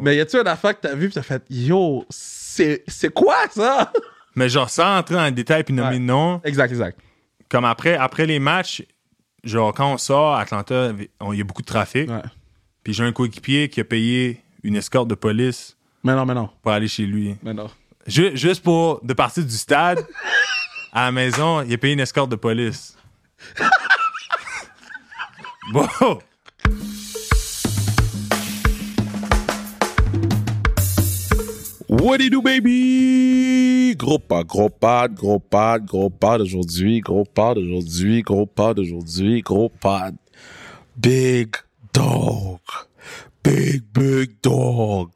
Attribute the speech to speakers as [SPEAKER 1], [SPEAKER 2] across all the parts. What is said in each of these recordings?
[SPEAKER 1] Mais y a-tu un affaire que t'as vu pis t'as fait Yo, c'est c'est quoi ça?
[SPEAKER 2] Mais genre, sans entrer dans le détail puis nommer
[SPEAKER 1] Ouais.
[SPEAKER 2] de nom,
[SPEAKER 1] exact, exact.
[SPEAKER 2] comme après, après les matchs, genre, quand on sort à Atlanta, on- il y a beaucoup de trafic.
[SPEAKER 1] Ouais.
[SPEAKER 2] Puis j'ai un coéquipier qui a payé une escorte de police
[SPEAKER 1] Mais non, mais non,
[SPEAKER 2] pour aller chez lui.
[SPEAKER 1] mais non.
[SPEAKER 2] Ju- juste pour, de partir du stade à la maison, il a payé une escorte de police. bon!
[SPEAKER 3] What do you do, baby? Gros pas, gros pas, gros pas, gros pas d'aujourd'hui, gros pas d'aujourd'hui, gros pas d'aujourd'hui, gros pas. Big dog. Big, big dog.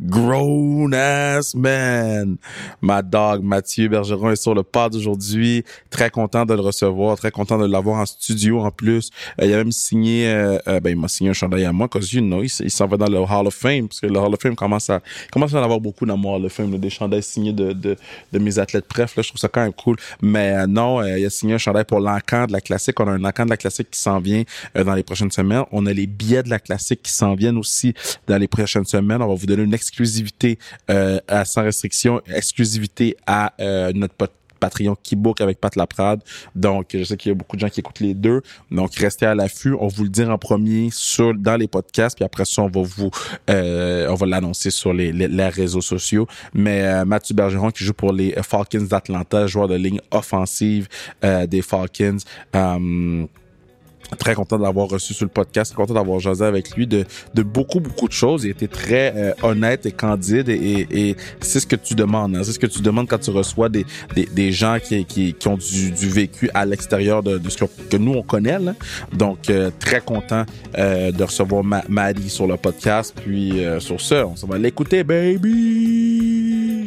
[SPEAKER 3] Grown ass man. Ma dog, Mathieu Bergeron, est sur le pas d'aujourd'hui. Très content de le recevoir, très content de l'avoir en studio en plus. Euh, il a même signé, euh, euh, ben, il m'a signé un chandail à moi, cause you know, il, s- il s'en va dans le Hall of Fame, parce que le Hall of Fame commence à, commence à en avoir beaucoup dans mon Hall of Fame, là, des chandails signés de, de, de mes athlètes prefs, là, je trouve ça quand même cool. Mais euh, non, euh, il a signé un chandail pour l'encan de la classique. On a un encan de la classique qui s'en vient euh, dans les prochaines semaines. On a les billets de la classique qui s'en viennent aussi dans les prochaines semaines. On va vous donner une exclusivité euh, à sans restriction, exclusivité à euh, notre pot- Patreon Keybook avec Pat Laprade. Donc, je sais qu'il y a beaucoup de gens qui écoutent les deux. Donc, restez à l'affût. On va vous le dire en premier sur dans les podcasts, puis après ça, on va vous euh, on va l'annoncer sur les, les, les réseaux sociaux. Mais euh, Mathieu Bergeron qui joue pour les euh, Falcons d'Atlanta, joueur de ligne offensive euh, des Falcons. Euh, Très content de l'avoir reçu sur le podcast, content d'avoir jasé avec lui de, de beaucoup, beaucoup de choses. Il était très euh, honnête et candide et, et, et c'est ce que tu demandes. hein. C'est ce que tu demandes quand tu reçois des, des, des gens qui, qui, qui ont du, du vécu à l'extérieur de, de ce qu'on- que nous, on connaît. là. Donc, euh, très content euh, de recevoir Ma- Maddie sur le podcast. Puis, euh, sur ce, on s'en va l'écouter, baby!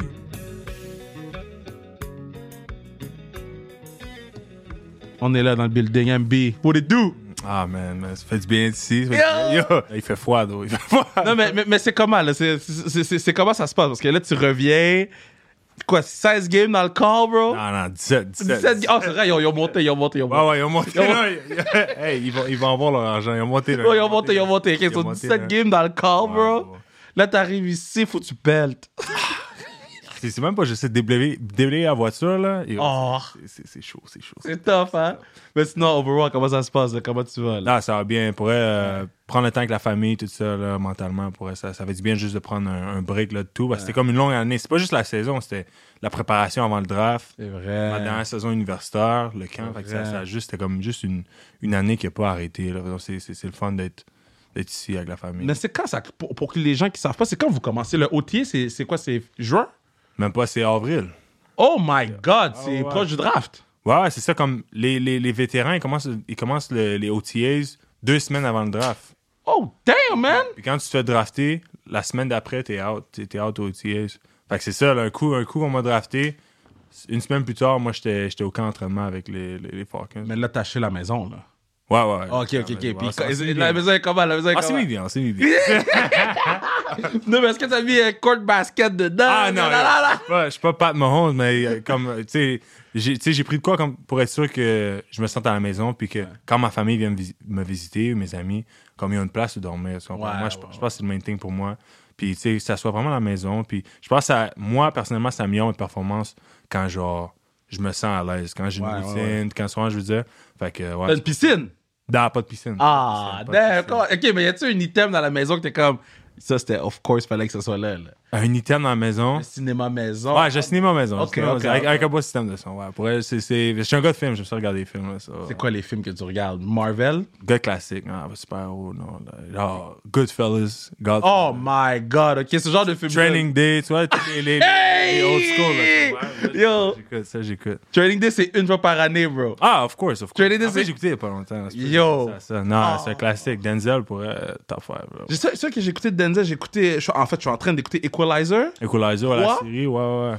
[SPEAKER 1] On est là dans le building MB. What it do?
[SPEAKER 2] Ah, man, man, ça fait du bien être ici. ça fait du- Yo! Il fait froid, though. Il fait froid.
[SPEAKER 3] Ah.
[SPEAKER 1] Non, mais, mais, mais c'est comment, là? C'est- C'est c'est- c'est comment ça se passe? Parce que là, tu reviens. Quoi, 16 games dans le corps, bro?
[SPEAKER 2] Non, non, 17, 17.
[SPEAKER 1] 17 Oh, c'est vrai, ils ont, ils ont monté, ils ont monté, ils ont monté.
[SPEAKER 2] Ouais, ouais, ils ont monté.
[SPEAKER 1] Ils ont-
[SPEAKER 2] là, ils- hey, ils vont, ils vont avoir leur argent. Ils ont monté. là,
[SPEAKER 1] Ouais, ils ont monté, ils ont monté. Ok,
[SPEAKER 2] Ils
[SPEAKER 1] Ils
[SPEAKER 2] ont
[SPEAKER 1] ont
[SPEAKER 2] monté,
[SPEAKER 1] 17
[SPEAKER 2] là.
[SPEAKER 1] games dans le corps,
[SPEAKER 2] Ouais,
[SPEAKER 1] bro.
[SPEAKER 2] ouais.
[SPEAKER 1] Là, t'arrives ici, faut que tu peltes.
[SPEAKER 2] C'est c'est même pas, j'essaie de déblayer, déblayer la voiture, là. Et-
[SPEAKER 1] Oh,
[SPEAKER 2] c'est- C'est c'est chaud, c'est chaud.
[SPEAKER 1] c'est tough, hein? Mais sinon, overall, comment ça se passe? là? Comment tu vas, là?
[SPEAKER 2] Là, ça va bien. Pour elle, euh, prendre le temps avec la famille, tout ça, là, mentalement, pour elle, ça, ça fait du bien juste de prendre un, un break là, de tout. Parce que c'était comme une longue année. C'est pas juste la saison, c'était la préparation avant le draft,
[SPEAKER 1] C'est
[SPEAKER 2] la
[SPEAKER 1] vrai.
[SPEAKER 2] dernière saison universitaire, le camp. Fait que ça,
[SPEAKER 1] vrai.
[SPEAKER 2] ça a juste, c'était comme juste une, une année qui n'a pas arrêté. là. Donc, C'est c'est- c'est le fun d'être d'être ici avec la famille.
[SPEAKER 1] Mais c'est quand ça. Pour, pour que les gens qui savent pas, c'est quand vous commencez le OTA, c'est c'est quoi? C'est juin?
[SPEAKER 2] Même pas, c'est avril.
[SPEAKER 1] Oh my god, c'est
[SPEAKER 2] Ah ouais.
[SPEAKER 1] proche du draft.
[SPEAKER 2] Ouais, ouais, c'est ça, comme les, les, les vétérans, ils commencent, ils commencent le- les OTAs deux semaines avant le draft.
[SPEAKER 1] Oh damn, man!
[SPEAKER 2] Puis quand tu te fais drafter, la semaine d'après, t'es out. T'es t'es out au OTAs. Fait que c'est ça, là, un coup, un coup, on m'a drafté. Une semaine plus tard, moi, j'étais j'étais au camp d'entraînement avec les, les, les Falcons.
[SPEAKER 1] Mais là, t'as acheté la maison, là.
[SPEAKER 2] Ouais, ouais, ouais.
[SPEAKER 1] Ok, ok, ok. Puis
[SPEAKER 2] Ouais, Ah, ça,
[SPEAKER 1] quand-
[SPEAKER 2] on s'est mis
[SPEAKER 1] la
[SPEAKER 2] bien.
[SPEAKER 1] maison est comment? La maison est
[SPEAKER 2] Ah, c'est mis
[SPEAKER 1] comment?
[SPEAKER 2] bien, c'est mis bien.
[SPEAKER 1] Non, mais est-ce que t'as mis un court basket dedans?
[SPEAKER 2] Ah non,
[SPEAKER 1] Là, là,
[SPEAKER 2] je
[SPEAKER 1] là, là.
[SPEAKER 2] suis pas- je suis pas Pat Mahone, mais euh, comme, euh, tu sais, j'ai tu sais, j'ai pris de quoi comme pour être sûr que je me sente à la maison, puis que quand ma famille vient me, visi- me visiter, mes amis, comme ils ont une place où dormir, tu comprends?
[SPEAKER 1] Ouais,
[SPEAKER 2] moi, je,
[SPEAKER 1] ouais,
[SPEAKER 2] je pense que c'est le main thing pour moi. Puis, tu sais, ça soit vraiment à la maison, puis je pense que ça- moi, personnellement, ça améliore mes performances quand, genre, je me sens à l'aise, quand j'ai une
[SPEAKER 1] Ouais, ouais,
[SPEAKER 2] piscine, quand souvent, je veux dire, fait que, ouais.
[SPEAKER 1] T'as une piscine?
[SPEAKER 2] Non, pas de piscine.
[SPEAKER 1] Ah,
[SPEAKER 2] Pas de piscine, pas de
[SPEAKER 1] d'accord. Ok, mais y a-tu un item dans la maison que t'es comme. Ça, c'était of course, fallait que ce soit là, là.
[SPEAKER 2] piscine. Un item dans la maison.
[SPEAKER 1] Le cinéma maison.
[SPEAKER 2] Ouais, j'ai ciné ma maison.
[SPEAKER 1] Ok,
[SPEAKER 2] Ciné ma
[SPEAKER 1] ok,
[SPEAKER 2] maison. Avec,
[SPEAKER 1] ok.
[SPEAKER 2] avec un beau système de son. Ouais, pour elle, c'est, c'est... Je suis un gars de film, j'aime ça regarder des films. Là, ça.
[SPEAKER 1] C'est quoi les films que tu regardes? Marvel?
[SPEAKER 2] Gars classique, ah, super héros, non. là. Genre, Goodfellas, God.
[SPEAKER 1] Oh my god, ok, ce genre de film.
[SPEAKER 2] Training Day, tu vois, tous les, les,
[SPEAKER 1] Hey!
[SPEAKER 2] les old school. Là, ça, ouais,
[SPEAKER 1] Yo!
[SPEAKER 2] Ça, j'écoute, ça, j'écoute.
[SPEAKER 1] Training Day, c'est une fois par année, bro.
[SPEAKER 2] Ah, of course, of course.
[SPEAKER 1] Training Day,
[SPEAKER 2] Après,
[SPEAKER 1] c'est-
[SPEAKER 2] j'ai écouté il y a pas longtemps. là, c'est pas-
[SPEAKER 1] Yo!
[SPEAKER 2] ça,
[SPEAKER 1] Ah.
[SPEAKER 2] ça. Non, c'est un classique. Denzel pour euh, top 5. là.
[SPEAKER 1] C'est ça, c'est ça que j'ai écouté de Denzel, j'ai écouté. je suis- en fait, je suis en train d'écouter Equalizer.
[SPEAKER 2] Equalizer, la
[SPEAKER 1] Quoi?
[SPEAKER 2] série, ouais, ouais. ouais.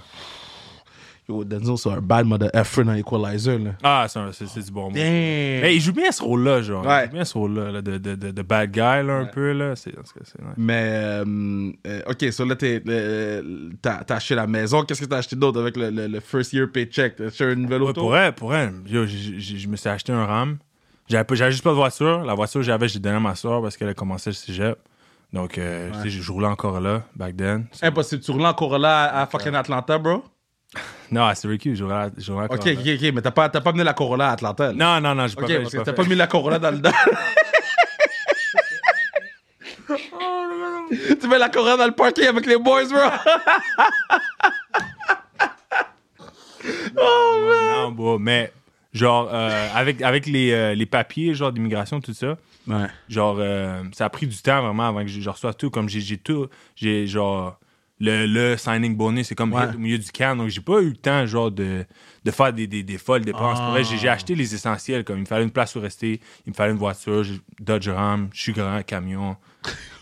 [SPEAKER 1] Yo, Denzel, c'est un bad mother effer dans Equalizer, là.
[SPEAKER 2] Ah, c'est, un- c'est, c'est du bon mot.
[SPEAKER 1] Damn.
[SPEAKER 2] Mais il joue bien ce rôle-là, genre. Il
[SPEAKER 1] Ouais.
[SPEAKER 2] joue bien ce rôle-là, là, de, de, de, de bad guy, là, un peu, là. C'est, en tout cas, c'est nice.
[SPEAKER 1] Mais, euh, euh, ok, so là, t'es, euh, t'as, t'as acheté la maison. Qu'est-ce que t'as acheté d'autre avec le, le- le first year paycheck? T'as acheté une nouvelle
[SPEAKER 2] Ouais,
[SPEAKER 1] auto?
[SPEAKER 2] pour elle, pour elle. Yo, j- j- je me suis acheté un RAM. J'avais pas- j'avais juste pas de voiture. La voiture que j'avais, j'ai donné à ma soeur parce qu'elle a commencé le cégep. Donc, euh, tu sais, je je roulais encore là, back then.
[SPEAKER 1] Impossible. Tu roules encore là à fucking Atlanta, bro?
[SPEAKER 2] Non, à Syracuse, je roulais, à- je roulais encore
[SPEAKER 1] Ok,
[SPEAKER 2] là.
[SPEAKER 1] ok, ok, mais t'as pas, t'as pas amené la Corolla à Atlanta. là.
[SPEAKER 2] Non, non, non, j'ai pas
[SPEAKER 1] Ok,
[SPEAKER 2] fait.
[SPEAKER 1] parce
[SPEAKER 2] j'ai
[SPEAKER 1] que t'as
[SPEAKER 2] fait.
[SPEAKER 1] pas mis la Corolla dans le dos. tu mets la Corolla dans le parking avec les boys, bro.
[SPEAKER 2] Non, bro, mais genre, euh, avec, avec les, euh, les papiers, genre d'immigration, tout ça,
[SPEAKER 1] Ouais.
[SPEAKER 2] genre, euh, ça a pris du temps vraiment avant que je, je reçoive tout. Comme j'ai- j'ai tout, j'ai genre, le, le signing bonus, c'est comme
[SPEAKER 1] Ouais.
[SPEAKER 2] hit au milieu du camp, donc j'ai pas eu le temps, genre, de, de faire des, des, des folles dépenses. Pour vrai, j'ai
[SPEAKER 1] Ah.
[SPEAKER 2] j'ai acheté les essentiels, comme il me fallait une place où rester, il me fallait une voiture, j'ai- Dodge Ram, je suis grand, camion.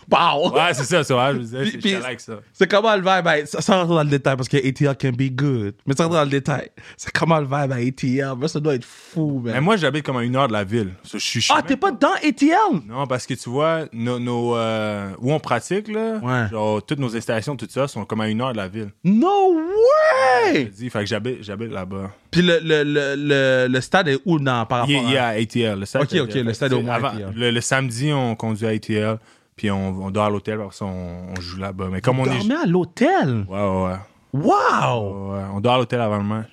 [SPEAKER 1] Pow!
[SPEAKER 2] Ouais, c'est ça, ça, ouais, je vous disais,
[SPEAKER 1] Puis-
[SPEAKER 2] c'est-
[SPEAKER 1] puis-
[SPEAKER 2] j'étais like ça.
[SPEAKER 1] C'est comment le vibe à... ça- Sans rentrer dans le détail, parce que ATL can be good. Mais sans rentrer dans le détail, c'est comment le vibe à ATL. Bro, ça doit être fou,
[SPEAKER 2] Mais
[SPEAKER 1] man.
[SPEAKER 2] moi, j'habite comme à une heure de la ville. So, je suis- je suis
[SPEAKER 1] Ah,
[SPEAKER 2] même-
[SPEAKER 1] t'es pas dans ATL?
[SPEAKER 2] Non, parce que tu vois, nos, nos, euh, où on pratique, là,
[SPEAKER 1] Ouais.
[SPEAKER 2] genre, toutes nos installations, tout ça, sont comme à une heure de la ville.
[SPEAKER 1] No
[SPEAKER 2] Je
[SPEAKER 1] way!
[SPEAKER 2] te dis, fait que j'habite, j'habite là-bas.
[SPEAKER 1] Puis le, le, le, le, le stade est où dans, par
[SPEAKER 2] Il
[SPEAKER 1] rapport
[SPEAKER 2] est il est
[SPEAKER 1] à...
[SPEAKER 2] à ATL. Le stade
[SPEAKER 1] Ok,
[SPEAKER 2] est à
[SPEAKER 1] ok,
[SPEAKER 2] ATL.
[SPEAKER 1] le stade est au moins
[SPEAKER 2] Avant-
[SPEAKER 1] ATL.
[SPEAKER 2] Le, le samedi, on conduit à ATL, puis on, on dort à l'hôtel, parce qu'on on joue là-bas. Mais comme on est...
[SPEAKER 1] Dormir à l'hôtel?
[SPEAKER 2] Ouais, ouais, ouais,
[SPEAKER 1] Wow!
[SPEAKER 2] ouais. On dort à l'hôtel avant le match.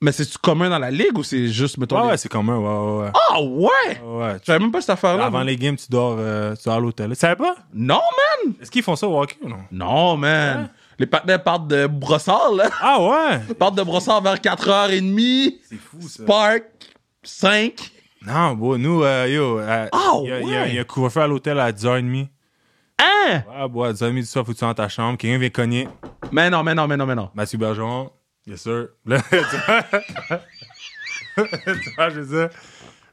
[SPEAKER 1] Mais c'est-tu commun dans la ligue ou c'est juste, mettons...
[SPEAKER 2] Ouais,
[SPEAKER 1] les-
[SPEAKER 2] ouais, c'est commun, ouais, ouais, ouais.
[SPEAKER 1] Ah ouais!
[SPEAKER 2] Ouais, ouais. Tu-
[SPEAKER 1] J'avais même pas cette affaire-là.
[SPEAKER 2] Avant
[SPEAKER 1] moi.
[SPEAKER 2] les games, tu dors, euh, tu dors à l'hôtel. Tu savais pas?
[SPEAKER 1] Non, man!
[SPEAKER 2] Est-ce qu'ils font ça au hockey ou non?
[SPEAKER 1] Non, man! Les partenaires partent de brossard, là.
[SPEAKER 2] Ah ouais!
[SPEAKER 1] Partent de brossard vers 4h30.
[SPEAKER 2] C'est fou, ça.
[SPEAKER 1] Park, 5.
[SPEAKER 2] Non, bro, nous, euh, yo, euh,
[SPEAKER 1] Ah,
[SPEAKER 2] il y a- il y, a-
[SPEAKER 1] ouais.
[SPEAKER 2] il y a couvre-feu à l'hôtel à 10h30.
[SPEAKER 1] Hein?
[SPEAKER 2] Ah, bois, 10h30 du soir, faut que tu rentres à ta chambre. Quelqu'un vient cogner.
[SPEAKER 1] Mais non, mais non, mais non, mais non.
[SPEAKER 2] Mathieu Bergeron, yes sir. Là, tu vois, Tu vois, je veux dire.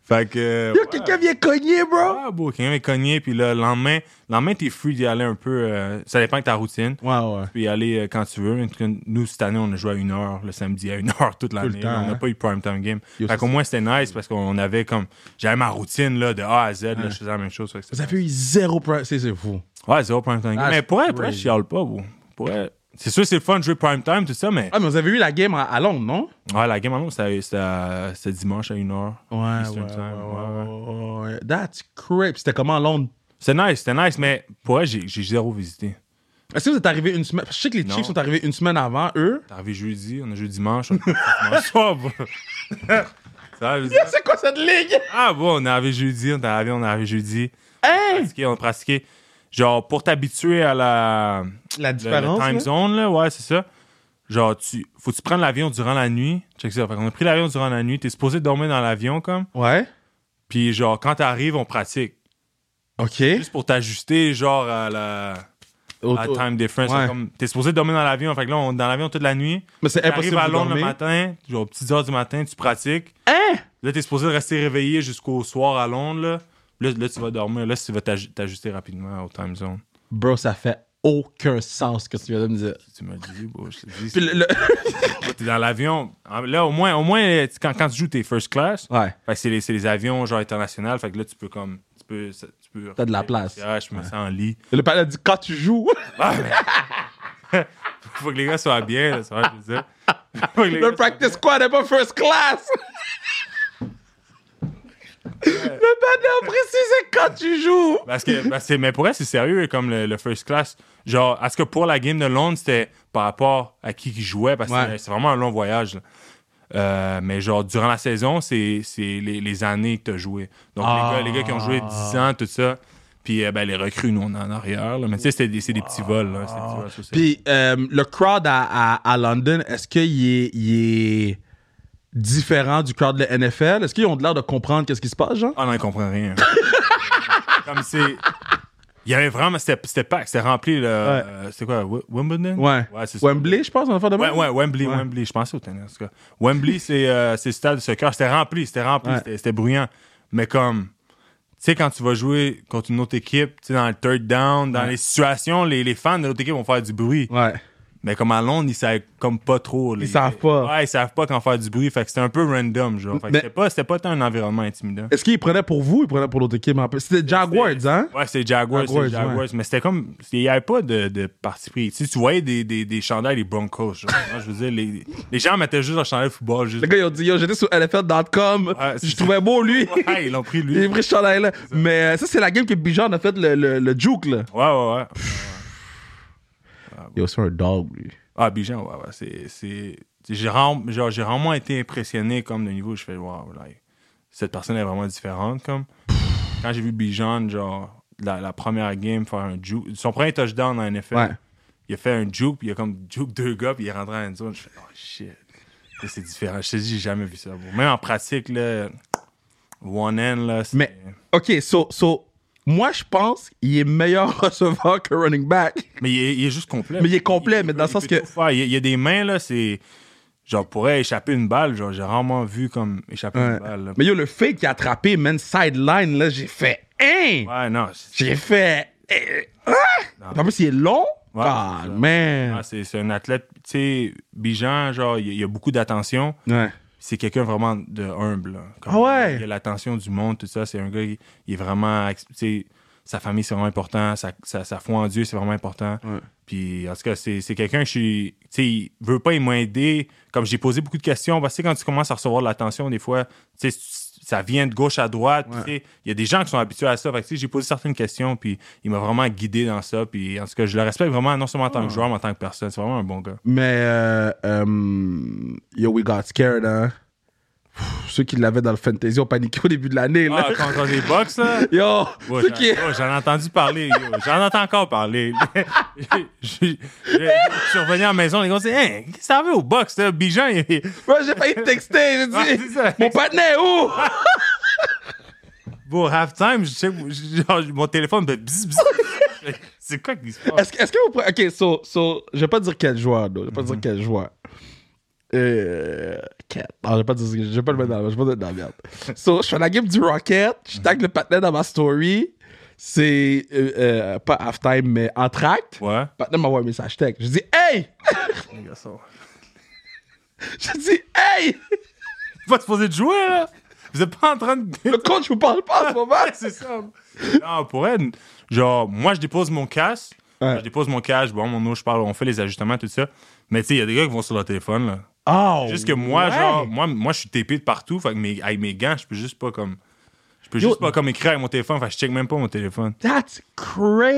[SPEAKER 2] Fait que.
[SPEAKER 1] Yo,
[SPEAKER 2] ouais.
[SPEAKER 1] quelqu'un vient cogner, bro!
[SPEAKER 2] Ah, bro, quelqu'un vient cogner, puis là, le lendemain, le lendemain t'es free d'y aller un peu. euh, ça dépend de ta routine.
[SPEAKER 1] Ouais, ouais.
[SPEAKER 2] Tu peux y aller euh, quand tu veux. En tout cas, Nous, cette année, on a joué à une heure, le samedi à une heure toute l'année.
[SPEAKER 1] le temps,
[SPEAKER 2] on n'a
[SPEAKER 1] hein.
[SPEAKER 2] pas eu prime time game.
[SPEAKER 1] Yo,
[SPEAKER 2] fait
[SPEAKER 1] ça,
[SPEAKER 2] qu'au moins, c'était nice parce qu'on avait comme. J'avais ma routine là, de A à Z, là, je faisais la même chose. Fait que c'était
[SPEAKER 1] Ça fait eu zéro pro... C'est c'est fou.
[SPEAKER 2] Ouais, zéro prime time.
[SPEAKER 1] Ah,
[SPEAKER 2] mais
[SPEAKER 1] c'est
[SPEAKER 2] pour elle,
[SPEAKER 1] crazy.
[SPEAKER 2] pour elle, je chiale pas, bro. Pour elle, C'est sûr, c'est le fun de jouer prime time, tout ça, mais.
[SPEAKER 1] Ah, mais vous avez eu la game à, à Londres, non?
[SPEAKER 2] Ouais, la game en Londres, c'était- c'était à- c'était dimanche à 1h.
[SPEAKER 1] Ouais,
[SPEAKER 2] Eastern
[SPEAKER 1] ouais,
[SPEAKER 2] time, ouais,
[SPEAKER 1] ouais, ouais, ouais. That's crap. C'était comment Londres?
[SPEAKER 2] C'était nice, c'était nice, mais pour elle, j'ai j'ai zéro visité.
[SPEAKER 1] Est-ce que vous êtes arrivé une semaine? Je sais que les
[SPEAKER 2] Non.
[SPEAKER 1] Chiefs sont arrivés une semaine avant eux.
[SPEAKER 2] T'es arrivé jeudi, on a joué dimanche, on a joué dimanche soir, bro. Ça, je veux dire.
[SPEAKER 1] C'est quoi cette ligue?
[SPEAKER 2] Ah, bon, on est arrivé jeudi, on est arrivé, on est arrivé jeudi.
[SPEAKER 1] Hein?
[SPEAKER 2] Pratiqué, on a pratiqué. Genre, pour t'habituer à la.
[SPEAKER 1] La
[SPEAKER 2] le- le
[SPEAKER 1] différence.
[SPEAKER 2] time
[SPEAKER 1] là?
[SPEAKER 2] zone, là, ouais, c'est ça. Genre, tu, faut que tu prennes l'avion durant la nuit. Check ça. Fait qu'on a pris l'avion durant la nuit. T'es supposé dormir dans l'avion, comme.
[SPEAKER 1] Ouais.
[SPEAKER 2] Puis, genre, quand t'arrives, on pratique.
[SPEAKER 1] OK.
[SPEAKER 2] Juste pour t'ajuster, genre, à la.
[SPEAKER 1] Au-
[SPEAKER 2] à
[SPEAKER 1] au-
[SPEAKER 2] time difference.
[SPEAKER 1] ouais.
[SPEAKER 2] Comme, t'es supposé dormir dans l'avion. Fait que là, on est dans l'avion toute la nuit.
[SPEAKER 1] Mais c'est
[SPEAKER 2] T'arrives
[SPEAKER 1] impossible
[SPEAKER 2] à
[SPEAKER 1] de
[SPEAKER 2] Londres le
[SPEAKER 1] dormir.
[SPEAKER 2] matin, genre, petites heures du matin, tu pratiques.
[SPEAKER 1] Hein?
[SPEAKER 2] Là, t'es supposé rester réveillé jusqu'au soir à Londres, là. Là, là, tu vas dormir. Là, tu vas t'aj- t'ajuster rapidement au time zone.
[SPEAKER 1] Bro, ça fait aucun sens ce que tu viens de me dire.
[SPEAKER 2] Tu me le dis, bro, je te le dis.
[SPEAKER 1] Puis le- le-
[SPEAKER 2] Là, T'es dans l'avion. Là, au moins, au moins tu- quand, quand tu joues tes first class,
[SPEAKER 1] Ouais.
[SPEAKER 2] fait que c'est les, c'est les avions genre internationaux. Fait que là, tu peux comme. Tu peux. ça- Tu peux
[SPEAKER 1] T'as de la place.
[SPEAKER 2] Ah, je me sens en lit. Ah,
[SPEAKER 1] Le palais dit quand tu joues.
[SPEAKER 2] Faut que les gars soient bien, là, ça va, je veux dire. Faut que les
[SPEAKER 1] Le
[SPEAKER 2] gars soient-
[SPEAKER 1] practice squad n'est pas first class. Le panneau précis, c'est quand tu joues.
[SPEAKER 2] Parce que, parce que- mais pour elle, c'est sérieux, comme le, le first class. Genre, est-ce que pour la game de Londres, c'était par rapport à qui qui jouait? Parce que
[SPEAKER 1] Ouais.
[SPEAKER 2] c'est vraiment un long voyage. là. Euh, mais genre, durant la saison, c'est c'est les, les années que tu as joué. Donc,
[SPEAKER 1] Ah.
[SPEAKER 2] les, gars, les gars qui ont joué 10 ans, tout ça. Puis, euh, ben, les recrues, nous, on est en arrière. là. Mais tu sais, c'est des, c'est des petits vols. là. C'est des petits vols, ça, c'est-
[SPEAKER 1] Ah. Puis euh, le crowd à, à, à London, est-ce qu'il est, il est différent du crowd de la NFL? Est-ce qu'ils ont de l'air de comprendre qu'est-ce qui se passe, genre?
[SPEAKER 2] Ah non, il comprend rien. comme c'est. Il y avait vraiment. C'était c'était pas. C'était rempli. Là, euh, c'était quoi? Wi- Wimbledon?
[SPEAKER 1] Ouais.
[SPEAKER 2] c'est ça.
[SPEAKER 1] Wembley, je pense, on va faire de
[SPEAKER 2] Ouais,
[SPEAKER 1] même?
[SPEAKER 2] ouais, Wembley,
[SPEAKER 1] Ouais.
[SPEAKER 2] Wembley. Je pensais au tennis, en tout cas. Wembley, c'est euh, c'est le stade de soccer. C'était rempli, c'était rempli,
[SPEAKER 1] Ouais.
[SPEAKER 2] c'était- c'était bruyant. Mais comme, tu sais, quand tu vas jouer contre une autre équipe, tu sais, dans le third down, dans les situations, les, les fans de l'autre équipe vont faire du bruit.
[SPEAKER 1] Ouais.
[SPEAKER 2] Mais comme à Londres, ils savent comme pas trop. les-
[SPEAKER 1] savent pas.
[SPEAKER 2] Ouais, ils savent pas quand faire du bruit. Fait que c'était un peu random, genre. Fait que
[SPEAKER 1] Mais-
[SPEAKER 2] c'était pas, c'était pas tant un environnement intimidant.
[SPEAKER 1] Est-ce qu'ils prenaient pour vous, ils prenaient pour l'autre équipe? en plus? C'était Jaguars, hein?
[SPEAKER 2] Ouais, c'est Jaguars, c'est
[SPEAKER 1] Jaguars,
[SPEAKER 2] Jaguars.
[SPEAKER 1] ouais.
[SPEAKER 2] Mais c'était comme. Il n'y avait pas de, de parti pris. Tu, sais, tu voyais des, des, des chandails, des Broncos. genre. Moi, je veux dire, les, les gens mettaient juste un chandail de football. Juste,
[SPEAKER 1] Les gars, ils ont dit, yo, j'étais sur LFL.com,
[SPEAKER 2] Ouais, c'est
[SPEAKER 1] je
[SPEAKER 2] ça.
[SPEAKER 1] trouvais beau lui.
[SPEAKER 2] Ouais, ils l'ont pris, lui.
[SPEAKER 1] Il est
[SPEAKER 2] Ouais,
[SPEAKER 1] pris ce chandail-là. Mais euh, ça, c'est la game que Bijan a fait le, le, le juke, là.
[SPEAKER 2] ouais, ouais.
[SPEAKER 1] Yo, c'est un dog, lui.
[SPEAKER 2] Ah, Bijan, ouais, ouais. C'est. c'est- J'ai vraiment, genre, j'ai vraiment été impressionné comme de niveau. Je fais, wow, like, cette personne est vraiment différente. Comme. Quand j'ai vu Bijan, genre, la, la première game faire un juke. Son premier touchdown en NFL.
[SPEAKER 1] Ouais.
[SPEAKER 2] Il a fait un juke, puis il a comme juke deux gars, puis il est rentré en end zone. Je fais, oh shit. Là, C'est différent. Je te dis, j'ai jamais vu ça. bro. Même en pratique, là, one end, là. c'est-
[SPEAKER 1] Mais, OK, so, so moi, je pense qu'il est meilleur receveur que running back.
[SPEAKER 2] Mais il est, il est juste complet.
[SPEAKER 1] Mais il est complet, mais
[SPEAKER 2] peut-
[SPEAKER 1] dans le
[SPEAKER 2] il
[SPEAKER 1] sens
[SPEAKER 2] peut
[SPEAKER 1] que-
[SPEAKER 2] tout faire. Il y a- il y a des mains, là, c'est. Genre, pourrait échapper une balle. Genre, j'ai rarement vu comme échapper
[SPEAKER 1] Ouais.
[SPEAKER 2] une balle. là.
[SPEAKER 1] Mais yo, le fake qu'il a attrapé, man, sideline, là, j'ai fait Hein!
[SPEAKER 2] Ouais, non. c'est-
[SPEAKER 1] J'ai fait Eh, Hein! En plus, il est long?
[SPEAKER 2] Ouais,
[SPEAKER 1] God,
[SPEAKER 2] c'est ça.
[SPEAKER 1] man!
[SPEAKER 2] ah, C'est c'est un athlète. Tu sais, Bijan, genre, il y a- il y a beaucoup d'attention.
[SPEAKER 1] Ouais.
[SPEAKER 2] c'est quelqu'un vraiment de humble. là. Comme,
[SPEAKER 1] Ah ouais?
[SPEAKER 2] Il a l'attention du monde, tout ça. C'est un gars, il, il est vraiment. ex- tu sais, Sa famille, c'est vraiment important. Sa, sa, sa foi en Dieu, c'est vraiment important.
[SPEAKER 1] Ouais.
[SPEAKER 2] Puis, en tout cas, c'est c'est quelqu'un que je suis. Tu sais, il veut pas, il m'a aidé. Comme j'ai posé beaucoup de questions, parce que tu sais, quand tu commences à recevoir de l'attention, des fois, tu sais, ça vient de gauche à droite. puis, tu sais, Il y a des gens qui sont habitués à ça. Fait que, tu sais, j'ai posé certaines questions, puis il m'a vraiment guidé dans ça. Puis, en tout cas, je le respecte vraiment, non seulement en tant que joueur, mais en tant que personne. C'est vraiment un bon gars.
[SPEAKER 1] Mais, euh, euh, yo, we got scared, hein? Pff, Ceux qui l'avaient dans le fantasy ont paniqué au début de l'année, là.
[SPEAKER 2] Ah, contre les box, là.
[SPEAKER 1] Yo,
[SPEAKER 2] Ouais,
[SPEAKER 1] ceux
[SPEAKER 2] j'en,
[SPEAKER 1] qui...
[SPEAKER 2] ouais, j'en ai entendu parler. yo. J'en entends encore parler. je, je- je suis revenu à la maison, les gars, c'est Hein, qu'est-ce que ça veut au box, là? Bijan, il- il-
[SPEAKER 1] Bro, j'ai failli te texter, j'ai
[SPEAKER 2] Ouais,
[SPEAKER 1] dit,
[SPEAKER 2] c'est ça.
[SPEAKER 1] mon partenaire est où?
[SPEAKER 2] Bon, halftime, je sais, je- genre, mon téléphone me fait bzz, bzz. C'est quoi qui se passe?
[SPEAKER 1] Est-ce que, est-ce que vous... pre- Ok, so, so, je vais pas dire quel joueur, donc. Je vais pas
[SPEAKER 2] Mhm.
[SPEAKER 1] dire quel joueur. Euh... Quel... Non, je vais pas dire... Je vais pas le mettre dans la... Je vais pas le mettre dans la merde. So, je fais la game du Rocket, je tag le partenaire dans ma story. C'est... euh, euh, pas halftime, mais entracte.
[SPEAKER 2] Ouais.
[SPEAKER 1] Le partenaire m'envoie un message tech. Je dis, hey!
[SPEAKER 2] Les gars, ça va.
[SPEAKER 1] Je dis, hey!
[SPEAKER 2] Vous êtes pas supposé de jouer, là? Vous êtes pas en train de.
[SPEAKER 1] Le coach me parle pas en ce moment.
[SPEAKER 2] Ouais, c'est ça. Non, pour elle, genre, moi, je dépose mon cash.
[SPEAKER 1] Ouais.
[SPEAKER 2] Je dépose mon cash, bon, mon eau, je parle, on fait les ajustements, tout ça. Mais tu sais, il y a des gars qui vont sur leur téléphone, là.
[SPEAKER 1] Oh!
[SPEAKER 2] Juste que moi,
[SPEAKER 1] ouais.
[SPEAKER 2] genre, moi, moi, je suis TP de partout. Fait que mes, avec mes gants, je peux juste pas comme. Je peux
[SPEAKER 1] Yo.
[SPEAKER 2] juste pas comme écrire avec mon téléphone. Fait que je check même pas mon téléphone.
[SPEAKER 1] That's crazy!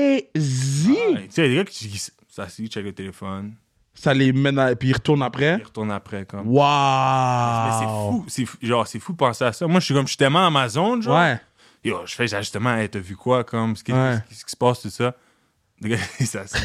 [SPEAKER 2] Ouais, tu sais, les gars qui qui s'assient, check le téléphone.
[SPEAKER 1] Ça les mène à... Puis ils retournent après.
[SPEAKER 2] Ils retournent après, comme. Mais c'est
[SPEAKER 1] Wow!
[SPEAKER 2] fou. C'est fou. Genre, c'est fou de penser à ça. Moi, je suis comme, je suis tellement dans ma zone, genre.
[SPEAKER 1] Ouais.
[SPEAKER 2] Yo, je fais justement, hey, t'as vu quoi, comme, ce qui,
[SPEAKER 1] Ouais.
[SPEAKER 2] ce qui- ce qui se passe, tout ça. Les gars, ils s'assient.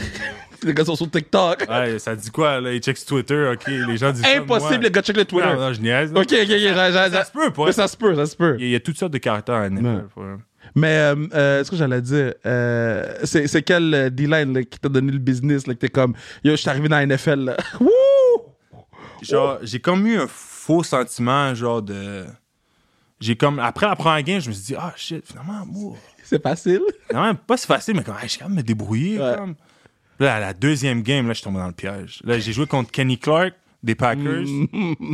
[SPEAKER 1] Les gars sont sur TikTok.
[SPEAKER 2] ouais, ça dit quoi, là? Ils checkent sur Twitter, ok. Les gens disent. Ah, ça, moi.
[SPEAKER 1] Impossible, les gars, check le Twitter.
[SPEAKER 2] Non, non, je niaise. là.
[SPEAKER 1] Ok, ok, ok. Ça,
[SPEAKER 2] Ça se peut, pour
[SPEAKER 1] Mais ça se peut, ça se peut.
[SPEAKER 2] Il y a- il y a toutes sortes de caractères à NFL,
[SPEAKER 1] Ouais.
[SPEAKER 2] pour eux.
[SPEAKER 1] Mais euh, euh, ce que j'allais dire, euh, c'est c'est quel euh, D-line là, qui t'a donné le business, là, que t'es comme, yo, je suis arrivé dans la NFL, là. Wouh!
[SPEAKER 2] genre, j'ai comme eu un faux sentiment, genre de. J'ai comme. Après la première game, je me suis dit, ah shit, finalement, moi,
[SPEAKER 1] C'est facile.
[SPEAKER 2] finalement, pas si facile, mais comme, hey, je suis quand même me débrouiller.
[SPEAKER 1] Ouais.
[SPEAKER 2] Comme. Là, à la deuxième game, là, je suis tombé dans le piège. Là, j'ai joué contre Kenny Clark des Packers.
[SPEAKER 1] Mm.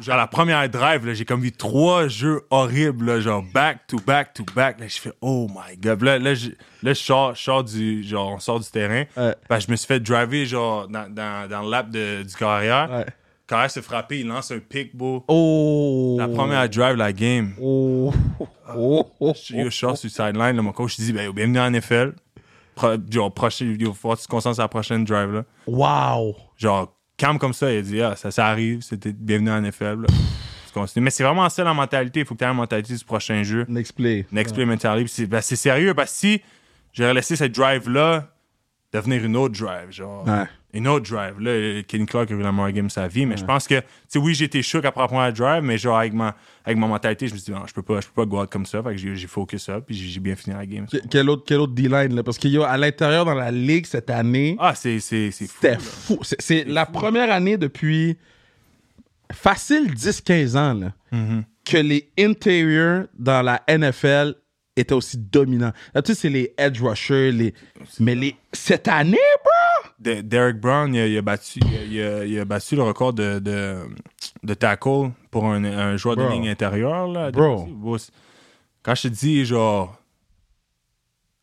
[SPEAKER 2] genre, la première drive, là, j'ai comme vu trois jeux horribles, là, genre back to back to back. Là, je fais, oh my god. Là, là, je, là, je sors, je sors du. Genre, on sort du terrain.
[SPEAKER 1] Ouais.
[SPEAKER 2] Ben, je me suis fait driver, genre, dans, dans, dans le lap de- du carrière.
[SPEAKER 1] Ouais.
[SPEAKER 2] Quand elle se frappé, il lance un pick, beau.
[SPEAKER 1] Oh!
[SPEAKER 2] La première Ah. drive, la game.
[SPEAKER 1] Oh! Oh! oh.
[SPEAKER 2] Yo, je sors sur le sideline. là, Mon coach il dit ben, yo, Bienvenue en NFL. Pro, genre, prochain, yo, faut que tu te concentres sur la prochaine drive. Là.
[SPEAKER 1] Wow!
[SPEAKER 2] Genre, calme comme ça. Il a dit ah, ça, ça arrive. C'était bienvenue en NFL. là. Tu continues. Mais c'est vraiment ça la mentalité. Il faut que tu aies la mentalité du prochain jeu.
[SPEAKER 1] Next play.
[SPEAKER 2] Next play mentality. Puis C'est ben, c'est sérieux parce que si j'aurais laissé cette drive-là devenir une autre drive, genre.
[SPEAKER 1] Ouais.
[SPEAKER 2] Une autre drive. Là, euh, Kenny Clark a eu la meilleure game de sa vie, mais je pense que, tu sais, oui, j'étais choqué après la première drive, mais genre, avec ma, avec ma mentalité, je me suis dit, non, je peux pas, je peux pas go out comme ça, fait que j'ai j'ai focus up, puis j'ai j'ai bien fini la game.
[SPEAKER 1] Que- Quel autre, quel autre D-line, là? Parce qu'il y a à l'intérieur dans la ligue cette année.
[SPEAKER 2] Ah, c'est c'est- c'est fou.
[SPEAKER 1] C'était
[SPEAKER 2] là.
[SPEAKER 1] fou. C'est- C'est la première année depuis facile 10-15 ans là, que les interiors dans la NFL étaient aussi dominants. Là, tu sais, c'est les edge rushers, les... mais les... cette année, bro!
[SPEAKER 2] De- Derek Brown, il a, il a battu, il a- il a- il a battu le record de, de, de tackle pour un, un joueur
[SPEAKER 1] Bro.
[SPEAKER 2] de ligne intérieure. Là,
[SPEAKER 1] Bro.
[SPEAKER 2] Bro, c'est- Quand je te dis, genre,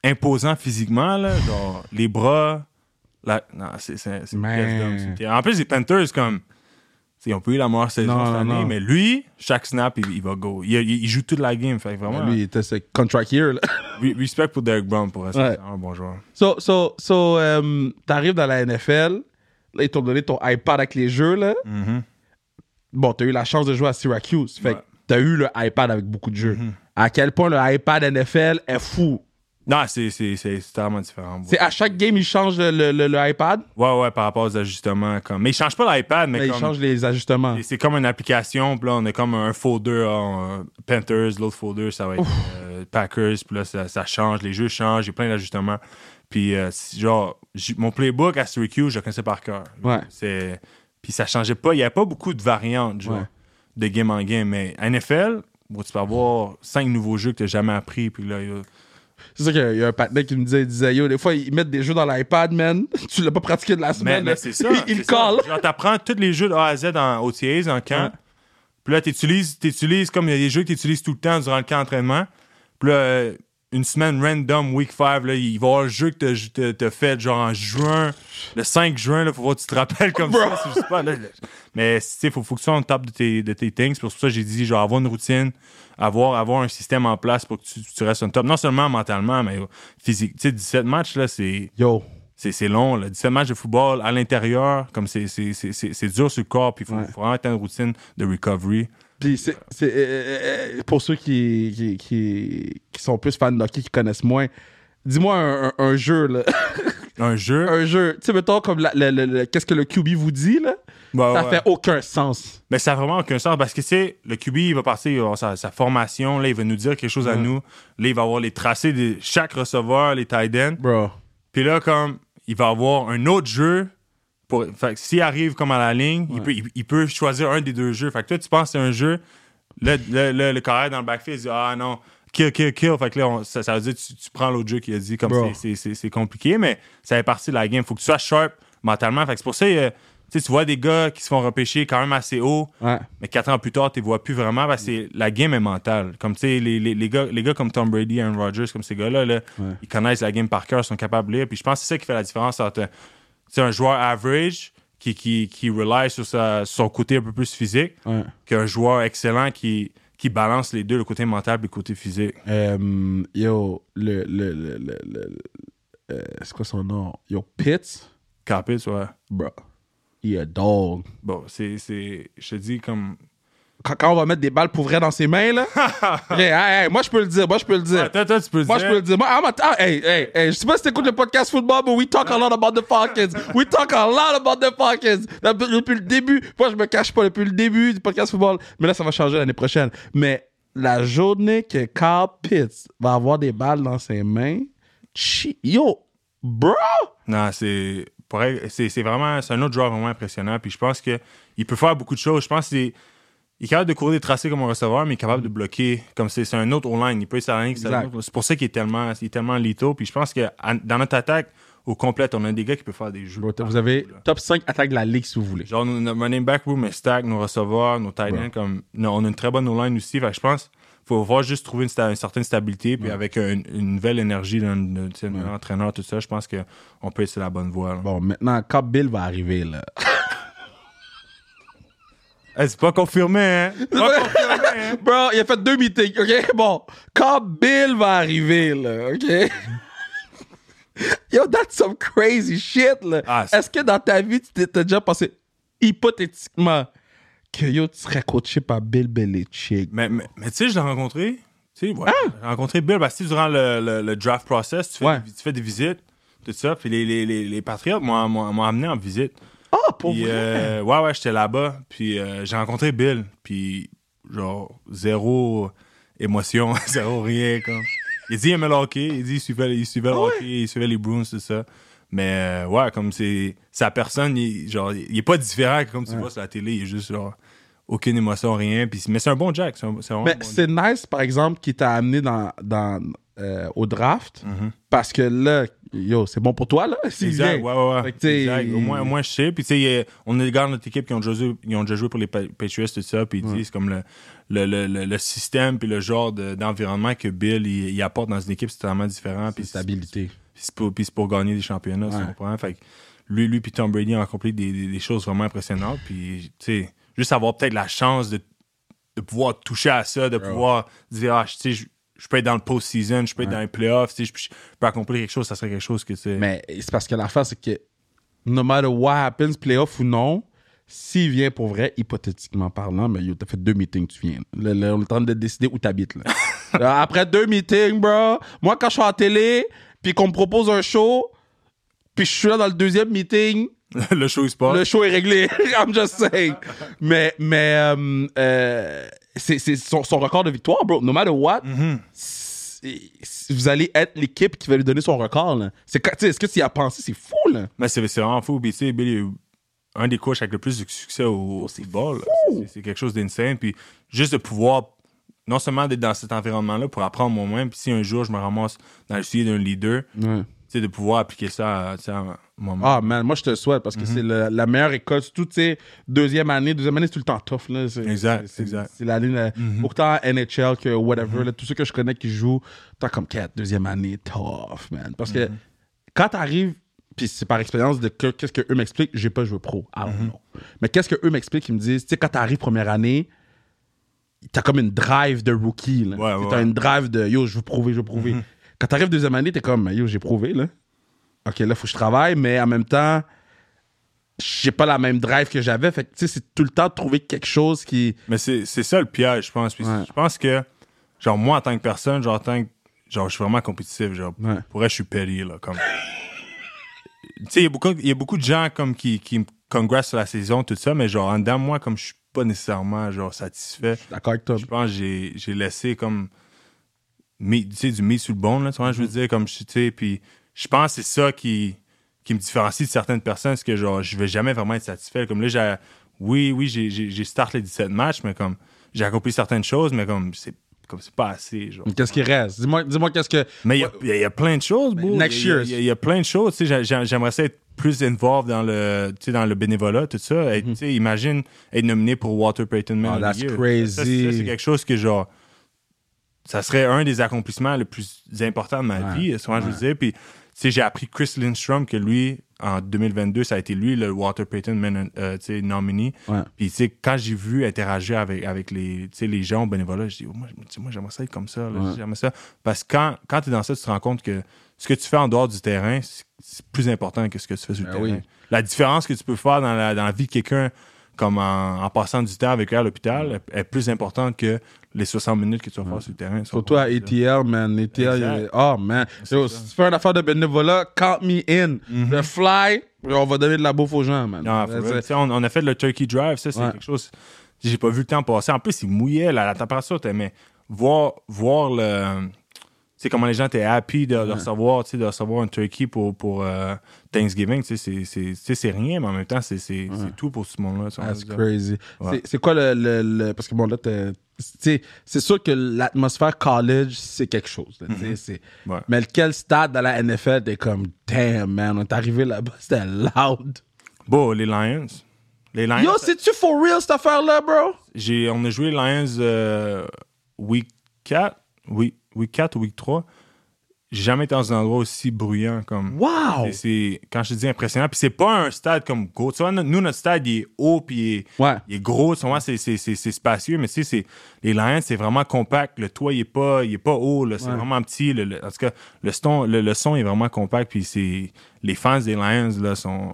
[SPEAKER 2] imposant physiquement, là, genre, les bras. la- non, c'est c'est- c'est une
[SPEAKER 1] Man.
[SPEAKER 2] pièce d'homme, c'est une pièce. En plus, les Panthers, comme. t'sais, Ils ont pas eu la meilleure saison
[SPEAKER 1] Non,
[SPEAKER 2] cette
[SPEAKER 1] non,
[SPEAKER 2] année,
[SPEAKER 1] non.
[SPEAKER 2] mais lui, chaque snap, il, il va go. Il, il- il joue toute la game. Fait que vraiment,
[SPEAKER 1] Lui, il était ce contract year. Là.
[SPEAKER 2] re- respect pour Derek Brown pour rester
[SPEAKER 1] Ouais.
[SPEAKER 2] un bon joueur.
[SPEAKER 1] So, so, so euh, t'arrives dans la NFL, là, ils t'ont donné ton iPad avec les jeux, là. Bon, t'as eu la chance de jouer à Syracuse, fait que
[SPEAKER 2] Ouais.
[SPEAKER 1] t'as eu le iPad avec beaucoup de jeux. À quel point le iPad NFL est fou.
[SPEAKER 2] Non, c'est c'est- c'est- c'est totalement différent. bro.
[SPEAKER 1] C'est à chaque game, ils changent le, le- le- le iPad,
[SPEAKER 2] Ouais, ouais, par rapport aux ajustements. Comme... Mais ils changent pas l'iPad, mais,
[SPEAKER 1] mais ils
[SPEAKER 2] comme-
[SPEAKER 1] changent les ajustements.
[SPEAKER 2] c'est- C'est comme une application, puis là, on a comme un folder, hein, euh, Panthers, l'autre folder, ça va être euh, Packers, puis là, ça, ça change, les jeux changent, j'ai plein d'ajustements. Puis, euh, si- genre, j'ai- mon playbook à Syracuse, je le connaissais par cœur.
[SPEAKER 1] Ouais.
[SPEAKER 2] C'est- Puis ça changeait pas, il y avait pas beaucoup de variantes, genre,
[SPEAKER 1] Ouais.
[SPEAKER 2] de game en game. Mais NFL, bon, tu peux avoir cinq nouveaux jeux que t'as jamais appris, puis là, il y a-
[SPEAKER 1] C'est ça qu'il y a un partenaire qui me disait, il disait, yo, des fois, ils mettent des jeux dans l'iPad, man. Tu l'as pas pratiqué de la
[SPEAKER 2] Mais,
[SPEAKER 1] semaine.
[SPEAKER 2] mais
[SPEAKER 1] là.
[SPEAKER 2] c'est ça.
[SPEAKER 1] Il
[SPEAKER 2] c'est
[SPEAKER 1] le
[SPEAKER 2] ça.
[SPEAKER 1] colle.
[SPEAKER 2] Genre, t'apprends tous les jeux de A à Z en OTAs, en camp.
[SPEAKER 1] Ouais.
[SPEAKER 2] Puis là, t'utilises, t'utilises comme il y a des jeux que t'utilises tout le temps durant le camp d'entraînement. Puis là, euh, une semaine random, week 5, là, il va y avoir le jeu que t'as, ju- t'as- t'as fait, genre en juin, le 5 juin, là, faut voir que tu te rappelles comme ça. c'est juste pas, là, là. Mais, tu sais, faut, faut que tu sois on top de tes, de tes things. C'est pour ça, que j'ai dit, genre, avoir une routine, avoir, avoir un système en place pour que tu, tu restes on top. Non seulement mentalement, mais physique. Tu sais, 17 matchs, là, c'est
[SPEAKER 1] Yo,
[SPEAKER 2] c'est, c'est long, là. 17 matchs de football à l'intérieur, comme c'est, c'est, c'est, c'est, c'est dur sur le corps, puis il faut,
[SPEAKER 1] Ouais.
[SPEAKER 2] faut vraiment être une routine de recovery.
[SPEAKER 1] Puis c'est, c'est, euh, euh, pour ceux qui, qui, qui, qui sont plus fans de hockey, qui connaissent moins, dis-moi un, un- un jeu, là.
[SPEAKER 2] Un jeu.
[SPEAKER 1] un jeu, tu sais, mettons, comme la- le- le- le- qu'est-ce que le QB vous dit, là,
[SPEAKER 2] bah,
[SPEAKER 1] ça
[SPEAKER 2] ouais.
[SPEAKER 1] fait aucun sens.
[SPEAKER 2] Mais ça n'a vraiment aucun sens parce que, tu sais, le QB, il va partir, il va avoir sa, sa formation, là, il va nous dire quelque chose à
[SPEAKER 1] Ouais.
[SPEAKER 2] nous. Là, il va avoir les tracés de chaque receveur, les tight ends.
[SPEAKER 1] Bro.
[SPEAKER 2] Puis là, comme, il va avoir un autre jeu. Pour... Fait que s'il arrive comme à la ligne, il, peut, il, il peut choisir un des deux jeux. Fait que toi, tu penses que c'est un jeu. Le, le, le, le carré dans le backfield il dit Ah non, kill, kill, kill. Fait que là, on- ça, ça veut dire que tu, tu prends l'autre jeu qui a dit comme
[SPEAKER 1] Bro.
[SPEAKER 2] c'est- c'est- c'est c'est compliqué, mais ça fait partie de la game. Faut que tu sois sharp mentalement. Fait que c'est pour ça, euh, tu sais, tu vois des gars qui se font repêcher quand même assez haut.
[SPEAKER 1] Ouais.
[SPEAKER 2] Mais quatre ans plus tard, tu les vois plus vraiment parce que c'est- la game est mentale. Comme tu sais, les, les, les gars, les gars comme Tom Brady, Aaron Rodgers, comme ces gars-là, là, ils connaissent la game par cœur, ils sont capables de lire. Puis je pense que c'est ça qui fait la différence entre tu sais, un joueur average qui, qui, qui rely sur sa- son côté un peu plus physique
[SPEAKER 1] Ouais.
[SPEAKER 2] qu'un joueur excellent qui, qui balance les deux, le côté mental et le côté physique.
[SPEAKER 1] Euh, yo, le. le, le, le, le- le- euh, c'est quoi son nom? Yo, Pitts?
[SPEAKER 2] Capis, ouais.
[SPEAKER 1] Bro. Il est dog.
[SPEAKER 2] Bon, c'est. c'est- Je te dis comme.
[SPEAKER 1] Quand, quand on va mettre des balles pour vrai dans ses mains, là. hey, hey, hey, moi, je peux le dire. Moi, je peux le dire.
[SPEAKER 2] Attends, attends, tu peux
[SPEAKER 1] Moi, je
[SPEAKER 2] dire.
[SPEAKER 1] peux le dire. Moi, I'm a- ah, hey, hey, hey, je sais pas si t'écoutes le podcast football, mais we talk a lot about the Falcons. We talk a lot about the Falcons. Depuis, depuis le début. Moi, je me cache pas depuis le début du podcast football. Mais là, ça va changer l'année prochaine. Mais la journée que Carl Pitts va avoir des balles dans ses mains, chi- yo, bro!
[SPEAKER 2] Non, c'est pour elle, c'est c'est vraiment c'est un autre joueur vraiment impressionnant. Puis je pense que il peut faire beaucoup de choses. Je pense qu'il il est capable de courir des tracés comme un receveur, mais il est capable de bloquer. Comme c'est c'est un autre online, il peut être sur la ligne, c'est un
[SPEAKER 1] Exact.
[SPEAKER 2] autre- C'est pour ça qu'il est tellement il est tellement lito. Puis je pense que à- dans notre attaque au complet, on a des gars qui peuvent faire des jeux.
[SPEAKER 1] Vous avez top 5 attaques de la ligue si vous voulez.
[SPEAKER 2] Genre nos- notre running back room, mais stack, nos receveurs, nos tight ends, comme non, on a une très bonne online aussi. Fait que je pense faut voir juste trouver une, sta- une certaine stabilité puis avec une, une nouvelle énergie d'un d'un- tu sais, d'un entraîneur tout ça. Je pense que on peut être sur la bonne voie. là.
[SPEAKER 1] Bon, maintenant, quand Bill va arriver, là.
[SPEAKER 2] Eh, c'est pas confirmé, hein? Pas confirmé, hein?
[SPEAKER 1] Bro, il a fait deux meetings, OK? Bon, quand Bill va arriver, là, OK? Yo, that's some crazy shit, là.
[SPEAKER 2] Ah, c'est-
[SPEAKER 1] Est-ce que dans ta vie, tu t'es t'as déjà pensé, hypothétiquement, que yo, tu serais coaché par Bill Belichick?
[SPEAKER 2] Mais, mais, mais tu sais, je l'ai rencontré. Tu sais, ouais, J'ai rencontré Bill parce que durant le, le- le draft process, tu fais,
[SPEAKER 1] Ouais.
[SPEAKER 2] des, tu fais des visites, tout ça. Puis les, les, les, les Patriotes m'ont m'ont- m'ont amené en visite.
[SPEAKER 1] Ah, pour
[SPEAKER 2] Puis,
[SPEAKER 1] vrai?
[SPEAKER 2] euh, ouais, ouais, j'étais là-bas. Puis euh, j'ai rencontré Bill. Puis, genre, zéro émotion, zéro rien. Comme. Il dit il aimait le hockey. Il dit il suivait, il suivait le
[SPEAKER 1] Ah
[SPEAKER 2] hockey, il suivait les Bruins, tout ça. Mais, euh, ouais, comme c'est. Sa personne, il, genre, il est pas différent que comme tu vois sur la télé. Il est juste, genre, aucune
[SPEAKER 1] Ben,
[SPEAKER 2] émotion, rien. Puis, mais c'est un bon Jack. C'est un, c'est vraiment
[SPEAKER 1] Mais
[SPEAKER 2] un bon Jack.
[SPEAKER 1] c'est nice, par exemple, qu'il t'a amené dans, dans, euh, au draft parce que là, yo, c'est bon pour toi, là. s'il
[SPEAKER 2] Mm-hmm. Exact,
[SPEAKER 1] vient.
[SPEAKER 2] ouais, ouais, ouais.
[SPEAKER 1] Fait que, tu sais,
[SPEAKER 2] Exact. Au moins, au moins, je sais. Puis, tu sais, il y a- on a les gars de notre équipe qui ont déjà joué, ils ont déjà joué pour les Pa- Patriots, tout ça. Puis, tu sais, c'est comme le, le, le, le, le système, puis le genre de- d'environnement que Bill il, il apporte dans une équipe, c'est totalement différent. Puis, c'est-
[SPEAKER 1] stabilité.
[SPEAKER 2] puis c'est pour, puis c'est pour gagner des championnats, tu
[SPEAKER 1] Ouais.
[SPEAKER 2] comprends? Fait que lui, lui puis Tom Brady ont accompli des, des- des choses vraiment impressionnantes. Puis, tu sais, juste avoir peut-être la chance de, de pouvoir toucher à ça, de pouvoir dire, ah, tu sais, je- je peux être dans le post-season, je peux être dans les playoffs, tu sais, je, je peux accomplir quelque chose, ça serait quelque chose que, tu sais,
[SPEAKER 1] Mais c'est parce que l'affaire, c'est que no matter what happens, playoff ou non, s'il vient pour vrai, hypothétiquement parlant, mais yo, t'as fait deux meetings, tu viens. Là, là, on est en train de décider où t'habites. là. Là, Après deux meetings, bro, moi, quand je suis à la télé, puis qu'on me propose un show, puis je suis là dans le deuxième meeting,
[SPEAKER 2] le show se passe.
[SPEAKER 1] le show est réglé. I'm just saying. Mais, mais euh, euh, c'est c'est son, son record de victoire, bro. No matter what, c'est- c'est- vous allez être l'équipe qui va lui donner son record. là. C'est quand- tu sais, Est-ce que tu y as pensé? C'est fou, là.
[SPEAKER 2] Mais c'est c'est vraiment fou. Puis, tu sais, Bill, il a eu un des coachs avec le plus de succès au, au football. là. C'est- C'est quelque chose d'insane. Puis, juste de pouvoir, non seulement d'être dans cet environnement-là pour apprendre moi-même, puis si un jour je me ramasse dans le sujet d'un leader, tu sais, de pouvoir appliquer ça à, tu sais, à moi-même.
[SPEAKER 1] Ah, man, moi, je te le souhaite
[SPEAKER 2] Mhm.
[SPEAKER 1] parce que c'est la, la meilleure école. Surtout, tu sais, deuxième année. Deuxième année, c'est tout le temps tough, là. C'est-
[SPEAKER 2] Exact,
[SPEAKER 1] c'est- c'est-
[SPEAKER 2] exact. Mhm.
[SPEAKER 1] C'est l'année, euh, là, autant NHL que whatever, là, tous ceux que je connais qui jouent, t'as comme 4, deuxième année, tough, man. Parce que
[SPEAKER 2] Mhm.
[SPEAKER 1] quand t'arrives, puis c'est par expérience de que- qu'est-ce que eux m'expliquent, j'ai pas joué pro. I
[SPEAKER 2] Mhm.
[SPEAKER 1] don't know. Mais qu'est-ce que eux m'expliquent, ils me disent, tu sais, quand t'arrives première année, t'as comme une drive de rookie, là.
[SPEAKER 2] Ouais, ouais,
[SPEAKER 1] T'as
[SPEAKER 2] ouais. Mhm.
[SPEAKER 1] une drive de yo, je veux prouver, je veux prouver. Quand t'arrives deuxième année, t'es comme, yo, j'ai prouvé, là. OK, là, faut que je travaille, mais en même temps, j'ai pas la même drive que j'avais. Fait que, tu sais, c'est tout le temps de trouver quelque chose qui.
[SPEAKER 2] Mais c'est c'est ça le piège, je pense. Puis
[SPEAKER 1] Ouais.
[SPEAKER 2] Je pense que, genre, moi, en tant que personne, genre, en tant que- genre je suis vraiment compétitif. Genre,
[SPEAKER 1] Ouais.
[SPEAKER 2] Pour vrai, je suis péri, là. Comme... tu sais, il y a beaucoup- il y, a beaucoup de gens comme, qui, qui me congrats sur la saison, tout ça, mais genre, en dedans, de moi, comme je suis pas nécessairement genre, satisfait,
[SPEAKER 1] D'accord avec toi.
[SPEAKER 2] je pense que j'ai j'ai laissé comme mis- tu sais, du mis sur le bon, là, tu vois, je veux dire, comme je tu sais, puis je pense que c'est ça qui, qui me différencie de certaines personnes, c'est que genre, je vais jamais vraiment être satisfait. Comme là, j'ai, oui, oui, j'ai- j'ai j'ai start les 17 matchs, mais comme j'ai accompli certaines choses, mais comme c'est comme c'est pas assez, genre.
[SPEAKER 1] Mais Qu'est-ce qui reste? Dis-moi dis-moi qu'est-ce que.
[SPEAKER 2] Mais il y a- il y, a- il y a plein de choses, bro.
[SPEAKER 1] next
[SPEAKER 2] Il y a-
[SPEAKER 1] year.
[SPEAKER 2] Il y, a- il y a plein de choses. Tu sais, j'a- j'a- J'aimerais ça être plus involved dans le, tu sais, dans le bénévolat, tout ça. Être, tu sais, Imagine être nominé pour Walter Payton Man.
[SPEAKER 1] Oh,
[SPEAKER 2] of the
[SPEAKER 1] that's
[SPEAKER 2] Year.
[SPEAKER 1] crazy.
[SPEAKER 2] Ça, ça, c'est quelque chose que, genre, ça serait un des accomplissements les plus importants de ma vie, souvent je veux dire. Puis, tu sais, j'ai appris Chris Lindstrom que lui, en 2022, ça a été lui, le Walter Payton Man, euh, tu sais, nominee.
[SPEAKER 1] Ouais.
[SPEAKER 2] Puis, tu sais, quand j'ai vu interagir avec, avec les, tu sais, les gens au bénévolat, je dis, moi, tu sais, moi, j'aimerais ça être comme ça, là. j'aimerais ça. Parce que quand, quand tu es dans ça, tu te rends compte que ce que tu fais en dehors du terrain, c'est- c'est plus important que ce que tu fais sur le
[SPEAKER 1] Ben
[SPEAKER 2] terrain.
[SPEAKER 1] oui.
[SPEAKER 2] La différence que tu peux faire dans la, dans la vie de quelqu'un, comme en, en passant du temps avec elle à l'hôpital, est plus importante que les 60 minutes que tu vas faire sur le terrain.
[SPEAKER 1] Surtout à ETL, man. ETL,
[SPEAKER 2] Exact.
[SPEAKER 1] il- oh, man. Yo, si tu fais une affaire de bénévolat, count me in. Le fly, on va donner de la bouffe aux gens, man.
[SPEAKER 2] Mhm. Non, for
[SPEAKER 1] That's
[SPEAKER 2] real.
[SPEAKER 1] it.
[SPEAKER 2] Tu sais, on, on a fait le Turkey Drive, ça, c'est
[SPEAKER 1] Ouais.
[SPEAKER 2] quelque chose. J'ai pas vu le temps passer. En plus, il mouillait, là, la température était. Mais voir, voir le. Tu sais, comment les gens étaient happy de, de recevoir, tu sais, de recevoir un turkey pour, pour euh, Thanksgiving, tu sais, c'est- c'est- tu sais, c'est rien, mais en même temps, c'est c'est- c'est tout pour ce monde-là. tu vois,
[SPEAKER 1] That's
[SPEAKER 2] je veux dire.
[SPEAKER 1] crazy.
[SPEAKER 2] Ouais.
[SPEAKER 1] C'est- C'est quoi le, le- le- Parce que bon, là, t'es- tu sais, c'est sûr que l'atmosphère college, c'est quelque chose. là, tu sais, c'est-
[SPEAKER 2] Mm-hmm. Ouais.
[SPEAKER 1] Mais quel stade dans la NFL, t'es comme, damn, man, on est arrivé là-bas, c'était loud.
[SPEAKER 2] Bon, les Lions. Les Lions.
[SPEAKER 1] Yo, c'est-tu for real cette affaire-là, bro?
[SPEAKER 2] j'ai- on a joué les Lions euh, week 4, oui, week 4 ou week 3. J'ai jamais été dans un endroit aussi bruyant comme.
[SPEAKER 1] Wow!
[SPEAKER 2] C'est- C'est quand je te dis impressionnant. Puis c'est pas un stade comme gros. Tu vois, no- nous, notre stade, il est haut, puis il est,
[SPEAKER 1] Ouais.
[SPEAKER 2] il est gros. Souvent, c'est, c'est, c'est, c'est spacieux, mais tu sais, c'est, les Lions, c'est vraiment compact. Le toit, il est pas, il est pas haut. là. C'est vraiment petit. Le- le- en tout cas, le, ston- le, le son est vraiment compact. Puis c'est, les fans des Lions, là, sont.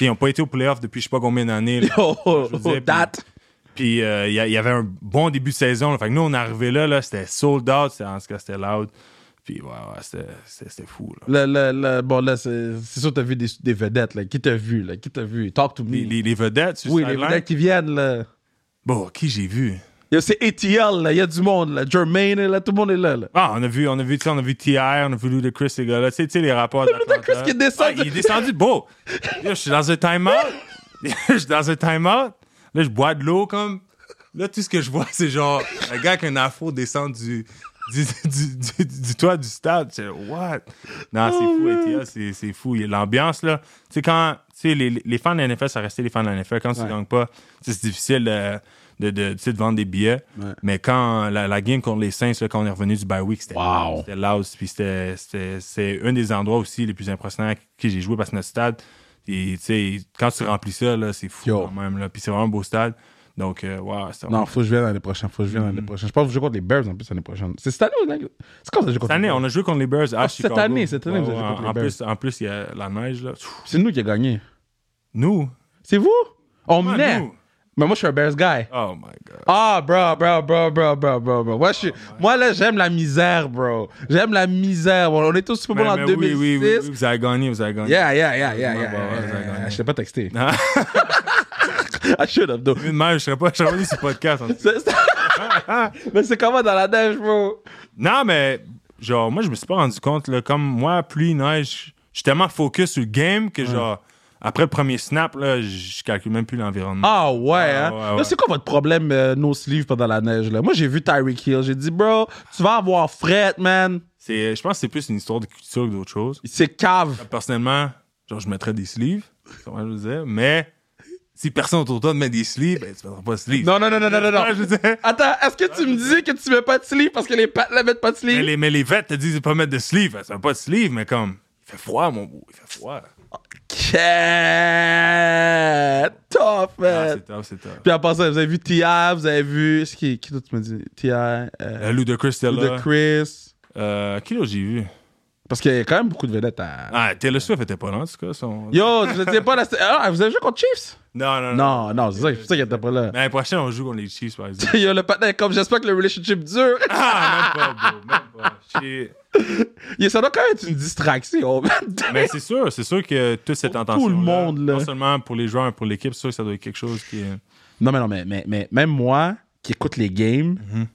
[SPEAKER 2] Ils n'ont pas été au playoff depuis je sais pas combien d'années. là.
[SPEAKER 1] Oh, oh,
[SPEAKER 2] Je veux dire,
[SPEAKER 1] that.
[SPEAKER 2] puis- Puis euh, il y, a- il y avait un bon début de saison. là. Fait que nous, on arrivait là, là c'était sold out. C'était, en tout cas, c'était loud. Puis ouais, ouais, c'était, c'était, c'était fou. Là.
[SPEAKER 1] Le, le, le- bon, là, c'est c'est sûr que t'as vu des, des vedettes, là. Qui t'a vu, là? Qui t'a vu? Talk to me.
[SPEAKER 2] Les, les- les vedettes, sur
[SPEAKER 1] oui, les
[SPEAKER 2] sideline.
[SPEAKER 1] vedettes qui viennent, là.
[SPEAKER 2] Bon, qui j'ai vu?
[SPEAKER 1] Yo, c'est ATL, là. Il y a du monde, là. Jermaine, est là. Tout le monde est là, là.
[SPEAKER 2] Ah, on a vu, on a vu, tu sais, on a vu TR, on a vu Ludacris, ces gars-là. Tu sais, tu sais, les rapports.
[SPEAKER 1] Ludacris qui est descendu.
[SPEAKER 2] Ah, il est descendu, beau. Là, je suis dans un time-out. Je suis dans un time-out. Là, je bois de l'eau comme. Là, tout ce que je vois, c'est genre un gars avec un afro descend du, Dis- dis- dis- Dis-toi du stade, c'est what? Non, c'est
[SPEAKER 1] Oh,
[SPEAKER 2] fou, ATL, c'est- c'est fou. L'ambiance, là, tu sais, quand tu sais, les, les fans de la NFL, ça restait les fans de la NFL. Quand
[SPEAKER 1] Ouais.
[SPEAKER 2] tu gagnes pas, tu sais, c'est difficile euh, de, de, tu sais, de vendre des billets.
[SPEAKER 1] Ouais.
[SPEAKER 2] Mais quand la, la game contre les Saints, là, quand on est revenu du bye week, c'était
[SPEAKER 3] Wow.
[SPEAKER 2] loud, c'était loud. Puis c'était- c'était- c'est un des endroits aussi les plus impressionnants que j'ai joué parce que notre stade, et, tu sais, quand tu remplis ça, là, c'est fou
[SPEAKER 1] Yo.
[SPEAKER 2] quand même. là. Puis c'est vraiment un beau stade. Donc, euh, wow, c'est
[SPEAKER 1] Non, faut que je vienne l'année prochaine. Faut que je vienne
[SPEAKER 2] Mm-hmm.
[SPEAKER 1] l'année prochaine. Je pense que je joue contre les Bears en plus l'année prochaine. C'est cette année ou l'année C'est quand ça joue contre
[SPEAKER 2] Cette année,
[SPEAKER 1] les Bears?
[SPEAKER 2] on a joué contre les Bears à
[SPEAKER 1] Ah, cette
[SPEAKER 2] Chicago.
[SPEAKER 1] année, cette année, vous avez joué
[SPEAKER 2] en-
[SPEAKER 1] contre les
[SPEAKER 2] en,
[SPEAKER 1] Bears.
[SPEAKER 2] plus, en plus, il y a la neige, là. Pfff.
[SPEAKER 1] C'est nous qui a gagné.
[SPEAKER 2] Nous?
[SPEAKER 1] C'est vous On
[SPEAKER 2] Ouais,
[SPEAKER 1] menait.
[SPEAKER 2] nous.
[SPEAKER 1] Mais moi, je suis un Bears guy.
[SPEAKER 2] Oh my God.
[SPEAKER 1] Ah, bro, bro, bro, bro, bro, bro, bro. Moi, je suis-
[SPEAKER 2] Ah,
[SPEAKER 1] moi là, j'aime la misère, bro. J'aime la misère. bro. On est tous Super Bowl en
[SPEAKER 2] Mais- mais
[SPEAKER 1] 2006.
[SPEAKER 2] Ben, oui, oui, oui, oui, vous avez gagné, vous avez gagné.
[SPEAKER 1] Yeah, yeah, yeah, yeah, yeah.
[SPEAKER 2] Ouais, ouais, ouais,
[SPEAKER 1] yeah,
[SPEAKER 2] ça a
[SPEAKER 1] yeah.
[SPEAKER 2] gagné.
[SPEAKER 1] Je t'ai pas texté.
[SPEAKER 2] Ah.
[SPEAKER 1] I should have, though.
[SPEAKER 2] Une neige, je serais pas, je serais pas venu sur le podcast. en tout cas.
[SPEAKER 1] C'est- c'est- Mais c'est comment dans la neige, bro?
[SPEAKER 2] Non, mais genre, moi, je me suis pas rendu compte, là, comme moi, pluie, neige, je suis tellement focus sur le game que, genre, après le premier snap, là, je calcule même plus l'environnement.
[SPEAKER 1] Ah ouais,
[SPEAKER 2] Ah,
[SPEAKER 1] hein?
[SPEAKER 2] ouais,
[SPEAKER 1] Là,
[SPEAKER 2] ouais.
[SPEAKER 1] c'est quoi votre problème, euh, nos sleeves pendant la neige, là? Moi, j'ai vu Tyreek Hill. J'ai dit, bro, tu vas avoir fret, man.
[SPEAKER 2] C'est, je pense que c'est plus une histoire de culture que d'autre chose.
[SPEAKER 1] C'est cave.
[SPEAKER 2] Personnellement, genre, je mettrais des sleeves, comment je veux dire, mais si personne autour de toi te met des sleeves, ben, tu mettras pas de sleeves.
[SPEAKER 1] Non, non, non, non, non, non. non.
[SPEAKER 2] Je veux dire,
[SPEAKER 1] Attends, est-ce que tu me dis que tu mets pas de sleeve parce que les pattes ne mettent pas de
[SPEAKER 2] mais
[SPEAKER 1] sleeve?
[SPEAKER 2] les, mais les vêtements te disent de pas mettre de sleeve. Ça veut pas de sleeve, mais comme, il fait froid, mon beau, il fait froid.
[SPEAKER 1] Quête! Tough,
[SPEAKER 2] Ah,
[SPEAKER 1] man.
[SPEAKER 2] c'est top, c'est top.
[SPEAKER 1] Puis en passant, vous avez vu T.I., vous avez vu... ce Qui, qui d'autre tu me dis? T.I., euh,
[SPEAKER 2] Euh, Lou de
[SPEAKER 1] de
[SPEAKER 2] Christella.
[SPEAKER 1] Chris.
[SPEAKER 2] Euh, qui l'autre j'ai vu?
[SPEAKER 1] Parce qu'il y a quand même beaucoup de vedettes à...
[SPEAKER 2] Ah, Taylor Swift était pas là, en tout cas. Son...
[SPEAKER 1] Yo, je sais pas... La... Ah, vous avez joué contre Chiefs?
[SPEAKER 2] Non, non, non.
[SPEAKER 1] Non, non, c'est ça, c'est pour ça qu'il était pas là.
[SPEAKER 2] Euh, Mais l'année prochaine, on joue contre les Chiefs, par exemple.
[SPEAKER 1] Yo, le patin est comme j'espère que le relationship dure.
[SPEAKER 2] ah, même pas, bro, même pas. Shit.
[SPEAKER 1] Yo, ça doit quand même être une distraction. man.
[SPEAKER 2] Mais c'est sûr, c'est sûr que toute cette
[SPEAKER 1] Pour tout
[SPEAKER 2] intention.
[SPEAKER 1] le monde, là.
[SPEAKER 2] Non seulement pour les joueurs, mais pour l'équipe, c'est sûr que ça doit être quelque chose qui est.
[SPEAKER 1] non, mais non, mais, mais, mais même moi qui écoute les games,
[SPEAKER 2] Mhm.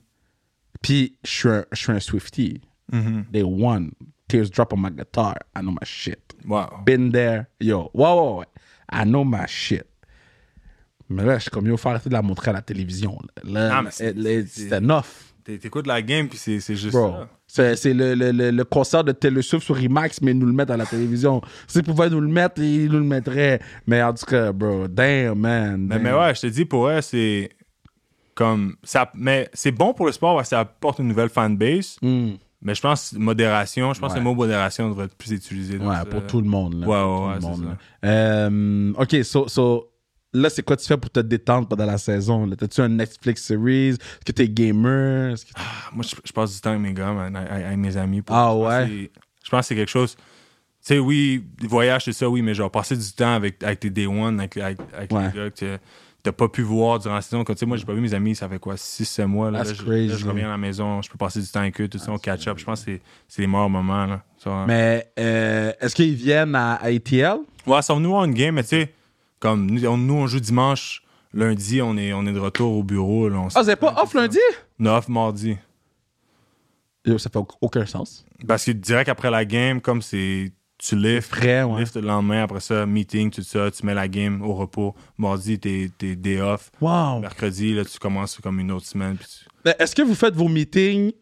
[SPEAKER 1] puis je suis un, je suis un Swifty.
[SPEAKER 2] Mhm.
[SPEAKER 1] They won. Tears drop on my guitar. I know my shit.
[SPEAKER 2] Wow.
[SPEAKER 1] Been there. Yo, ouais, ouais, ouais. I know my shit. Mais là, je suis comme, yo, faut arrêter de la montrer à la télévision. Là,
[SPEAKER 2] Non, Ah, mais c'est-
[SPEAKER 1] elle- elle-
[SPEAKER 2] c'est-
[SPEAKER 1] c'est enough.
[SPEAKER 2] T'é- T'écoutes la game, puis c'est c'est juste
[SPEAKER 1] Bro,
[SPEAKER 2] ça.
[SPEAKER 1] c'est c'est le, le, le, le concert de Taylor Swift sur IMAX, mais ils nous le mettent à la télévision. S'ils pouvaient nous le mettre, ils nous le mettraient. Mais en tout cas, bro, damn, man.
[SPEAKER 2] Mais,
[SPEAKER 1] damn.
[SPEAKER 2] mais ouais, je te dis, pour elle, c'est comme. Ça, mais c'est bon pour le sport parce que ça apporte une nouvelle fanbase. Mais je pense modération, je pense que
[SPEAKER 1] Hmm. Ouais.
[SPEAKER 2] le mot modération devrait être plus utilisé. dans
[SPEAKER 1] Ouais,
[SPEAKER 2] ce-
[SPEAKER 1] pour tout le monde. Là,
[SPEAKER 2] Ouais,
[SPEAKER 1] pour
[SPEAKER 2] ouais,
[SPEAKER 1] tout le
[SPEAKER 2] ouais,
[SPEAKER 1] monde, là. Euh, ok, so, so, là, c'est quoi tu fais pour te détendre pendant la saison? là? T'as-tu un Netflix series? Est-ce que t'es gamer? Est-ce que t'es-
[SPEAKER 2] Ah, Moi, je, je passe du temps avec mes gars, man, avec- avec avec mes amis. pour-
[SPEAKER 1] Ah
[SPEAKER 2] je pense
[SPEAKER 1] ouais?
[SPEAKER 2] que c'est- Je pense que c'est quelque chose. Tu sais, oui, les voyages, c'est ça, oui, mais genre, passer du temps avec, avec tes day one, avec, avec, avec
[SPEAKER 1] Ouais.
[SPEAKER 2] les gars que tu t'as pas pu voir durant la saison. Comme, tu sais, moi, j'ai pas vu mes amis, ça fait quoi, 6-7 mois. Là,
[SPEAKER 1] That's
[SPEAKER 2] Là, je,
[SPEAKER 1] crazy.
[SPEAKER 2] là, je reviens à la maison, je peux passer du temps avec eux, tout ça, on catch up. Je pense que c'est- c'est les meilleurs moments. Là. Ça, hein.
[SPEAKER 1] Mais euh, est-ce qu'ils viennent à, à ATL?
[SPEAKER 2] Ouais, ça nous voir une game, mais tu sais, comme nous on, nous, on joue dimanche, lundi, on est, on est de retour au bureau. Là, on
[SPEAKER 1] Ah, vous avez pas off lundi?
[SPEAKER 2] 9 mardi.
[SPEAKER 1] Yo, ça fait au- aucun sens.
[SPEAKER 2] Parce que direct après la game, comme c'est. Tu lifts,
[SPEAKER 1] Frais, ouais.
[SPEAKER 2] lift le lendemain, après ça, meeting, tout ça, tu mets la game au repos. Mardi, t'es t'es day off.
[SPEAKER 1] Wow.
[SPEAKER 2] Mercredi, là, tu commences comme une autre semaine. puis tu,
[SPEAKER 1] Mais Est-ce que vous faites vos meetings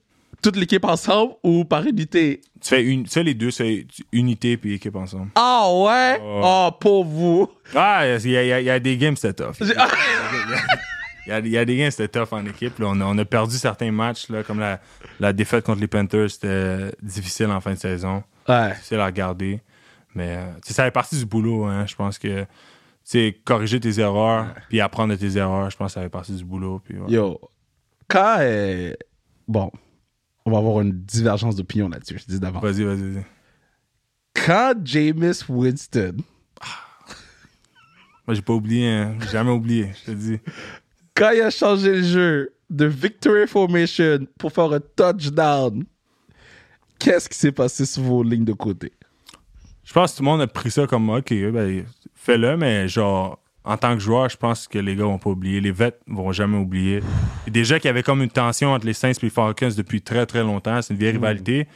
[SPEAKER 1] toute l'équipe ensemble ou par unité?
[SPEAKER 2] tu fais une, tu fais les deux, tu fais unité puis équipe ensemble.
[SPEAKER 1] Ah ouais?
[SPEAKER 2] Oh.
[SPEAKER 1] Ah, pour vous.
[SPEAKER 2] Ah, il y, a- il y a- il y a des games, c'était tough.
[SPEAKER 1] J'ai- ah,
[SPEAKER 2] Il y a, il y a des games, c'était tough en équipe. là. On, a, on a perdu certains matchs, là, comme la, la défaite contre les Panthers, c'était difficile en fin de saison.
[SPEAKER 1] Ouais.
[SPEAKER 2] difficile à regarder. Mais euh, tu sais, ça fait partie du boulot. hein. Je pense que tu sais, corriger tes erreurs, puis apprendre de tes erreurs, je pense que ça fait partie du boulot. Puis, ouais.
[SPEAKER 1] Yo, quand... euh, Bon, on va avoir une divergence d'opinion là-dessus, je dis d'avant.
[SPEAKER 2] Vas-y, vas-y, vas-y.
[SPEAKER 1] Quand Jameis Winston,
[SPEAKER 2] Moi, j'ai pas oublié, hein. J'ai jamais oublié, je te dis.
[SPEAKER 1] quand il a changé le jeu de Victory Formation pour faire un touchdown, qu'est-ce qui s'est passé sur vos lignes de côté?
[SPEAKER 2] Je pense que tout le monde a pris ça comme OK, ben, fais-le, mais genre, en tant que joueur, je pense que les gars vont pas oublier. Les vets vont jamais oublier. Et déjà qu'il y avait comme une tension entre les Saints et les Falcons depuis très, très longtemps. C'est une vieille rivalité.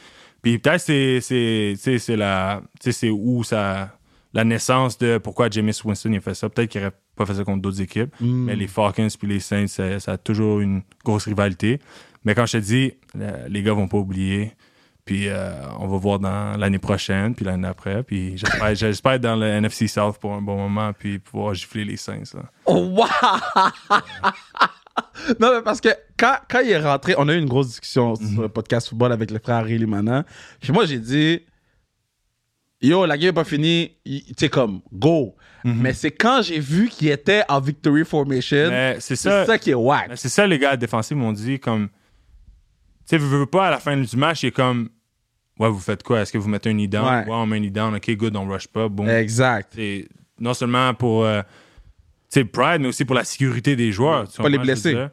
[SPEAKER 2] Puis peut-être c'est, c'est, tu sais, c'est la, tu sais, c'est où ça. la naissance de pourquoi James Winston il a fait ça. Peut-être qu'il n'aurait pas fait ça contre d'autres équipes, mais les Falcons puis les Saints, ça, ça a toujours une grosse rivalité. Mais quand je te dis, euh, les gars vont pas oublier. Puis euh, on va voir dans l'année prochaine, puis l'année après. Puis j'espère, j'espère être dans le NFC South pour un bon moment, puis pouvoir gifler les Saints. là.
[SPEAKER 1] Oh, wow! non, mais parce que quand, quand il est rentré, on a eu une grosse discussion
[SPEAKER 2] Mhm.
[SPEAKER 1] sur le podcast football avec le frère Riley Manan. Puis moi, j'ai dit, yo, la game n'est pas finie. Il- Tu sais, comme, go.
[SPEAKER 2] Mhm.
[SPEAKER 1] Mais c'est quand j'ai vu qu'il était en victory formation,
[SPEAKER 2] Mais c'est
[SPEAKER 1] c'est
[SPEAKER 2] ça.
[SPEAKER 1] ça qui est
[SPEAKER 2] Mais
[SPEAKER 1] whack.
[SPEAKER 2] C'est ça, les gars défensifs m'ont dit, comme. Tu sais, vous veux pas, à la fin du match, il est comme. Ouais, vous faites quoi? Est-ce que vous mettez un knee down?
[SPEAKER 1] Ouais.
[SPEAKER 2] Ouais, on met un knee down. OK, good, on rush pas. Bon.
[SPEAKER 1] Exact.
[SPEAKER 2] C'est non seulement pour euh, tu sais, Pride, mais aussi pour la sécurité des joueurs. Tu
[SPEAKER 1] Pas les
[SPEAKER 2] comprends ce que je veux
[SPEAKER 1] blesser.
[SPEAKER 2] dire?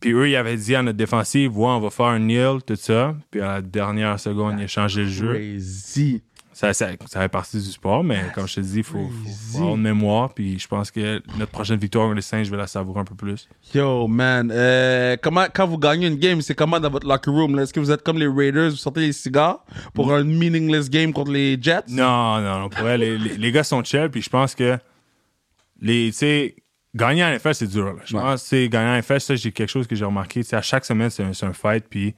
[SPEAKER 2] Puis eux, ils avaient dit à notre défensive, ouais, on va faire un nil, tout ça. Puis à la dernière seconde, ils ont changé le jeu.
[SPEAKER 1] Crazy.
[SPEAKER 2] Ça, ça, ça fait partie du sport, mais comme je te dis, il faut, faut
[SPEAKER 1] Crazy.
[SPEAKER 2] avoir une mémoire. Puis je pense que notre prochaine victoire contre les Saints, je vais la savourer un peu plus.
[SPEAKER 1] Yo, man. euh, comment, quand vous gagnez une game, c'est comment dans votre locker room? là? Est-ce que vous êtes comme les Raiders, vous sortez les cigares pour un meaningless game contre les Jets?
[SPEAKER 2] Non, non, non. Pour vrai, les, les- les gars sont chill, puis je pense que les, tu sais, gagner en NFL, c'est dur. là. Je
[SPEAKER 1] Ouais.
[SPEAKER 2] pense que tu sais, gagner en NFL, ça, j'ai quelque chose que j'ai remarqué. Tu sais, à chaque semaine, c'est un, c'est un fight, puis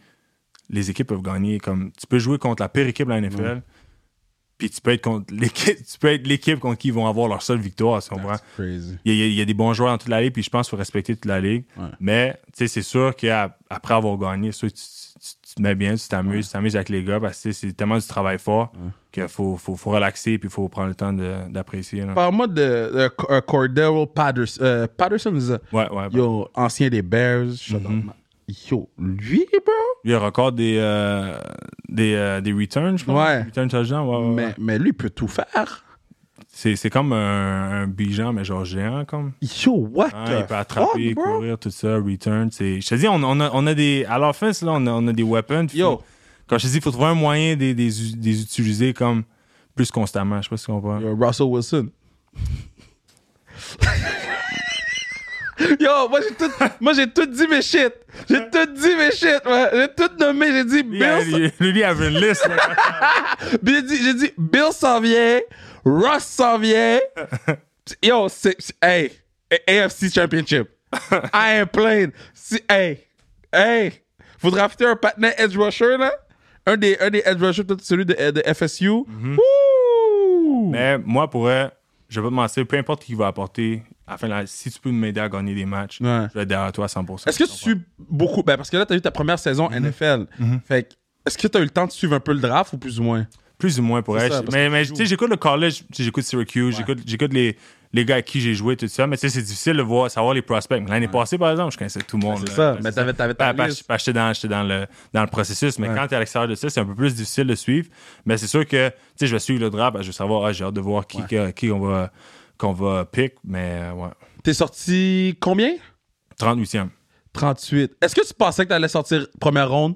[SPEAKER 2] les équipes peuvent gagner. Comme, tu peux jouer contre la pire équipe de la NFL, puis tu peux être contre l'équipe, tu peux être l'équipe contre qui ils vont avoir leur seule victoire, si on comprend.
[SPEAKER 1] Crazy.
[SPEAKER 2] Il y, a, il y a des bons joueurs dans toute la ligue, puis je pense qu'il faut respecter toute la ligue. Mais tu sais, c'est sûr qu'après avoir gagné, c'est sûr que tu, tu- tu te mets bien, tu t'amuses, tu t'amuses avec les gars, parce que tu sais, c'est tellement du travail fort qu'il faut, faut, faut relaxer, puis il faut prendre le temps de- d'apprécier. là.
[SPEAKER 1] Parle-moi de, de Co- euh, Cordero Patterson. Euh, Patterson, c'est ça?
[SPEAKER 2] Ouais, ouais. Mm-hmm.
[SPEAKER 1] Yo, ancien des Bears. shut up, man. Yo, lui, bro?
[SPEAKER 2] Il y a record des, euh, des, euh, des returns, je pense.
[SPEAKER 1] Ouais.
[SPEAKER 2] Return touchdown, ouais, ouais, ouais.
[SPEAKER 1] Mais, mais lui, il peut tout faire.
[SPEAKER 2] C'est c'est comme un, un bijan, mais genre géant, comme.
[SPEAKER 1] Yo, what
[SPEAKER 2] Hein,
[SPEAKER 1] the
[SPEAKER 2] il peut attraper,
[SPEAKER 1] fuck, bro?
[SPEAKER 2] courir, tout ça, return. c'est- Je te dis, on, on a, on a des. À l'offense, là, on a, on a des weapons. puis
[SPEAKER 1] Yo.
[SPEAKER 2] faut- Quand je te dis, il faut trouver un moyen de les utiliser comme plus constamment. Je sais pas si tu comprends.
[SPEAKER 1] Yo, Russell Wilson. Yo, moi j'ai tout, moi j'ai tout dit mes shit. J'ai tout dit mes shit, ouais. J'ai tout nommé, j'ai dit
[SPEAKER 2] Lui, il a-
[SPEAKER 1] Bill,
[SPEAKER 2] lui, il avait une liste. là.
[SPEAKER 1] j'ai dit, j'ai dit Bill s'en vient, Russ s'en vient. Yo, c'est, c'est- hey, A- AFC Championship. I ain't playing. Si, hey, hey, vous draftez un partenaire edge rusher là, un des, un des edge rushers, peut-être celui de, de FSU. Wouh!
[SPEAKER 2] Mais moi, pour eux, je vais pas te mentir, peu importe qui va apporter, à la fin de la- si tu peux m'aider à gagner des matchs,
[SPEAKER 1] Ouais.
[SPEAKER 2] je vais être derrière toi à 100%.
[SPEAKER 1] Est-ce que tu suis beaucoup ben Parce que là, tu as eu ta première saison NFL. Fait que, est-ce que tu as eu le temps de suivre un peu le draft ou plus ou moins
[SPEAKER 2] Plus ou moins pour elle.
[SPEAKER 1] ça, parce
[SPEAKER 2] mais
[SPEAKER 1] que
[SPEAKER 2] mais tu
[SPEAKER 1] tu joues.
[SPEAKER 2] sais, j'écoute le college, tu sais, j'écoute Syracuse, j'écoute, j'écoute les, les gars à qui j'ai joué, tout ça. Mais tu sais, c'est difficile de voir, savoir les prospects. Mais L'année passée, par exemple, je connaissais tout le monde. là.
[SPEAKER 1] C'est ça.
[SPEAKER 2] Ouais,
[SPEAKER 1] Ben, Mais
[SPEAKER 2] c'est ça.
[SPEAKER 1] t'avais t'avais ta
[SPEAKER 2] Pas- pas-
[SPEAKER 1] liste.
[SPEAKER 2] pas- J'étais dans, j'étais dans, le, dans le processus, mais quand t'es à l'extérieur de ça, c'est un peu plus difficile de suivre. Mais c'est sûr que, tu sais, je vais suivre le draft, je vais savoir, ah, j'ai hâte de voir qui, que- qui on va, qu'on va pick, mais euh, ouais.
[SPEAKER 1] T'es sorti combien
[SPEAKER 2] 38e.
[SPEAKER 1] 38. Est-ce que tu pensais que t'allais sortir première ronde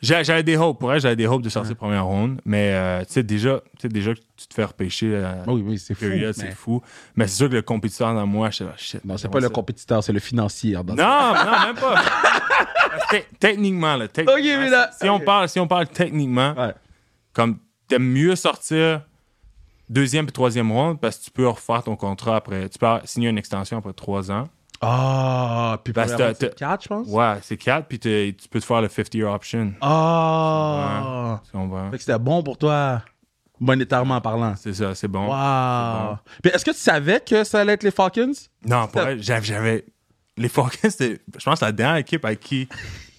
[SPEAKER 2] J'a- J'avais des hopes, pour elle, j'avais des hopes de sortir première ronde, mais euh, tu sais, déjà, tu sais, déjà que tu te fais repêcher euh,
[SPEAKER 1] Ah Oui, oui, c'est Oh, fou.
[SPEAKER 2] période, c'est
[SPEAKER 1] mais-
[SPEAKER 2] fou. Mais c'est sûr que le compétiteur dans moi, je suis là, shit.
[SPEAKER 1] Non, c'est
[SPEAKER 2] comment
[SPEAKER 1] pas le
[SPEAKER 2] ça?
[SPEAKER 1] compétiteur, c'est le financier. Dans-
[SPEAKER 2] Non, non, même pas. Te- techniquement, là. techniquement,
[SPEAKER 1] Ok, mais là-
[SPEAKER 2] si, on
[SPEAKER 1] ok.
[SPEAKER 2] parle, si on parle techniquement,
[SPEAKER 1] Ouais.
[SPEAKER 2] comme t'aimes mieux sortir deuxième et troisième ronde parce que tu peux refaire ton contrat après. Tu peux signer une extension après trois ans.
[SPEAKER 1] Ah, puis
[SPEAKER 2] Parce que
[SPEAKER 1] première ronde,
[SPEAKER 2] t'as-
[SPEAKER 1] c'est quatre, je pense.
[SPEAKER 2] Ouais, c'est quatre, puis t'es- tu peux te faire le 50-year option.
[SPEAKER 1] Ah.
[SPEAKER 2] Tu comprends?
[SPEAKER 1] Fait que c'était bon pour toi, monétairement parlant.
[SPEAKER 2] C'est ça, c'est bon.
[SPEAKER 1] Wow. Puis est-ce que tu savais que ça allait être les Falcons
[SPEAKER 2] Non, pour vrai, j'avais, j'avais- Les Falcons, c'était, je pense, la dernière équipe avec qui.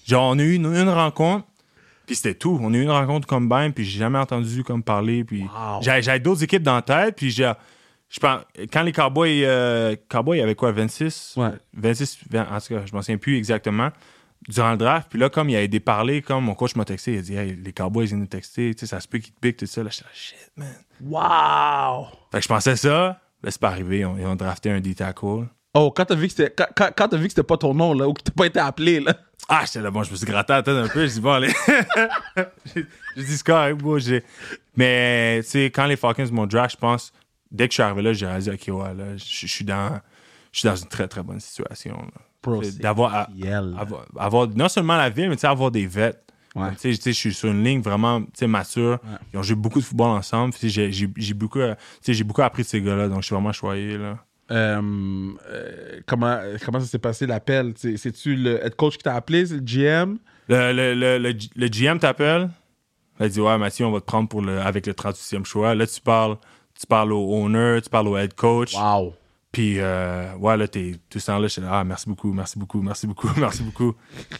[SPEAKER 2] Genre, on a eu une, une rencontre, puis c'était tout. On a eu une rencontre comme Bam, puis j'ai jamais entendu comme parler. Puis
[SPEAKER 1] Wow.
[SPEAKER 2] j'avais, j'avais d'autres équipes dans la tête, puis j'ai. Je pense, quand les Cowboys, euh, Cowboys avaient quoi, 26?
[SPEAKER 1] Ouais.
[SPEAKER 2] 26, 20, en tout cas, je m'en souviens plus exactement, durant le draft. Puis là, comme il avait des parlés, comme mon coach m'a texté, il a dit, hey, les Cowboys, ils viennent nous texter, tu sais, ça se peut qu'ils te piquent, tout ça. Là, j'étais là, shit, man.
[SPEAKER 1] Wow.
[SPEAKER 2] Fait que je pensais ça, là, c'est pas arrivé. On, ils ont drafté un D-tackle.
[SPEAKER 1] Oh, quand t'as vu que c'était quand, quand, quand t'as vu que c'était pas ton nom là ou que t'as pas été appelé là.
[SPEAKER 2] Ah, j'étais là, bon, je me suis gratté la tête un peu. J'ai dit, bon, allez. j'ai j'ai dit, c'est correct, bro. j'ai- Mais, tu sais, quand les Falcons m'ont draft, je pense, dès que je suis arrivé là, j'ai réalisé, OK, ouais, là, je je suis dans, je suis dans une très, très bonne situation. là.
[SPEAKER 1] Bro,
[SPEAKER 2] C'est
[SPEAKER 1] c'est
[SPEAKER 2] D'avoir, à-
[SPEAKER 1] fiel.
[SPEAKER 2] avoir, avoir non seulement la ville, mais tu sais, avoir des vets
[SPEAKER 1] Ouais.
[SPEAKER 2] Comme, tu sais, tu sais, je suis sur une ligne vraiment tu sais, mature.
[SPEAKER 1] Ouais.
[SPEAKER 2] Ils ont joué beaucoup de football ensemble. Puis J'ai j'ai- j'ai beaucoup, euh, tu sais, j'ai beaucoup appris de ces gars-là, donc je suis vraiment choyé. Là.
[SPEAKER 1] Euh, euh, comment, comment ça s'est passé l'appel? T'sais, C'est-tu le head coach qui t'a appelé? C'est le GM?
[SPEAKER 2] Le, le, le, le, G- le GM t'appelle. Il dit Ouais, Mathieu, on va te prendre pour le, avec le 38e choix. Là, tu parles, tu parles au owner, tu parles au head coach.
[SPEAKER 1] Wow!
[SPEAKER 2] Puis, euh, ouais, là, t'es tout ça là. Je suis là, ah, merci beaucoup, merci beaucoup, merci beaucoup, merci beaucoup.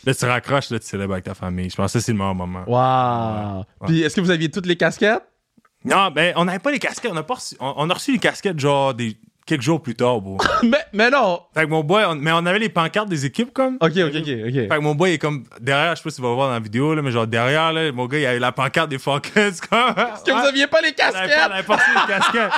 [SPEAKER 2] Là, tu raccroches, là, tu célèbres avec ta famille. Je pense que ça, c'est le meilleur moment.
[SPEAKER 1] Wow! Puis est-ce que vous aviez toutes les casquettes?
[SPEAKER 2] Non, ben, on n'avait pas les casquettes. On a, pas reçu- on, on a reçu les casquettes, genre, des, quelques jours plus tard, bro.
[SPEAKER 1] mais, mais non!
[SPEAKER 2] fait que mon boy, on- mais on avait les pancartes des équipes, comme.
[SPEAKER 1] Ok, ok, ok.
[SPEAKER 2] Fait que mon boy est comme derrière, je sais pas si tu vas voir dans la vidéo, là, mais genre derrière, là, mon gars, il a eu la pancarte des Falcons, comme. Est-ce
[SPEAKER 1] Est-ce que vous aviez pas les
[SPEAKER 2] On avait pas- on
[SPEAKER 1] casquettes?
[SPEAKER 2] avait pas reçu les casquettes.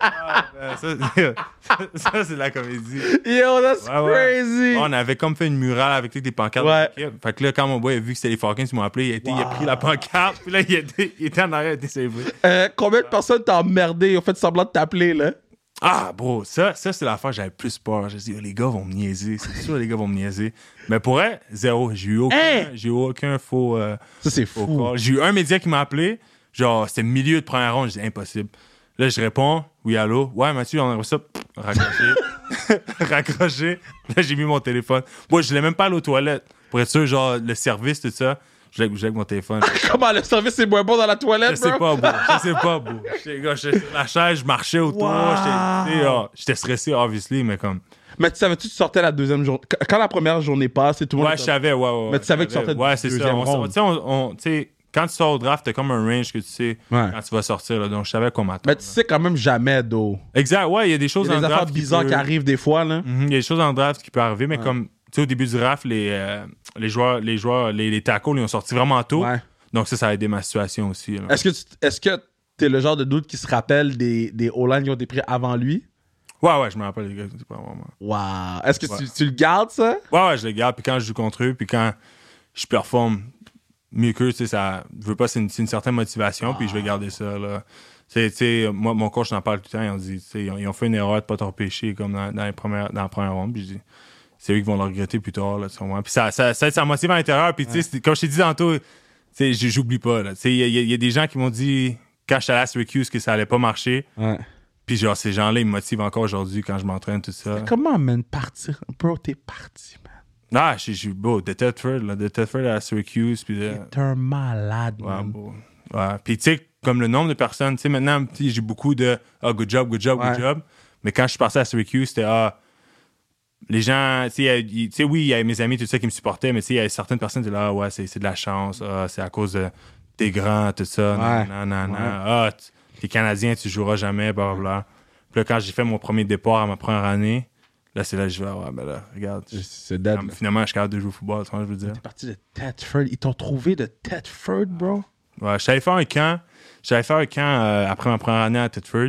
[SPEAKER 2] Ah, ben, ça, c'est- ça, c'est de la comédie.
[SPEAKER 1] Yo, that's
[SPEAKER 2] Ouais, ouais.
[SPEAKER 1] crazy!
[SPEAKER 2] Ouais, on avait comme fait une murale avec toutes des pancartes.
[SPEAKER 1] Ouais.
[SPEAKER 2] de l'équipe. Fait que là, quand mon boy a vu que c'était les Falcons, ils m'ont appelé, il a, été- il a pris la pancarte, puis là, il était, il était en arrière, il était célébré.
[SPEAKER 1] Euh, combien de personnes t'ont emmerdé? Ils ont fait semblant de t'appeler, là?
[SPEAKER 2] Ah, bro, ça, ça c'est l'affaire, que j'avais plus peur. J'ai dit, Oh, les gars vont me niaiser, c'est sûr, les gars vont me niaiser. Mais pour elle, zéro. J'ai eu aucun,
[SPEAKER 1] Hein?
[SPEAKER 2] j'ai eu aucun faux, euh,
[SPEAKER 1] Ça, c'est
[SPEAKER 2] faux
[SPEAKER 1] fou.
[SPEAKER 2] call. J'ai eu un média qui m'a appelé, genre, c'était milieu de première ronde, j'ai dit, impossible. Là, je réponds, oui, allô. Ouais, Mathieu, on a ça. Pff, Raccroché. raccroché. Là, j'ai mis mon téléphone. Moi, je l'ai même pas allé aux toilettes. Pour être sûr, genre, le service, tout ça, je l'ai je l'ai avec mon téléphone.
[SPEAKER 1] Comment le service est moins bon dans la
[SPEAKER 2] Je
[SPEAKER 1] toilette,
[SPEAKER 2] sais pas,
[SPEAKER 1] bro?
[SPEAKER 2] bro. Je sais pas, bro. J'étais gars, j'étais sur la chaise, je marchais autour.
[SPEAKER 1] Wow.
[SPEAKER 2] j'étais- tu sais, ah, J'étais stressé, obviously, mais comme.
[SPEAKER 1] Mais tu savais-tu que tu sortais la deuxième journée? Qu- Quand la première journée passe et tout le monde...
[SPEAKER 2] Ouais, je savais, ouais, ouais.
[SPEAKER 1] Mais tu savais
[SPEAKER 2] je
[SPEAKER 1] que tu sortais de
[SPEAKER 2] Ouais, c'est ça.
[SPEAKER 1] deuxième
[SPEAKER 2] On,
[SPEAKER 1] ronde.
[SPEAKER 2] tu sais, on- on- tu sais, quand tu sors au draft, t'as comme un range que tu sais quand tu vas sortir, là. Donc, je savais qu'on m'attend.
[SPEAKER 1] Mais tu sais quand même jamais, d'eau.
[SPEAKER 2] Exact, ouais, il y a des
[SPEAKER 1] Il
[SPEAKER 2] choses
[SPEAKER 1] y a
[SPEAKER 2] en
[SPEAKER 1] des
[SPEAKER 2] draft.
[SPEAKER 1] affaires bizarres
[SPEAKER 2] peut-
[SPEAKER 1] qui arrivent des fois, là.
[SPEAKER 2] Mhm, Il y a des choses en draft qui peuvent arriver, mais comme, tu sais, au début du draft, les, euh, les joueurs, les joueurs, les, les tacos, ils ont sorti vraiment tôt.
[SPEAKER 1] Ouais.
[SPEAKER 2] Donc, ça, ça a aidé ma situation aussi. là.
[SPEAKER 1] Est-ce que tu est-ce que t'es le genre de doute qui se rappelle des, des O-line qui ont été pris avant lui?
[SPEAKER 2] Ouais, ouais, je me rappelle, les gars, c'est pas vraiment.
[SPEAKER 1] Waouh! Est-ce que tu,
[SPEAKER 2] Ouais.
[SPEAKER 1] tu le gardes, ça?
[SPEAKER 2] Ouais, ouais, je les garde. Puis quand je joue contre eux, puis quand je performe mieux qu'eux, tu sais, ça. Je veux pas, c'est une, c'est une certaine motivation, puis je vais garder ça, là. C'est, tu sais, moi, mon coach, j'en parle tout le temps. Ils ont dit, tu sais, ils ont, ils ont fait une erreur de pas te repêcher, comme dans, dans les premières, dans la première ronde. Puis je dis, c'est eux qui vont le regretter plus tard, là, tu comprends? Puis ça, ça, ça, ça motive à l'intérieur. Puis, tu sais, c'est- comme je t'ai dit tantôt, tu sais, j- j'oublie pas, là. Tu sais, il y, a- il y a- il y a des gens qui m'ont dit, quand j'étais allé à Syracuse, que ça allait pas marcher.
[SPEAKER 1] Ouais.
[SPEAKER 2] Puis, genre, ces gens-là, ils me motivent encore aujourd'hui quand je m'entraîne, tout ça.
[SPEAKER 1] Comment, man, partir? Bro, t'es parti, man.
[SPEAKER 2] Ah, je je suis beau. De Tedford, là. De Tedford à Syracuse. Puis de...
[SPEAKER 1] T'es un malade,
[SPEAKER 2] Ouais,
[SPEAKER 1] man.
[SPEAKER 2] beau. Ouais. Puis, tu sais, comme le nombre de personnes, tu sais, maintenant, tu sais, j'ai beaucoup de Ah, good job, good job,
[SPEAKER 1] Ouais.
[SPEAKER 2] good job. Mais quand je suis passé à Syracuse, c'était Ah, les gens, tu sais, euh, ils- tu sais, oui, il y avait mes amis, tout ça qui me supportaient, mais tu sais, il y avait certaines personnes qui étaient là, Ah, ouais, c'est c'est de la chance, Ah, c'est à cause de t'es grand, tout ça,
[SPEAKER 1] Ouais.
[SPEAKER 2] non, non, non,
[SPEAKER 1] Ouais.
[SPEAKER 2] ah, t- t'es Canadien, tu joueras jamais, bla, bla. Puis là, quand j'ai fait mon premier départ à ma première année, là, c'est là que je vais, Ah, ouais, ben là, regarde,
[SPEAKER 1] C'est dead,
[SPEAKER 2] comme,
[SPEAKER 1] là.
[SPEAKER 2] Finalement, je suis capable de jouer au football, tu vois, je veux dire.
[SPEAKER 1] T'es parti de Tedford. Ils t'ont trouvé de Tedford, bro?
[SPEAKER 2] Ouais, j'avais fait un camp, j'avais fait un camp euh, après ma première année à Tedford.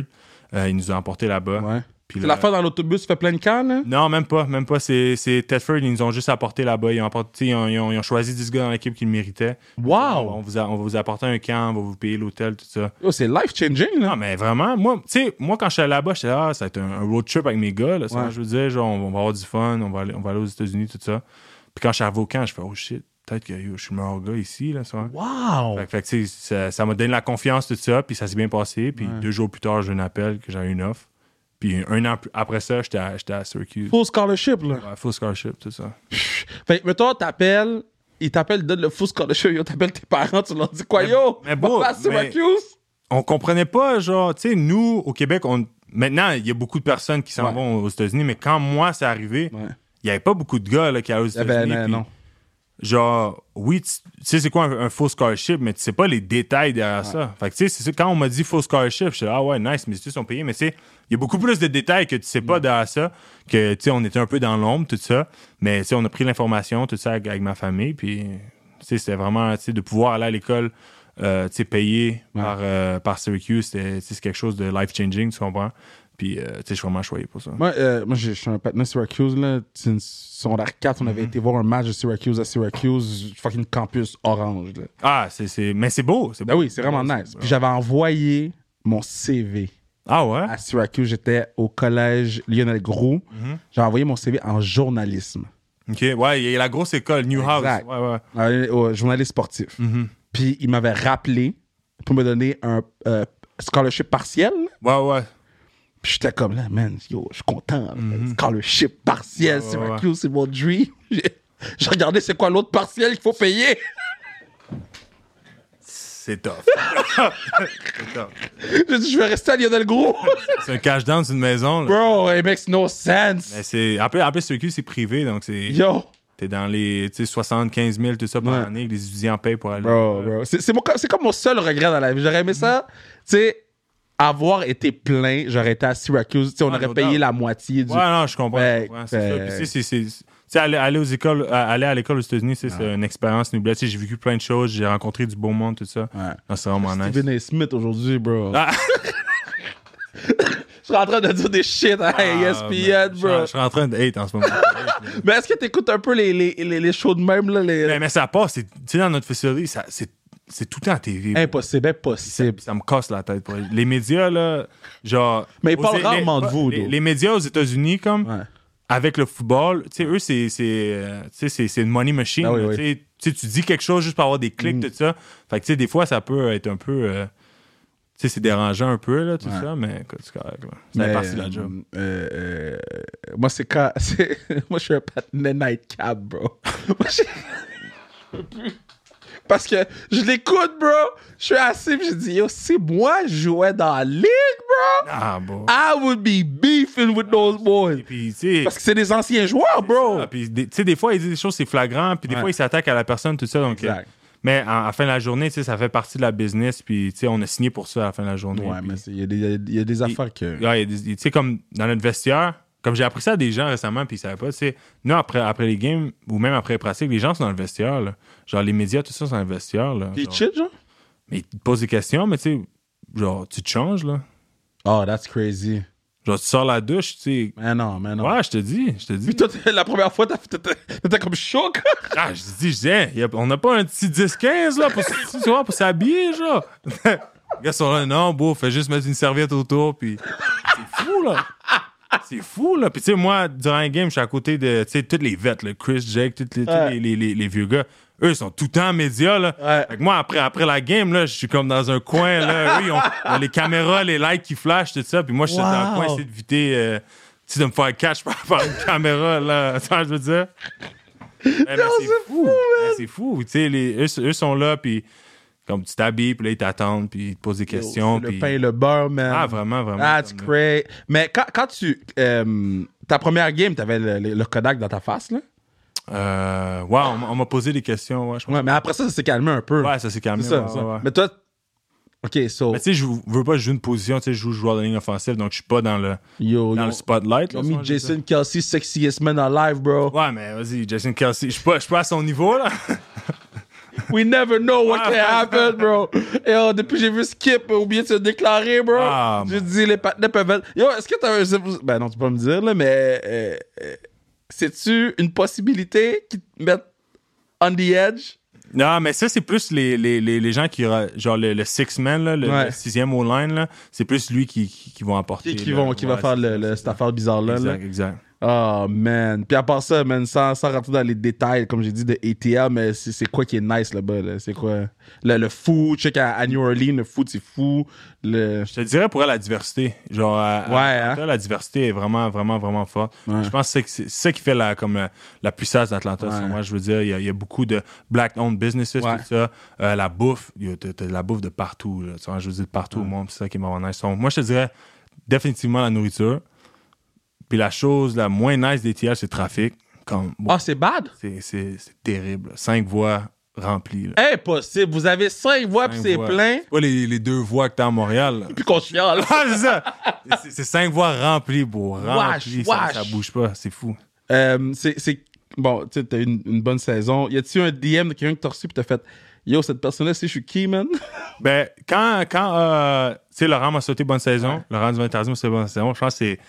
[SPEAKER 2] Euh, ils nous ont emportés là-bas. Puis
[SPEAKER 1] C'est
[SPEAKER 2] là-
[SPEAKER 1] la fin dans l'autobus, tu fais plein de camps, là?
[SPEAKER 2] Non, même pas, même pas. C'est, c'est Tedford, ils nous ont juste apporté là-bas. Ils ont, apporté, ils ont, ils ont- ils ont choisi 10 gars dans l'équipe qu'ils méritaient. On,
[SPEAKER 1] Wow!
[SPEAKER 2] vous a- on va vous apporter un camp, on va vous payer l'hôtel, tout ça.
[SPEAKER 1] Yo, c'est life-changing, là.
[SPEAKER 2] Non, mais vraiment, moi, tu sais, moi, quand je suis allé là-bas, j'étais là, ah, ça va être un, un road trip avec mes gars, là, ça,
[SPEAKER 1] Ouais.
[SPEAKER 2] je veux dire, genre, on, va- on va avoir du fun, on va aller, on va aller aux États-Unis, tout ça. Puis quand je suis arrivé au camp, je fais, oh shit, peut-être que yo, je suis le meilleur gars ici, là, ça.
[SPEAKER 1] Wow!
[SPEAKER 2] Fait, que- fait que, tu sais, ça ça m'a donné la confiance, tout ça, puis ça s'est bien passé. Puis deux jours plus tard, j'ai eu un appel que j'avais une offre. Puis un an plus- après ça, j'étais à, j'étais à Syracuse.
[SPEAKER 1] Full scholarship, là.
[SPEAKER 2] Ouais, full scholarship, tout ça.
[SPEAKER 1] Fait que, mettons, t'appelles, ils t'appellent, donnent le full scholarship, yo, t'appelles tes parents, tu leur dis quoi,
[SPEAKER 2] Mais-
[SPEAKER 1] yo?
[SPEAKER 2] mais bro,
[SPEAKER 1] papa, c'est
[SPEAKER 2] mais-
[SPEAKER 1] Syracuse?
[SPEAKER 2] On comprenait pas, genre, tu sais, nous, au Québec, on... maintenant, il y a beaucoup de personnes qui s'en
[SPEAKER 1] Ouais.
[SPEAKER 2] vont aux États-Unis, mais quand moi, c'est arrivé, il
[SPEAKER 1] Ouais.
[SPEAKER 2] n'y avait pas beaucoup de gars là, qui allaient aux
[SPEAKER 1] Eh
[SPEAKER 2] États-Unis.
[SPEAKER 1] ben, euh,
[SPEAKER 2] puis
[SPEAKER 1] non.
[SPEAKER 2] genre, oui, tu tu sais, c'est quoi un, un faux scholarship, mais tu sais pas les détails derrière ça. Fait que, tu sais, c'est ça, quand on m'a dit faux scholarship, je suis ah ouais, nice, mes études sont payées, mais tu sais, il y a beaucoup plus de détails que tu sais
[SPEAKER 1] Mm.
[SPEAKER 2] pas derrière ça, que, tu sais, on était un peu dans l'ombre, tout ça, mais, tu sais, on a pris l'information, tout ça, avec, avec ma famille, puis, tu sais, c'était vraiment, tu sais, de pouvoir aller à l'école, euh, tu sais, payé
[SPEAKER 1] Ouais.
[SPEAKER 2] par, euh, par Syracuse, c'était, tu sais, c'est quelque chose de life-changing, tu comprends? Puis, euh, tu sais, je suis vraiment choyé pour ça.
[SPEAKER 1] Moi, euh, moi j'ai- je suis un patin Syracuse, là. Since secondaire 4, on avait
[SPEAKER 2] Mhm.
[SPEAKER 1] été voir un match de Syracuse à Syracuse, fucking campus orange, là.
[SPEAKER 2] Ah, c'est, c'est, mais c'est beau, c'est
[SPEAKER 1] Ben
[SPEAKER 2] beau.
[SPEAKER 1] oui, c'est vraiment nice. Puis j'avais envoyé mon CV
[SPEAKER 2] Ah ouais?
[SPEAKER 1] à
[SPEAKER 2] Mhm.
[SPEAKER 1] Syracuse. J'étais au collège Lionel Gros. J'avais envoyé mon CV en journalisme.
[SPEAKER 2] OK, ouais, il y a la grosse école, Newhouse.
[SPEAKER 1] Exact.
[SPEAKER 2] Ah, Ouais, Mhm. ouais.
[SPEAKER 1] Euh, euh, journaliste sportif. Puis il m'avait rappelé pour me donner un euh, scholarship partiel.
[SPEAKER 2] Ouais, ouais.
[SPEAKER 1] Puis j'étais comme là, man, yo, je suis content. Scholarship partiel,
[SPEAKER 2] Mhm. Ouais,
[SPEAKER 1] c'est
[SPEAKER 2] ouais,
[SPEAKER 1] ma
[SPEAKER 2] ouais.
[SPEAKER 1] cue, c'est mon dream. J'ai- J'ai regardé c'est quoi l'autre partiel qu'il faut payer.
[SPEAKER 2] C'est tough. c'est tough.
[SPEAKER 1] J'ai dit, je vais rester à Lionel Gros.
[SPEAKER 2] C'est un cash down, c'est une maison. là.
[SPEAKER 1] Bro, it makes no sense.
[SPEAKER 2] Mais c'est, en plus, en plus, ce cul, c'est privé, donc c'est.
[SPEAKER 1] Yo,
[SPEAKER 2] T'es dans les tu sais, 75 000, tout ça, par
[SPEAKER 1] Ouais.
[SPEAKER 2] année, que les étudiants payent pour aller.
[SPEAKER 1] bro, bro. C'est c'est mon- c'est comme mon seul regret dans la vie. J'aurais aimé
[SPEAKER 2] Mhm.
[SPEAKER 1] ça, tu sais, avoir été plein, j'aurais été à Syracuse. Tu sais, on
[SPEAKER 2] Ouais,
[SPEAKER 1] aurait
[SPEAKER 2] no
[SPEAKER 1] payé
[SPEAKER 2] doubt.
[SPEAKER 1] la moitié du.
[SPEAKER 2] Ouais, non, je comprends.
[SPEAKER 1] Fait-
[SPEAKER 2] je comprends, c'est
[SPEAKER 1] fait-
[SPEAKER 2] ça. Puis, tu sais, c'est- c'est- tu sais, aller, aller aux écoles, à- aller à l'école aux États-Unis, tu sais, c'est une expérience inoubliable. Tu sais, J'ai vécu plein de choses, j'ai rencontré du beau monde, tout ça.
[SPEAKER 1] Ouais.
[SPEAKER 2] Non, c'est vraiment nice.
[SPEAKER 1] Stephen A. Smith aujourd'hui, bro.
[SPEAKER 2] Ah.
[SPEAKER 1] je suis en train de dire des shit hein. à
[SPEAKER 2] Ah, man,
[SPEAKER 1] ESPN,
[SPEAKER 2] je suis en-
[SPEAKER 1] bro.
[SPEAKER 2] Je suis en train de hate en ce moment.
[SPEAKER 1] Mais est-ce que t'écoutes un peu les, les, les, les shows de même, là? Les...
[SPEAKER 2] Ben, mais, mais ça passe, c'est- tu sais, dans notre facilité, ça- c'est c'est tout le temps à TV. bro.
[SPEAKER 1] Impossible,
[SPEAKER 2] Ça,
[SPEAKER 1] impossible.
[SPEAKER 2] ça me casse la tête. pour vrai. Les médias, là, genre.
[SPEAKER 1] Mais ils
[SPEAKER 2] aux-
[SPEAKER 1] parlent
[SPEAKER 2] les-
[SPEAKER 1] rarement de vous,
[SPEAKER 2] Les,
[SPEAKER 1] though.
[SPEAKER 2] les médias aux États-Unis, comme.
[SPEAKER 1] Ouais.
[SPEAKER 2] avec le football, tu sais, eux, c'est, c'est, euh, tu sais, c'est, c'est une money machine.
[SPEAKER 1] Ah oui,
[SPEAKER 2] là,
[SPEAKER 1] oui. Mm.
[SPEAKER 2] tu sais. Tu sais, tu dis quelque chose juste pour avoir des clics, tout ça. Fait que, tu sais, des fois, ça peut être un peu. euh, tu sais, c'est dérangeant un peu, là, tout ça, mais écoute, c'est correct. là. C'est
[SPEAKER 1] Mais,
[SPEAKER 2] la partie de la
[SPEAKER 1] euh,
[SPEAKER 2] job.
[SPEAKER 1] euh, euh, moi, c'est quand. c'est- moi, je suis un patinet nightcap, bro. Moi, j'ai- je peux plus. Parce que je l'écoute, bro. Je suis assis, puis je dis, yo, si moi je jouais dans la ligue, bro,
[SPEAKER 2] Ah, bon.
[SPEAKER 1] I would be beefing with those boys.
[SPEAKER 2] Et puis, tu sais.
[SPEAKER 1] Parce que c'est des anciens joueurs, bro.
[SPEAKER 2] ah, puis, des- tu sais, des fois, ils disent des choses, c'est flagrant, puis des
[SPEAKER 1] Ouais.
[SPEAKER 2] fois, ils s'attaquent à la personne, tout ça. Donc, euh,
[SPEAKER 1] Exact.
[SPEAKER 2] mais en- à la fin de la journée, tu sais, ça fait partie de la business, puis, tu sais, on a signé pour ça à la fin de la journée.
[SPEAKER 1] Ouais,
[SPEAKER 2] puis-
[SPEAKER 1] mais c'est- il y, a des- il y a- il y a des affaires que.
[SPEAKER 2] Ouais, il y a des- tu sais, comme dans notre vestiaire, comme j'ai appris ça à des gens récemment, puis ils savaient pas, tu sais, nous, après, après les games, ou même après les pratiques, les gens sont dans le vestiaire, là. Genre, les médias, tout ça, sont dans le vestiaire, là.
[SPEAKER 1] Des
[SPEAKER 2] Genre,
[SPEAKER 1] chill, genre?
[SPEAKER 2] mais ils te posent des questions, mais tu sais, genre, tu te changes, là.
[SPEAKER 1] Oh, that's crazy.
[SPEAKER 2] Genre, tu sors la douche, tu sais.
[SPEAKER 1] Mais non, mais non.
[SPEAKER 2] Ouais, je te dis, je te dis.
[SPEAKER 1] Puis toi, t'es- la première fois, t'as- t'étais t'étais comme choc.
[SPEAKER 2] Ah, je dis, je dis, hein, y a- on n'a pas un petit 10-15, là, pour, s- tu vois, pour s'habiller, genre. Les gars sont là, non, beau, fais juste mettre une serviette autour, puis c'est fou, là. C'est fou, là. Puis, tu sais, moi, durant un game, je suis à côté de, tu sais, toutes les vêtes, là, Chris, Jake, tous les, tous
[SPEAKER 1] Ouais.
[SPEAKER 2] les, les- les- les vieux gars. Eux, ils sont tout le temps médias, là.
[SPEAKER 1] Ouais.
[SPEAKER 2] Fait que moi, après, après la game, là, je suis comme dans un coin, là. Eux, ils ont, ils ont les caméras, les lights qui flashent, tout ça. Puis moi, je suis dans le
[SPEAKER 1] Wow.
[SPEAKER 2] coin, essayer d'éviter, euh, tu sais, de me faire catch par, par une caméra, là. Tu vois, je veux dire. Eh, mais c'est fou, Eh, c'est fou. Tu sais, les- eux, eux sont là, puis comme tu t'habilles, puis là, ils t'attendent, puis ils te posent des questions.
[SPEAKER 1] Le
[SPEAKER 2] puis-
[SPEAKER 1] pain, le beurre, man.
[SPEAKER 2] Ah, vraiment, vraiment.
[SPEAKER 1] That's
[SPEAKER 2] Comme-
[SPEAKER 1] great. Mais quand, quand tu. euh, ta première game, t'avais le, le- le Kodak dans ta face, là.
[SPEAKER 2] Euh, ouais, on, m'a- on m'a posé des questions. Ouais, je pense.
[SPEAKER 1] Ouais, mais après ça, ça s'est calmé un peu.
[SPEAKER 2] Ouais, ça s'est calmé.
[SPEAKER 1] C'est ça.
[SPEAKER 2] ouais,
[SPEAKER 1] ça.
[SPEAKER 2] ouais, ouais.
[SPEAKER 1] Mais toi. Ok, so.
[SPEAKER 2] Mais tu sais, je veux pas jouer une position, tu sais, je joue joueur de ligne offensive, donc je suis pas dans le,
[SPEAKER 1] Yo,
[SPEAKER 2] dans
[SPEAKER 1] yo.
[SPEAKER 2] le spotlight.
[SPEAKER 1] Ils
[SPEAKER 2] là,
[SPEAKER 1] ont
[SPEAKER 2] si on
[SPEAKER 1] mis
[SPEAKER 2] dit ça.
[SPEAKER 1] Jason Kelsey, sexiest man alive, bro.
[SPEAKER 2] Ouais, mais vas-y, Jason Kelsey, je suis pas, je suis pas à son niveau, là.
[SPEAKER 1] We never know
[SPEAKER 2] Ah,
[SPEAKER 1] what can happen, bro. Yo, depuis que j'ai vu Skip euh, oublier de se déclarer, bro.
[SPEAKER 2] Ah,
[SPEAKER 1] j'ai dit, les patinets peuvent être. Yo, est-ce que t'as. un- Ben non, tu peux pas me dire, là, mais. euh, euh, C'est-tu une possibilité qu'ils te mettent on the edge?
[SPEAKER 2] Non, mais ça, c'est plus les, les, les, les gens qui. ra- Genre le, le six man, là, le,
[SPEAKER 1] Ouais.
[SPEAKER 2] le sixième au line, là, c'est plus lui qui, qui, qui vont apporter.
[SPEAKER 1] Qui, qui,
[SPEAKER 2] là.
[SPEAKER 1] vont, qui va
[SPEAKER 2] Ouais,
[SPEAKER 1] faire
[SPEAKER 2] c'est
[SPEAKER 1] le,
[SPEAKER 2] ça,
[SPEAKER 1] le-
[SPEAKER 2] c'est
[SPEAKER 1] cette
[SPEAKER 2] ça.
[SPEAKER 1] affaire-bizarre-là? là?
[SPEAKER 2] Exact, exact.
[SPEAKER 1] Oh, man. Puis à part ça, man, sans, sans rentrer dans les détails, comme j'ai dit, de ETA, mais c'est c'est quoi qui est nice là-bas? Là? C'est quoi? Le, le food, check à, à New Orleans, le food, c'est fou. Le...
[SPEAKER 2] Je te dirais pour elle, la diversité. Genre, à- à-
[SPEAKER 1] Ouais,
[SPEAKER 2] à
[SPEAKER 1] hein?
[SPEAKER 2] Atlanta, la diversité est vraiment, vraiment, vraiment forte.
[SPEAKER 1] Ouais.
[SPEAKER 2] Je pense que c'est- c'est c'est ça qui fait la, comme la, la puissance d'Atlanta. selon
[SPEAKER 1] Ouais.
[SPEAKER 2] Moi, je veux dire, il y a- il y, a beaucoup de black-owned businesses,
[SPEAKER 1] Ouais.
[SPEAKER 2] tout ça. Euh, la bouffe, il y a- t'as t'as de la bouffe de partout. là. Tu vois, je veux dire, de partout au monde, c'est ça qui est vraiment nice. Donc, moi, je te dirais définitivement la nourriture. Puis la chose la moins nice des tiers, c'est le trafic. Comme,
[SPEAKER 1] Ah, c'est bad?
[SPEAKER 2] c'est- c'est c'est terrible. là. Cinq voies remplies. là.
[SPEAKER 1] Impossible. Vous avez cinq voix, puis
[SPEAKER 2] Cinq
[SPEAKER 1] c'est
[SPEAKER 2] voies.
[SPEAKER 1] plein.
[SPEAKER 2] Pas les, les deux voies que t'as à Montréal. là.
[SPEAKER 1] Puis qu'on chiale.
[SPEAKER 2] Ah, c'est ça. C'est- C'est cinq voies remplies, bro.
[SPEAKER 1] Wesh,
[SPEAKER 2] Remplies. Ça,
[SPEAKER 1] wesh.
[SPEAKER 2] ça bouge pas. C'est fou.
[SPEAKER 1] Euh, c'est, c'est- Bon, tu sais, t'as eu une, une bonne saison. Y a-tu un DM de quelqu'un qui t'a reçu, puis t'as fait Yo, cette personne-là, c'est je suis qui, man?
[SPEAKER 2] Ben, quand, quand euh, tu sais, Laurent m'a sauté bonne saison, Laurent du m'a sauté bonne saison, je pense que c'est.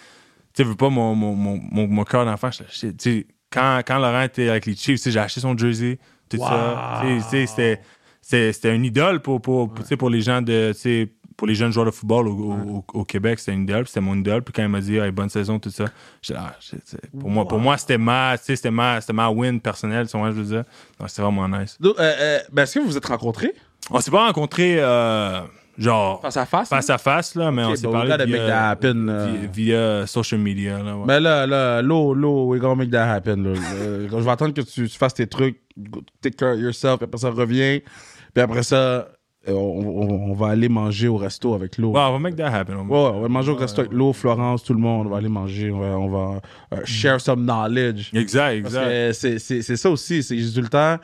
[SPEAKER 2] Tu sais, veux pas mon, mon, mon, mon, mon cœur d'enfant, je tu sais, quand, quand Laurent était avec les Chiefs, tu sais, j'ai acheté son jersey, tout ça. Tu sais, tu sais, c'était- c'était. C'était une idole pour, pour, pour, tu sais, pour les gens de, tu sais, pour les jeunes joueurs de football au, au- au- au Québec, c'était une idéal, puis c'était mon idéal. Puis quand il m'a dit Hey, bonne saison, tout ça, j'étais là, Ah, c'est- c'est- pour moi, pour moi c'était ma, tu sais, c'était ma, c'était ma win personnelle, tu vois, je veux dire. Non, C'était vraiment nice.
[SPEAKER 1] Donc, euh, euh, ben, est-ce que vous vous êtes rencontrés
[SPEAKER 2] On s'est pas rencontrés, euh, genre,
[SPEAKER 1] face à face?
[SPEAKER 2] face à face, là, mais on s'est
[SPEAKER 1] we
[SPEAKER 2] parlé
[SPEAKER 1] gotta make that
[SPEAKER 2] via, euh,
[SPEAKER 1] happen. uh, là.
[SPEAKER 2] via- via social media. Là, ouais.
[SPEAKER 1] Mais là, là, low, low, we gonna make that happen. là. Euh, je vais attendre que tu, tu fasses tes trucs, go- take care of yourself, puis après ça, reviens. Puis après ça, euh, on, on- on va aller manger au resto avec l'eau.
[SPEAKER 2] Ouais, on va make that happen. on-
[SPEAKER 1] Ouais, ouais, on va manger au resto avec l'eau, Florence, tout le monde. On va aller manger, on va, on va, euh, share some knowledge.
[SPEAKER 2] Exact,
[SPEAKER 1] Parce
[SPEAKER 2] exact.
[SPEAKER 1] que c'est- c'est c'est ça aussi, c'est juste le temps.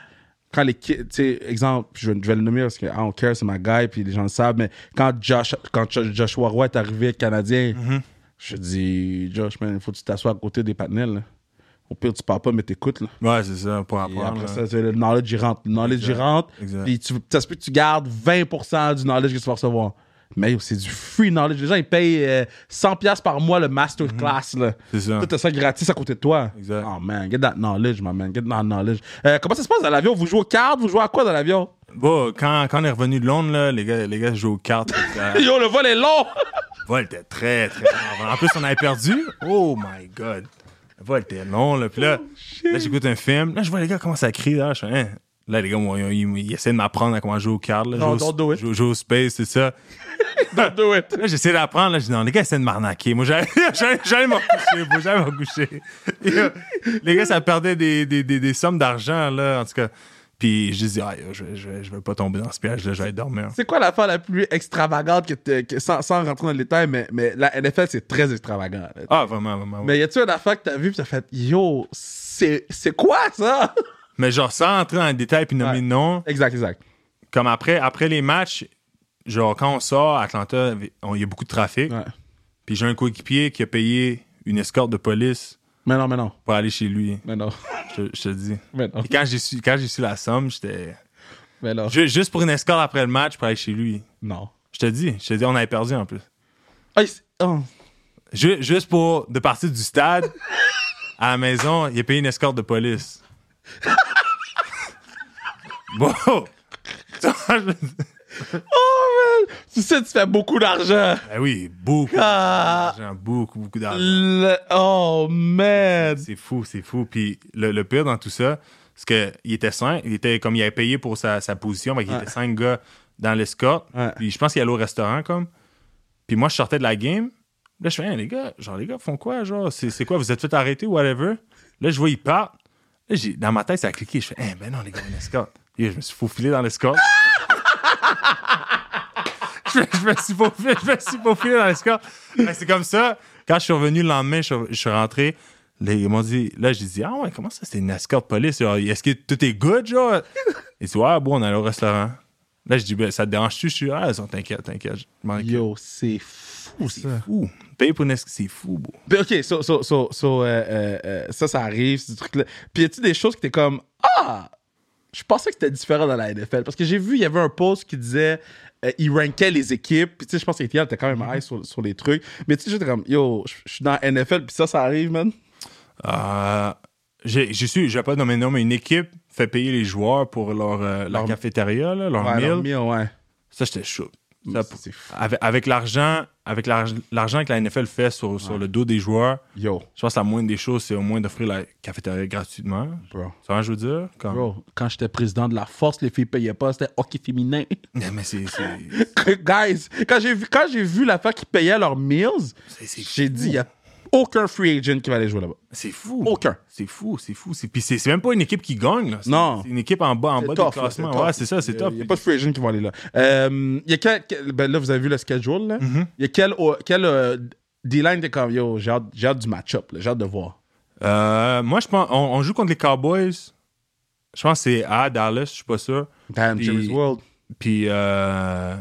[SPEAKER 1] Quand les kids, tu sais, exemple, je, vais- je vais le nommer parce que I don't care, c'est ma guy, puis les gens le savent, mais quand, Josh, quand Jo- Joshua Roy est arrivé Canadien, je dis, Josh, man, il faut que tu t'assoies à côté des patinelles. là. Au pire, tu parles pas, mais t'écoutes. là.
[SPEAKER 2] Ouais, c'est ça, pour
[SPEAKER 1] Et
[SPEAKER 2] apprendre.
[SPEAKER 1] après
[SPEAKER 2] là.
[SPEAKER 1] ça, c'est le knowledge, il rentre. Le knowledge, il
[SPEAKER 2] Exact.
[SPEAKER 1] rentre,
[SPEAKER 2] Exact.
[SPEAKER 1] puis tu, ça se peut que tu gardes 20% du knowledge que tu vas recevoir. Mais yo, c'est du free knowledge. Les gens, ils payent euh, 100$ par mois le masterclass, là.
[SPEAKER 2] Mhm. C'est ça.
[SPEAKER 1] Tout ça gratis à côté de toi.
[SPEAKER 2] Exact.
[SPEAKER 1] Oh man, get that knowledge, my man. Get that knowledge. Euh, comment ça se passe dans l'avion? Vous jouez aux cartes? Vous jouez à quoi dans l'avion?
[SPEAKER 2] Bon, quand, quand on est revenu de Londres, là, les, gars, les gars jouent aux cartes. Le
[SPEAKER 1] Yo, le vol est long!
[SPEAKER 2] vol était très, très long. En plus, on avait perdu. Oh my God. Le vol était long. Là. Puis là,
[SPEAKER 1] Oh,
[SPEAKER 2] là, j'écoute un film. Là, je vois les gars commencent à crier. Là, Je fais, hein. Là, les gars, moi, ils, ils- ils essaient de m'apprendre à comment jouer aux cartes. Là.
[SPEAKER 1] Non,
[SPEAKER 2] jouer, au-
[SPEAKER 1] don't do it.
[SPEAKER 2] jouer- jouer au space, c'est ça.
[SPEAKER 1] Don't do it.
[SPEAKER 2] Là, j'essaie d'apprendre. Là, je dis, non, les gars, essaient de m'arnaquer. Moi, j'allais j'allais- j'allais m'en coucher. Moi, j'allais m'en coucher. Et, euh, les gars, ça perdait des, des, des, des sommes d'argent, là, en tout cas. Puis je dis, ah, yo, je, vais- je, vais- je vais pas tomber dans ce piège, là, je vais aller dormir.
[SPEAKER 1] C'est quoi l'affaire la plus extravagante que t'es- que- sans, sans rentrer dans le détail, mais, mais la NFL, c'est très extravagant. là.
[SPEAKER 2] Ah, vraiment, vraiment. ouais. Mais,
[SPEAKER 1] Mais y a-tu une affaire que t'as vue pis t'as fait Yo, c'est c'est quoi ça?
[SPEAKER 2] genre, sans entrer dans les détails puis nommer
[SPEAKER 1] Ouais.
[SPEAKER 2] le nom,
[SPEAKER 1] exact, exact.
[SPEAKER 2] comme après, après les matchs, genre, quand on sort, à Atlanta, on- il y a beaucoup de trafic.
[SPEAKER 1] Ouais.
[SPEAKER 2] Puis j'ai un coéquipier qui a payé une escorte de police
[SPEAKER 1] Mais non, mais non,
[SPEAKER 2] pour aller chez lui,
[SPEAKER 1] mais non,
[SPEAKER 2] je, je te dis.
[SPEAKER 1] mais non,
[SPEAKER 2] Et quand j'ai su, quand j'ai su la somme, j'étais.
[SPEAKER 1] mais non.
[SPEAKER 2] Ju- Juste pour une escorte après le match pour aller chez lui.
[SPEAKER 1] Non.
[SPEAKER 2] Je te dis, je te dis, on avait perdu en plus.
[SPEAKER 1] Ah, il s- oh.
[SPEAKER 2] Ju- juste pour de partir du stade à la maison, il a payé une escorte de police. bon!
[SPEAKER 1] Oh, man! Tu sais, tu fais beaucoup d'argent.
[SPEAKER 2] ben oui, beaucoup
[SPEAKER 1] Ah,
[SPEAKER 2] d'argent, beaucoup, beaucoup d'argent.
[SPEAKER 1] le- Oh, man!
[SPEAKER 2] C'est fou, c'est fou. Puis le, le pire dans tout ça, c'est qu'il était cinq, il était comme il avait payé pour sa, sa position, il
[SPEAKER 1] Ouais.
[SPEAKER 2] était cinq gars dans l'escorte.
[SPEAKER 1] Ouais.
[SPEAKER 2] Puis je pense qu'il allait au restaurant comme. Puis moi, je sortais de la game. Là, je fais, Hein, les gars, genre, les gars font quoi? Genre, c'est c'est quoi? Vous êtes fait arrêter ou whatever? Là, je vois, ils partent. Là, j'ai- dans ma tête, ça a cliqué. Je fais, eh ben non, les gars, une escorte. Et je me suis faufilé dans l'escorte. je, me- je me suis faufilé, je me suis faufilé dans l'escorte. Ben, c'est comme ça. Quand je suis revenu le lendemain, je, suis- je suis rentré. Là, ils m'ont dit, là, j'ai dit, ah ouais, comment ça, c'est une escorte police? Genre, Est-ce que tout est good, genre? Ils disent, ouais, bon, on allait au restaurant. Là, je dis, ben, ça te dérange-tu? Je suis, ah, ils ont, t'inquiète, t'inquiète. je m'en occupe.
[SPEAKER 1] Yo, c'est fou ça.
[SPEAKER 2] Fou. Payer pour une escorte, c'est fou, bro.
[SPEAKER 1] Ben, ok, so, so, so, so, euh, euh, euh, ça, ça arrive, ce truc-là. Puis y a-tu des choses que t'es comme Ah Je pensais que c'était différent dans la NFL. Parce que j'ai vu, il y avait un post qui disait euh, Il rankait les équipes. Puis tu sais, je pense que était quand même high sur, sur les trucs. Mais tu sais, j'étais comme Yo, je je suis dans la NFL, puis ça, ça arrive, man.
[SPEAKER 2] Euh, j'ai j'ai su, je vais pas nommer de nom, mais une équipe fait payer les joueurs pour leur, euh, leur
[SPEAKER 1] Leur-
[SPEAKER 2] cafétéria, là, leur
[SPEAKER 1] Ouais,
[SPEAKER 2] meal.
[SPEAKER 1] non, mille, ouais.
[SPEAKER 2] Ça, j'étais chaud. Ça,
[SPEAKER 1] Ça,
[SPEAKER 2] pour-
[SPEAKER 1] c'est fou.
[SPEAKER 2] avec avec l'argent avec l'arg- l'argent que la NFL fait sur, sur le dos des joueurs,
[SPEAKER 1] Yo,
[SPEAKER 2] je pense que la moindre des choses, c'est au moins d'offrir la cafétéria gratuitement.
[SPEAKER 1] bro.
[SPEAKER 2] Tu vois ce que je veux dire? Comme-
[SPEAKER 1] Bro, quand j'étais président de la force, les filles payaient pas, c'était hockey féminin.
[SPEAKER 2] Non, mais c'est... c'est-
[SPEAKER 1] Guys, quand j'ai vu, quand j'ai vu l'affaire qui payait leurs meals,
[SPEAKER 2] C'est- c'est
[SPEAKER 1] j'ai
[SPEAKER 2] fou.
[SPEAKER 1] dit, il y a aucun free agent qui va aller jouer là-bas.
[SPEAKER 2] C'est fou.
[SPEAKER 1] Aucun.
[SPEAKER 2] C'est fou, c'est fou. C'est- Puis c'est c'est même pas une équipe qui gagne. là. C'est-
[SPEAKER 1] Non.
[SPEAKER 2] C'est une équipe en bas, en
[SPEAKER 1] C'est
[SPEAKER 2] bas
[SPEAKER 1] tough,
[SPEAKER 2] du classement.
[SPEAKER 1] là, tough.
[SPEAKER 2] Ouais, c'est ça, Ah, c'est
[SPEAKER 1] Euh,
[SPEAKER 2] top.
[SPEAKER 1] Il n'y a pas de free agents qui vont aller là. Euh, il y a quel- quel- ben là, vous avez vu le schedule. là. Il
[SPEAKER 2] Mm-hmm.
[SPEAKER 1] y a quel, oh, quel euh, D-line t'es comme, yo, j'ai hâte, j'ai hâte du match-up, là, j'ai hâte de voir.
[SPEAKER 2] Euh, moi, je pense, on, on joue contre les Cowboys. Je pense que c'est à Dallas, je suis pas sûr.
[SPEAKER 1] Damn,
[SPEAKER 2] Puis-
[SPEAKER 1] Jerry's World.
[SPEAKER 2] Puis euh,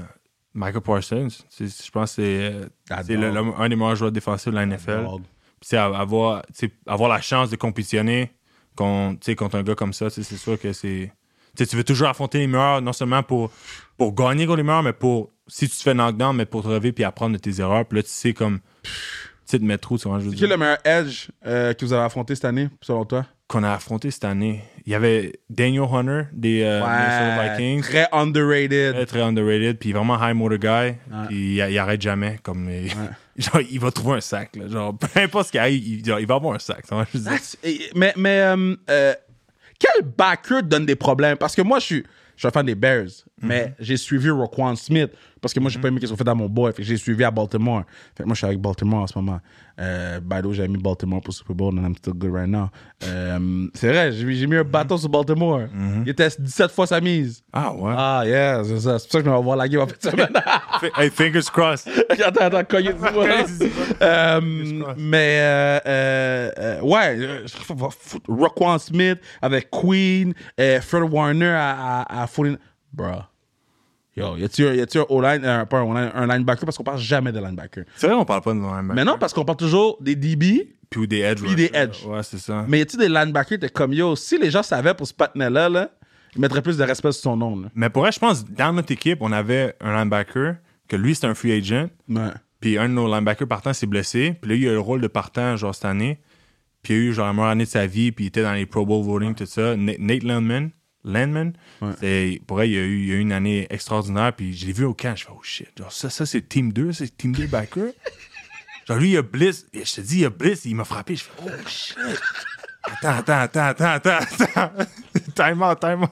[SPEAKER 2] Michael Parsons, c'est- je pense que c'est, euh,
[SPEAKER 1] Adore.
[SPEAKER 2] c'est le- le- un des meilleurs joueurs défensifs de la NFL.
[SPEAKER 1] Adore.
[SPEAKER 2] Puis c'est a- avoir, tu sais, avoir la chance de compétitionner contre, tu sais, contre un gars comme ça, tu sais, c'est sûr que c'est. tu sais, tu veux toujours affronter les meilleurs, non seulement pour, pour gagner contre les meilleurs, mais pour, si tu te fais knockdown, mais pour te relever puis apprendre de tes erreurs. Puis là, tu sais comme. Tu sais, te mettre où, tu vois, je veux
[SPEAKER 1] Qui est
[SPEAKER 2] dire.
[SPEAKER 1] le meilleur edge euh, que vous avez affronté cette année, selon toi?
[SPEAKER 2] qu'on a affronté cette année. Il y avait Daniel Hunter des euh, Minnesota Vikings.
[SPEAKER 1] Très underrated.
[SPEAKER 2] Très, très underrated, puis vraiment high motor guy. Puis il, il arrête jamais. Comme, il- genre, il va trouver un sac. là. Genre, peu importe ce qui arrive, il, genre, il va avoir un sac. ça va, je veux dire.
[SPEAKER 1] That's- eh, Mais, mais euh, euh, quel backer donne des problèmes? Parce que moi, je suis, je suis un fan des Bears,
[SPEAKER 2] Mm-hmm.
[SPEAKER 1] mais j'ai suivi Roquan Smith parce que moi, j'ai pas aimé qu'est-ce qu'on fait à mon boy. Fait que j'ai suivi à Baltimore. Fait que moi, je suis avec Baltimore en ce moment. Euh, by the way, j'ai mis Baltimore pour Super Bowl and I'm still good right now. Euh, c'est vrai, j'ai, mis- j'ai mis un bâton sur Baltimore. Il était 17 fois sa mise.
[SPEAKER 2] Mm-hmm. Ah ouais.
[SPEAKER 1] Ah, yeah, c'est ça. C'est pour ça que je vais avoir la game en fait semaine.
[SPEAKER 2] F- hey, fingers crossed.
[SPEAKER 1] attends, attends, cognez-moi. Euh, mais euh, euh, euh, ouais, euh, je- va foutre Roquan Smith avec Queen, euh, Fred Warner à, à, à 49 Bruh. Yo, y a-tu un, y a-tu un O-line, euh, pas un O-line, un linebacker parce qu'on parle jamais de linebacker.
[SPEAKER 2] C'est vrai, on parle pas de même.
[SPEAKER 1] Mais non, parce qu'on parle toujours des DB,
[SPEAKER 2] Puis ou des edge.
[SPEAKER 1] Puis des
[SPEAKER 2] rushers.
[SPEAKER 1] edge.
[SPEAKER 2] Ouais, c'est ça.
[SPEAKER 1] mais y a-tu des linebackers t'es comme yo, si les gens savaient pour ce patinet-là, là, ils mettraient plus de respect sur son nom. Là.
[SPEAKER 2] Mais pour vrai, je pense, dans notre équipe, on avait un linebacker que lui, c'était un free agent.
[SPEAKER 1] Ouais.
[SPEAKER 2] Puis un de nos linebackers partants s'est blessé. Puis là, il a eu le rôle de partant, genre, cette année. Puis il a eu, genre, la meilleure année de sa vie. Puis il était dans les Pro Bowl voting, tout ça. Na- Nate Landman. Landman. C'est- Pour vrai, il a, eu, il a eu une année extraordinaire. Puis je l'ai vu au camp. Je fais, oh shit. Genre, ça, ça c'est Team 2. C'est Team 2 backer. genre, lui, il a blitz. Et je te dis, il a blitz. Il m'a frappé. Je fais, oh shit. Attends, attends, attends, attends, attends. attends. time out, time out.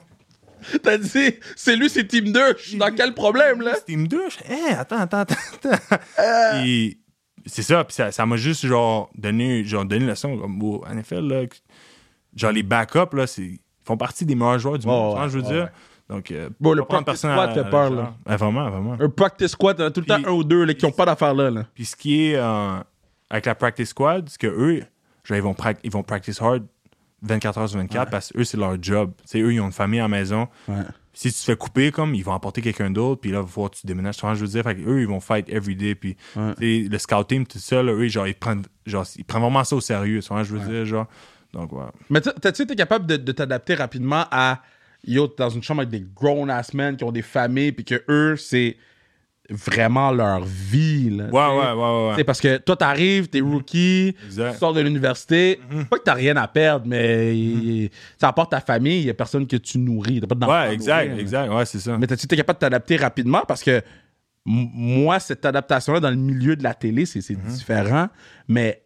[SPEAKER 1] T'as dit, c'est lui, c'est Team 2, je suis dans quel problème là? Euh.
[SPEAKER 2] C'est Team 2. Je fais, Hein, attends, attends, attends. attends. Puis, c'est ça. Puis ça ça m'a juste, genre, donné, genre, donné une leçon. Comme, au NFL, là, que- genre, les backups, là, c'est, ils font partie des meilleurs joueurs du
[SPEAKER 1] Ouais,
[SPEAKER 2] monde.
[SPEAKER 1] ouais,
[SPEAKER 2] tu vois, je veux
[SPEAKER 1] ouais,
[SPEAKER 2] dire.
[SPEAKER 1] ouais.
[SPEAKER 2] Donc, euh,
[SPEAKER 1] Bon, le
[SPEAKER 2] pas prendre
[SPEAKER 1] practice
[SPEAKER 2] personne
[SPEAKER 1] squad
[SPEAKER 2] à-
[SPEAKER 1] fait peur,
[SPEAKER 2] à-
[SPEAKER 1] là.
[SPEAKER 2] Ouais, vraiment, vraiment.
[SPEAKER 1] Un practice squad, t'en as tout le temps
[SPEAKER 2] Puis-
[SPEAKER 1] un ou deux là, qui ont pas d'affaires là. là.
[SPEAKER 2] Puis, ce qui est euh, avec la practice squad, c'est que eux, genre, ils vont, prac- ils vont practice hard 24 heures sur 24 parce que eux, c'est leur job. Tu sais, eux, ils ont une famille à la maison.
[SPEAKER 1] Ouais.
[SPEAKER 2] si tu te fais couper, comme, ils vont emporter quelqu'un d'autre, puis là, il va falloir que tu déménages. Tu vois, je veux dire, fait que eux, ils vont fight every day, puis tu sais, le scout team, tout ça, là, eux, genre, ils prennent, genre, ils prennent vraiment ça au sérieux, tu vois, je veux dire, genre. Donc, ouais.
[SPEAKER 1] Mais tu- t'as- tu été capable de, de t'adapter rapidement à yo, t'es dans une chambre avec des grown ass men qui ont des familles puis que eux c'est vraiment leur vie. Là,
[SPEAKER 2] Ouais,
[SPEAKER 1] t'sais.
[SPEAKER 2] ouais, ouais, ouais,
[SPEAKER 1] T'sais,
[SPEAKER 2] ouais.
[SPEAKER 1] parce que toi t'arrives, t'es rookie,
[SPEAKER 2] Exact.
[SPEAKER 1] tu sors de l'université, pas que t'as rien à perdre, mais ça apporte ta famille, y a personne que tu nourris, t'as pas d'enfant à
[SPEAKER 2] Ouais, exact,
[SPEAKER 1] nourrir, là.
[SPEAKER 2] exact, ouais, c'est ça.
[SPEAKER 1] Mais t'as-tu été capable de t'adapter rapidement? Parce que m- moi, cette adaptation-là dans le milieu de la télé, c'est c'est
[SPEAKER 2] Mm-hmm.
[SPEAKER 1] différent. Mais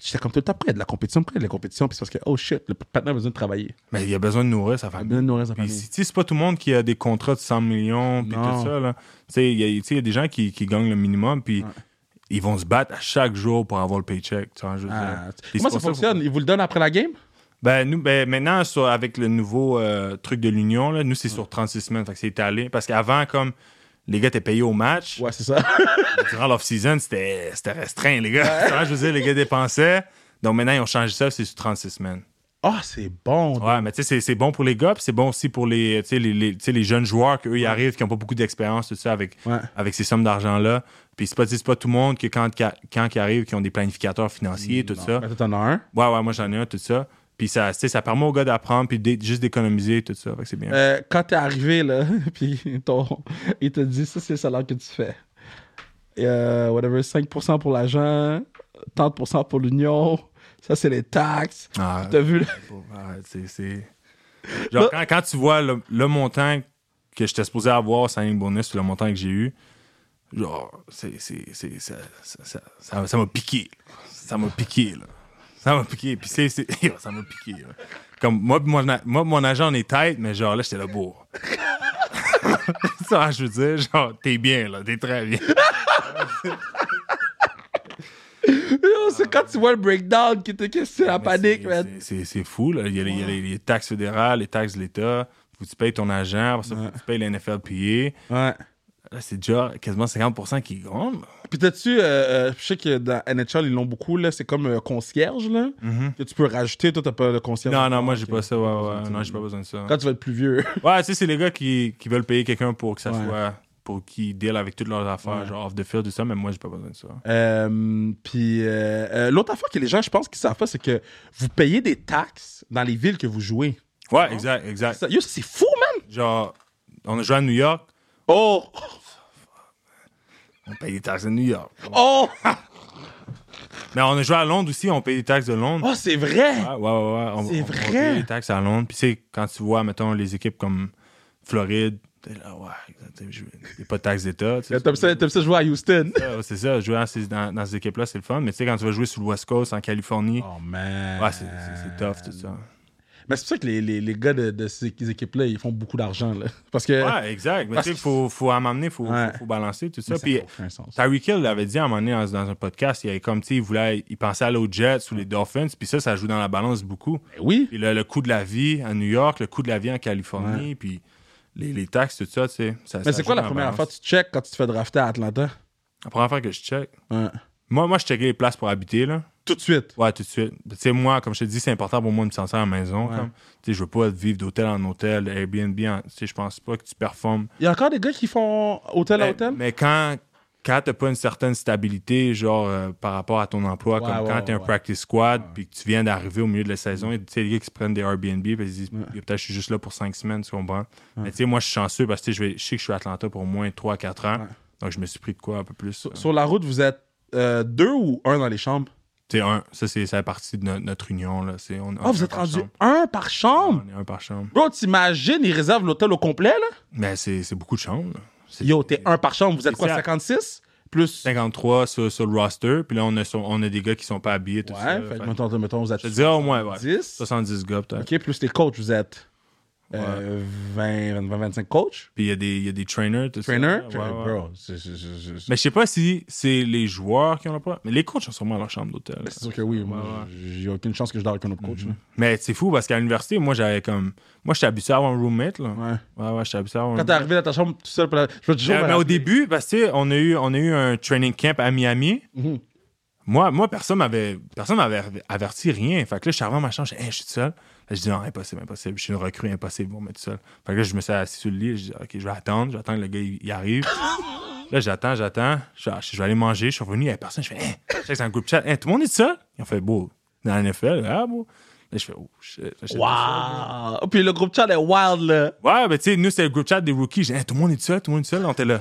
[SPEAKER 1] j'étais comme tout le temps près de la compétition, près de la compétition. Puis c'est parce que, oh shit, le patin a besoin de travailler.
[SPEAKER 2] Mais il y a besoin de nourrir sa
[SPEAKER 1] Il a
[SPEAKER 2] famille.
[SPEAKER 1] besoin de nourrir sa
[SPEAKER 2] Puis,
[SPEAKER 1] famille.
[SPEAKER 2] si- tu sais, c'est pas tout le monde qui a des contrats de 100 millions, puis
[SPEAKER 1] Non.
[SPEAKER 2] tout ça, là. Tu sais, il y, a- tu sais, il y a des gens qui, qui gagnent le minimum, puis ils vont se battre à chaque jour pour avoir le paycheck, tu vois, je veux
[SPEAKER 1] Ah,
[SPEAKER 2] dire. Puis c'est
[SPEAKER 1] comment ça
[SPEAKER 2] pour qu'il faut-
[SPEAKER 1] fonctionne? Ils vous le donnent après la game?
[SPEAKER 2] Ben, nous, ben, maintenant, sur- avec le nouveau euh, truc de l'Union, là, nous, c'est sur 36 semaines. Fait que c'est étalé. Parce qu'avant, comme les gars étaient payés au match,
[SPEAKER 1] Ouais, c'est ça.
[SPEAKER 2] durant l'off-season, c'était c'était restreint, les gars. Tu vois, je veux dire, les gars dépensaient. Donc maintenant, ils ont changé ça, c'est sur 36 semaines.
[SPEAKER 1] Ah, c'est bon.
[SPEAKER 2] Ouais, mais tu sais, c'est- c'est bon pour les gars, puis c'est bon aussi pour les, tu sais, les, les- tu sais, les jeunes joueurs qu'eux, ils arrivent, qui n'ont pas beaucoup d'expérience, tout ça, avec,
[SPEAKER 1] Ouais.
[SPEAKER 2] avec ces sommes d'argent-là. Puis c'est pas, c'est pas tout le monde que quand, quand ils arrivent, qui ont des planificateurs financiers, tout ça.
[SPEAKER 1] Ben, toi, t'en as un.
[SPEAKER 2] Ah, Ouais, ouais, moi j'en ai un, tout ça. Puis ça, tu sais, ça permet aux gars d'apprendre, puis d'é- juste d'économiser, tout ça. Fait que c'est bien.
[SPEAKER 1] Euh, quand t'es arrivé, là, puis ton- il te dit, ça, c'est le salaire que tu fais. Euh, whatever, 5% pour l'agent, 30% pour l'union, ça, c'est les taxes.
[SPEAKER 2] Ah,
[SPEAKER 1] T'as vu, là?
[SPEAKER 2] bon, arrête, c'est- c'est- Genre, quand, quand tu vois le, le montant que j'étais supposé avoir, signing bonus, puis le montant que j'ai eu, genre, c'est, c'est, c'est, ça, ça, ça, ça- ça m'a piqué. Ça m'a piqué, là. Ça m'a piqué. Puis c'est, c'est- yo, ça m'a piqué, là. Comme moi, puis mon, a- moi, mon agent, on est tête, mais genre, là, j'étais là, beau. ça, je veux dire, genre, t'es bien, là, t'es très bien.
[SPEAKER 1] Yo, c'est quand tu vois le breakdown qui te que c'est la
[SPEAKER 2] Ah, Mais
[SPEAKER 1] panique,
[SPEAKER 2] c'est-
[SPEAKER 1] man.
[SPEAKER 2] c'est- C'est c'est fou, là. Il y a, les, il y a les- les taxes fédérales, les taxes de l'État. Faut que tu payes ton agent, parce que faut que tu payes la NFLPA.
[SPEAKER 1] Ouais.
[SPEAKER 2] Là, c'est déjà quasiment 50 qui gronde.
[SPEAKER 1] Puis t'as-tu, euh, euh, je sais que dans NHL, ils l'ont beaucoup, là, c'est comme euh, concierge, là, que tu peux rajouter. Toi, t'as pas de concierge.
[SPEAKER 2] Mm-hmm. Non, non, moi, j'ai pas ça. Ouais, ouais. Non, j'ai pas besoin de ça.
[SPEAKER 1] Quand tu vas être plus vieux.
[SPEAKER 2] Ouais, tu sais, c'est les gars qui, qui veulent payer quelqu'un pour que ça
[SPEAKER 1] Ouais.
[SPEAKER 2] soit. pour qu'ils deal avec toutes leurs affaires, genre off the field, tout ça, mais moi, j'ai pas besoin de ça.
[SPEAKER 1] Euh, puis euh, euh, l'autre affaire que les gens, je pense, qu'ils savent pas, c'est que vous payez des taxes dans les villes que vous jouez.
[SPEAKER 2] Ouais, exact, exact.
[SPEAKER 1] Ça- yo, c'est fou, man!
[SPEAKER 2] Genre, on a joué à New York,
[SPEAKER 1] Oh!
[SPEAKER 2] on paye les taxes à New York.
[SPEAKER 1] Oh!
[SPEAKER 2] Mais on a joué à Londres aussi, on paye des taxes de Londres.
[SPEAKER 1] Oh, c'est vrai!
[SPEAKER 2] Ouais, ouais, ouais. ouais. On,
[SPEAKER 1] C'est
[SPEAKER 2] on- on
[SPEAKER 1] vrai.
[SPEAKER 2] paye les taxes à Londres. Puis, tu sais, quand tu vois, mettons, les équipes comme Floride, t'es là, ouais, il n'y a pas de taxes d'État. tu sais.
[SPEAKER 1] Euh, T'aimes ça, t'aimes ça jouer à Houston?
[SPEAKER 2] Ouais, C'est ça, jouer dans ces, dans, dans ces équipes-là, c'est le fun. Mais tu sais, quand tu vas jouer sur le West Coast, en Californie,
[SPEAKER 1] Oh, man.
[SPEAKER 2] ouais, c'est- c'est c'est tough, tout ça.
[SPEAKER 1] Mais c'est pour ça que les, les, les gars de, de ces équipes-là, ils font beaucoup d'argent, là. Parce que.
[SPEAKER 2] Ouais, exact. Mais
[SPEAKER 1] Parce
[SPEAKER 2] tu sais,
[SPEAKER 1] que-
[SPEAKER 2] faut, faut à m'amener, faut,
[SPEAKER 1] Ouais.
[SPEAKER 2] faut, faut balancer tout ça.
[SPEAKER 1] Mais
[SPEAKER 2] Puis,
[SPEAKER 1] n'a aucun sens.
[SPEAKER 2] Tyreek Hill l'avait dit à un moment donné dans, dans un podcast, il avait comme, tu sais, il voulait, il pensait aller aux Jets ou les Dolphins, puis ça, ça joue dans la balance beaucoup.
[SPEAKER 1] Ben Oui.
[SPEAKER 2] Puis le, le coût de la vie à New York, le coût de la vie en Californie, puis les, les taxes, tout ça, tu sais. ça-
[SPEAKER 1] Mais
[SPEAKER 2] ça
[SPEAKER 1] c'est
[SPEAKER 2] joue
[SPEAKER 1] quoi la
[SPEAKER 2] dans
[SPEAKER 1] première
[SPEAKER 2] balance.
[SPEAKER 1] affaire que tu check quand tu te fais drafter à Atlanta? Hein?
[SPEAKER 2] La première affaire que je check.
[SPEAKER 1] Ouais.
[SPEAKER 2] Moi, moi, je checkais les places pour habiter, là.
[SPEAKER 1] Tout de suite.
[SPEAKER 2] Ouais, tout de suite. Tu sais, moi, comme je te dis, c'est important pour moi de me sentir à la maison.
[SPEAKER 1] Ouais.
[SPEAKER 2] comme. Tu sais, je veux pas vivre d'hôtel en hôtel, Airbnb, en- tu sais, je pense pas que tu performes
[SPEAKER 1] Il y a encore des gars qui font hôtel à
[SPEAKER 2] Mais-
[SPEAKER 1] hôtel?
[SPEAKER 2] Ben, Mais quand, quand t'as pas une certaine stabilité, genre euh, par rapport à ton emploi,
[SPEAKER 1] Ouais,
[SPEAKER 2] comme
[SPEAKER 1] ouais,
[SPEAKER 2] quand t'es un
[SPEAKER 1] ouais.
[SPEAKER 2] practice squad, puis que tu viens d'arriver au milieu de la saison, et tu sais, les gars qui se prennent des Airbnb, puis ils se disent, Yo, peut-être je suis juste là pour cinq semaines, tu comprends? Mais tu sais, moi, je suis chanceux parce que tu sais, je, vais- je sais que je suis à Atlanta pour au moins 3-4 ans. Donc, je me suis pris de quoi un peu plus. euh,
[SPEAKER 1] Sur la route, vous êtes euh, deux ou un dans les chambres?
[SPEAKER 2] Tu sais, un, ça, c'est ça fait partie de no- notre, union. Là. C'est, on,
[SPEAKER 1] Ah, vous êtes rendu
[SPEAKER 2] rendu
[SPEAKER 1] un par chambre?
[SPEAKER 2] On est un par chambre.
[SPEAKER 1] Bro, t'imagines, ils réservent l'hôtel au complet, là?
[SPEAKER 2] Mais c'est, c'est beaucoup de chambres. là. C'est
[SPEAKER 1] Yo, t'es un par chambre, vous êtes
[SPEAKER 2] C'est
[SPEAKER 1] quoi,
[SPEAKER 2] ça.
[SPEAKER 1] 56? Plus.
[SPEAKER 2] 53 sur, sur le roster, puis là, on a, son- on a des gars qui sont pas habillés, tout
[SPEAKER 1] Ouais,
[SPEAKER 2] ça.
[SPEAKER 1] fait que
[SPEAKER 2] Fait-
[SPEAKER 1] mettons, mettons, vous êtes
[SPEAKER 2] Je te dirais au moins, ouais.
[SPEAKER 1] 10.
[SPEAKER 2] 70 gars, peut-être.
[SPEAKER 1] OK, plus les coachs, vous êtes euh, 20, 20, 25 coachs.
[SPEAKER 2] Puis il y, a des- il y a des trainers, tout ça.
[SPEAKER 1] Trainer?
[SPEAKER 2] Ouais,
[SPEAKER 1] Trainer,
[SPEAKER 2] ouais.
[SPEAKER 1] Bro, c'est- c'est- c'est- c'est-
[SPEAKER 2] Mais je sais pas si c'est les joueurs qui ont le pas. Mais les coachs ont sûrement leur chambre d'hôtel.
[SPEAKER 1] c'est sûr que oui. Moi, j'ai aucune chance que je dors avec un autre
[SPEAKER 2] Mm-hmm.
[SPEAKER 1] coach. là.
[SPEAKER 2] Mais c'est fou parce qu'à l'université, moi, j'avais comme. Moi, j'étais habitué à avoir un roommate, là.
[SPEAKER 1] Ouais.
[SPEAKER 2] Ouais, ouais, j'étais habitué à avoir un
[SPEAKER 1] Quand t'es arrivé dans ta chambre tout seul, pour la- je vais toujours.
[SPEAKER 2] Euh,
[SPEAKER 1] me
[SPEAKER 2] mais au
[SPEAKER 1] rappeler.
[SPEAKER 2] début, parce que, tu sais, on a eu, on a eu un training camp à Miami.
[SPEAKER 1] Mhm.
[SPEAKER 2] Moi, moi, personne m'avait, personne m'avait averti rien. Fait que là, je suis arrivé à ma chambre, je dis, Hey, je suis tout seul. Là, je dis, non, impossible, impossible. Je suis une recrue, impossible, bon, mais tout seul. Fait que là, je me suis assis sur le lit, je dis, OK, je vais attendre, j'attends que le gars, il il arrive. là, j'attends, j'attends. Je, fais, Ah, je vais aller manger, je suis revenu, il n'y a personne. Je fais, Hey, je check dans le groupe chat, Hey, tout le monde est tout seul. Ils ont fait, beau, dans la NFL, ah, beau. Là, je fais, oh, shit. Là, j'étais tout seul.
[SPEAKER 1] Wow! Oh, Puis le groupe chat est wild, là.
[SPEAKER 2] Ouais, ben tu sais, nous, c'était le group chat des rookies. J'ai dit, Hey, tout le monde est seul, tout le monde est seul. On était là.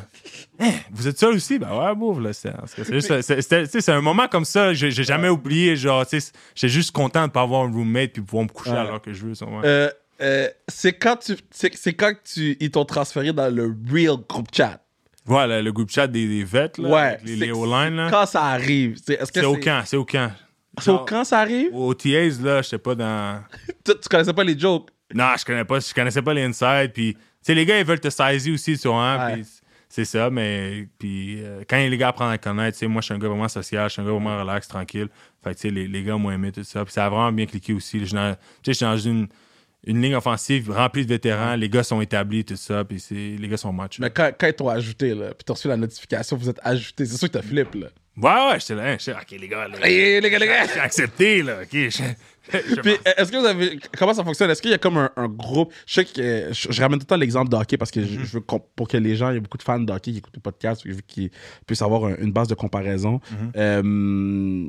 [SPEAKER 2] Hein, vous êtes seul aussi? Ben ouais, bouffe, là. C'est c'est juste- c'est- c'était- tu sais, c'est un moment comme ça, j'ai j'ai jamais oublié. Genre, tu sais, j'étais juste content de pas avoir un roommate puis pouvoir me coucher
[SPEAKER 1] Ouais.
[SPEAKER 2] à l'heure que je veux. ça, ouais.
[SPEAKER 1] Euh, euh, c'est quand tu c'est c'est quand que tu ils t'ont transféré dans le real groupe chat.
[SPEAKER 2] Ouais, le, le group chat des, des vets, là.
[SPEAKER 1] ouais,
[SPEAKER 2] avec les,
[SPEAKER 1] c'est-
[SPEAKER 2] les O-line, là.
[SPEAKER 1] Quand ça arrive, c'est est-ce que
[SPEAKER 2] C'est au camp, c'est au camp.
[SPEAKER 1] C'est au camp ça arrive
[SPEAKER 2] Au TAs, là, j'étais pas dans.
[SPEAKER 1] tu, tu connaissais pas les jokes.
[SPEAKER 2] Non, je connais pas, je connaissais pas les inside. Puis, tu sais, les gars, ils veulent te saisir aussi, tu vois. hein,
[SPEAKER 1] Ouais.
[SPEAKER 2] puis c'est ça, mais puis euh, quand les gars apprennent à connaître, tu sais, moi, je suis un gars vraiment social, je suis un gars vraiment relax, tranquille. Fait que, tu sais, les, les gars m'ont aimé, tout ça. Puis ça a vraiment bien cliqué aussi. Je suis dans- Tu sais, je suis dans une, une ligne offensive remplie de vétérans. Les gars sont établis, tout ça. Puis c'est- les gars sont match.
[SPEAKER 1] Mais quand, quand ils t'ont ajouté là, puis t'as reçu la notification, vous êtes ajouté, c'est sûr que t'as flippé là.
[SPEAKER 2] Ouais, ouais, j'étais là. hein, j'étais là, OK, les gars, les gars,
[SPEAKER 1] Hey, les gars, les gars.
[SPEAKER 2] j'ai accepté, là. OK. je- je-
[SPEAKER 1] Puis est-ce que vous avez comment ça fonctionne Est-ce qu'il y a comme un, un groupe Je sais que euh, je, je ramène tout le temps l'exemple de hockey parce que
[SPEAKER 2] Mm-hmm.
[SPEAKER 1] je, je veux qu'on- pour que les gens, il y a beaucoup de fans de hockey qui écoutent le podcast, je veux qu'ils puissent avoir un- une base de comparaison.
[SPEAKER 2] Mm-hmm.
[SPEAKER 1] Euh,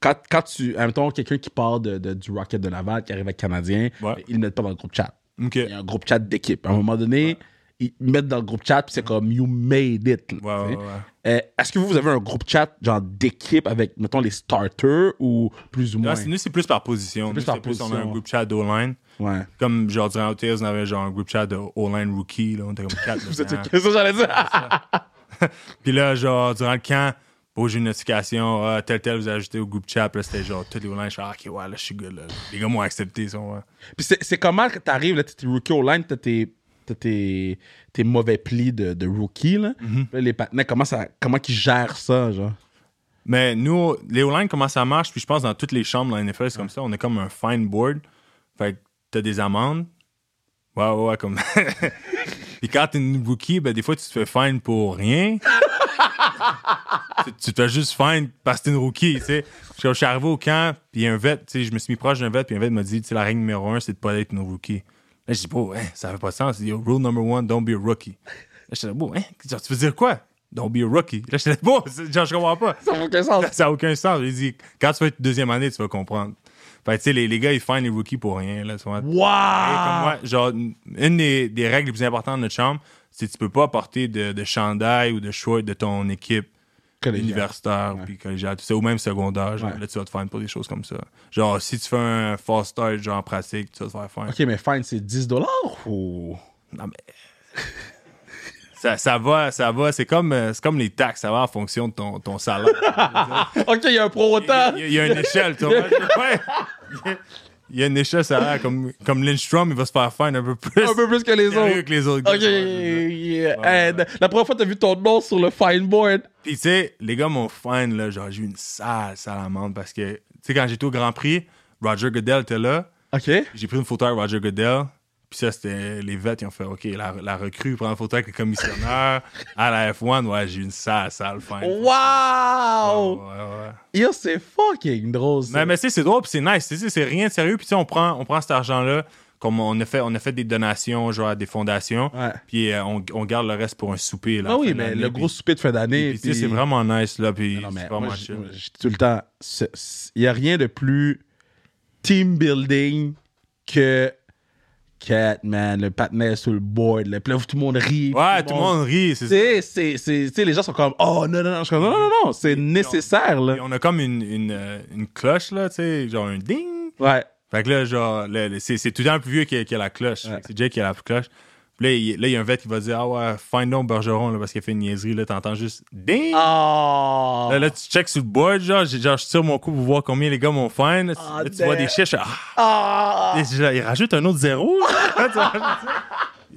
[SPEAKER 1] quand, quand tu, admettons quelqu'un qui part de, de- du Rocket de Laval qui arrive avec Canadien, ben,
[SPEAKER 2] Ouais.
[SPEAKER 1] ils ne mettent pas dans le groupe chat.
[SPEAKER 2] OK.
[SPEAKER 1] Il y a un groupe chat d'équipe. À un moment donné, ils mettent dans le groupe chat, puis c'est comme you made it.
[SPEAKER 2] Ouais,
[SPEAKER 1] là, tu
[SPEAKER 2] ouais,
[SPEAKER 1] sais.
[SPEAKER 2] ouais.
[SPEAKER 1] Euh, Est-ce que vous, vous avez un groupe chat genre d'équipe avec mettons les starters ou plus ou
[SPEAKER 2] Là,
[SPEAKER 1] moins
[SPEAKER 2] c'est- nous, c'est plus par position.
[SPEAKER 1] plus
[SPEAKER 2] Nous,
[SPEAKER 1] par
[SPEAKER 2] c'est plus, on a
[SPEAKER 1] position,
[SPEAKER 2] un
[SPEAKER 1] ouais.
[SPEAKER 2] groupe chat d'O-line.
[SPEAKER 1] Ouais.
[SPEAKER 2] Comme genre durant OTS, on avait genre un group chat de O-line rookie, là, on était comme quatre.
[SPEAKER 1] Vous êtes
[SPEAKER 2] dedans.
[SPEAKER 1] ça j'allais dire.
[SPEAKER 2] Puis là, genre durant le camp, pour une notification, ah, tel tel vous ajouté au group chat, puis là c'était genre tous les O-line, je suis ah, ok, ouais, là je suis good, là. Les gars m'ont accepté, ils sont ouais.
[SPEAKER 1] Puis c'est c'est comment que t'arrives, là, t'es t'es rookie au line, t'as tes, t'as tes, tes mauvais plis de, de rookie, là.
[SPEAKER 2] Mm-hmm.
[SPEAKER 1] Puis là, les patinets, comment, ça, comment qu'ils gèrent ça, genre?
[SPEAKER 2] Mais nous, les O-line, comment ça marche, puis je pense dans toutes les chambres dans la NFL, c'est comme ça, on a comme un fine board. Fait que t'as des amendes. Ouais, ouais, ouais, comme. puis quand t'es une rookie, ben des fois tu te fais fine pour rien. tu, tu te fais juste fine parce que t'es une rookie, tu sais. Je, je suis arrivé au camp, puis il y a un vet, tu sais, je me suis mis proche d'un vet, puis un vet m'a dit, tu sais, la règle numéro un, c'est de pas être une rookie. Là, j'ai dit, bro, hein, ça fait pas de sens. Il dit, Yo, rule number one, don't be a rookie. Là, j'étais là, bro, hein, genre, tu veux dire quoi? Don't be a rookie. Là, j'étais là, bro, c'est- genre, je comprends pas.
[SPEAKER 1] Ça n'a aucun sens.
[SPEAKER 2] Ça n'a aucun sens. J'ai dit, quand tu vas être deuxième année, tu vas comprendre. Fait que, tu sais, les, les gars, ils finent les rookies pour rien. Là, souvent. Et comme
[SPEAKER 1] Waouh!
[SPEAKER 2] moi, genre, une des, des règles les plus importantes de notre chambre, c'est que tu peux pas porter de, de chandail ou de short de ton équipe.
[SPEAKER 1] Collégial.
[SPEAKER 2] universitaire,
[SPEAKER 1] Ouais.
[SPEAKER 2] puis collégial, tout ça, ou même secondaire. genre,
[SPEAKER 1] Ouais.
[SPEAKER 2] Là, tu vas te faire pour des choses comme ça. Genre, si tu fais un fast start, genre en pratique, tu vas te faire faire.
[SPEAKER 1] Ok, mais fine, c'est 10 dollars ou.
[SPEAKER 2] Non, mais. ça, ça va, ça va. C'est comme, euh, c'est comme les taxes, ça va en fonction de ton, ton salaire.
[SPEAKER 1] Ok, il y a un pro
[SPEAKER 2] Il y a-
[SPEAKER 1] autant.
[SPEAKER 2] il y, a- il y a une échelle, tu vois. Ouais. Il y a- Il y a une échelle salaire. Comme, comme Lindstrom, il va se faire faire un peu plus.
[SPEAKER 1] Un peu plus que les
[SPEAKER 2] sérieux
[SPEAKER 1] autres.
[SPEAKER 2] que les autres. gars.
[SPEAKER 1] Ok, yeah. And la première fois que t'as vu ton nom sur le fine board.
[SPEAKER 2] Puis, tu sais, les gars m'ont fan, là. Genre, j'ai eu une sale salamande parce que, tu sais, quand j'étais au Grand Prix, Roger Goodell était là.
[SPEAKER 1] Ok.
[SPEAKER 2] J'ai pris une photo avec Roger Goodell. Puis ça, c'était les vêtements, Ils ont fait, OK, la, la recrue prend une photo avec le commissionnaire à la F1. Ouais, j'ai eu une sale, sale fan. Ouais,
[SPEAKER 1] Wow!
[SPEAKER 2] ouais, ouais.
[SPEAKER 1] Yo, c'est fucking drôle. ça.
[SPEAKER 2] Mais, mais tu sais, c'est drôle, puis c'est nice. Tu sais, C'est rien de sérieux. Puis tu sais, on prend, on prend cet argent-là, comme on a, fait, on a fait des donations genre, à des fondations,
[SPEAKER 1] Ouais.
[SPEAKER 2] puis euh, on, on garde le reste pour un souper. Là,
[SPEAKER 1] Ah
[SPEAKER 2] à
[SPEAKER 1] oui,
[SPEAKER 2] la fin de
[SPEAKER 1] mais
[SPEAKER 2] l'année,
[SPEAKER 1] le
[SPEAKER 2] puis-
[SPEAKER 1] gros souper de fin d'année.
[SPEAKER 2] puis, tu sais,
[SPEAKER 1] puis-
[SPEAKER 2] c'est vraiment nice, là, puis
[SPEAKER 1] Non,
[SPEAKER 2] c'est
[SPEAKER 1] mais
[SPEAKER 2] vraiment
[SPEAKER 1] moi, je
[SPEAKER 2] chill.
[SPEAKER 1] moi, je dis tout le temps, ce- ce- il n'y a rien de plus team building que Catman, le patinet sur le board. Là. Puis là, tout le monde rit.
[SPEAKER 2] Ouais, tout le monde rit, c'est
[SPEAKER 1] Tu
[SPEAKER 2] ça.
[SPEAKER 1] sais, c'est- c'est- tu sais, les gens sont comme, oh non, non, non, je suis comme, non, non, non, c'est nécessaire.
[SPEAKER 2] Puis
[SPEAKER 1] Là.
[SPEAKER 2] on a comme une, une, euh, une cloche, là, tu sais, genre un ding.
[SPEAKER 1] Ouais.
[SPEAKER 2] Fait que là, genre, là, là, c'est c'est tout le temps le plus vieux qui a, qui a la cloche. Fait que C'est Jake qui a la cloche. Puis là, il là, il y a un vet qui va dire Ah ouais, find donc Bergeron, là, parce qu'il a fait une niaiserie, là, t'entends juste ding.
[SPEAKER 1] Ah. Oh!
[SPEAKER 2] Là, là, tu checks sur le board, genre, j'ai- genre, je tire mon coup pour voir combien les gars m'ont fin. Là, tu-
[SPEAKER 1] Ah,
[SPEAKER 2] là, tu vois
[SPEAKER 1] damn.
[SPEAKER 2] des chiffres, ah,
[SPEAKER 1] Ah!
[SPEAKER 2] et genre, il rajoute un autre zéro. là.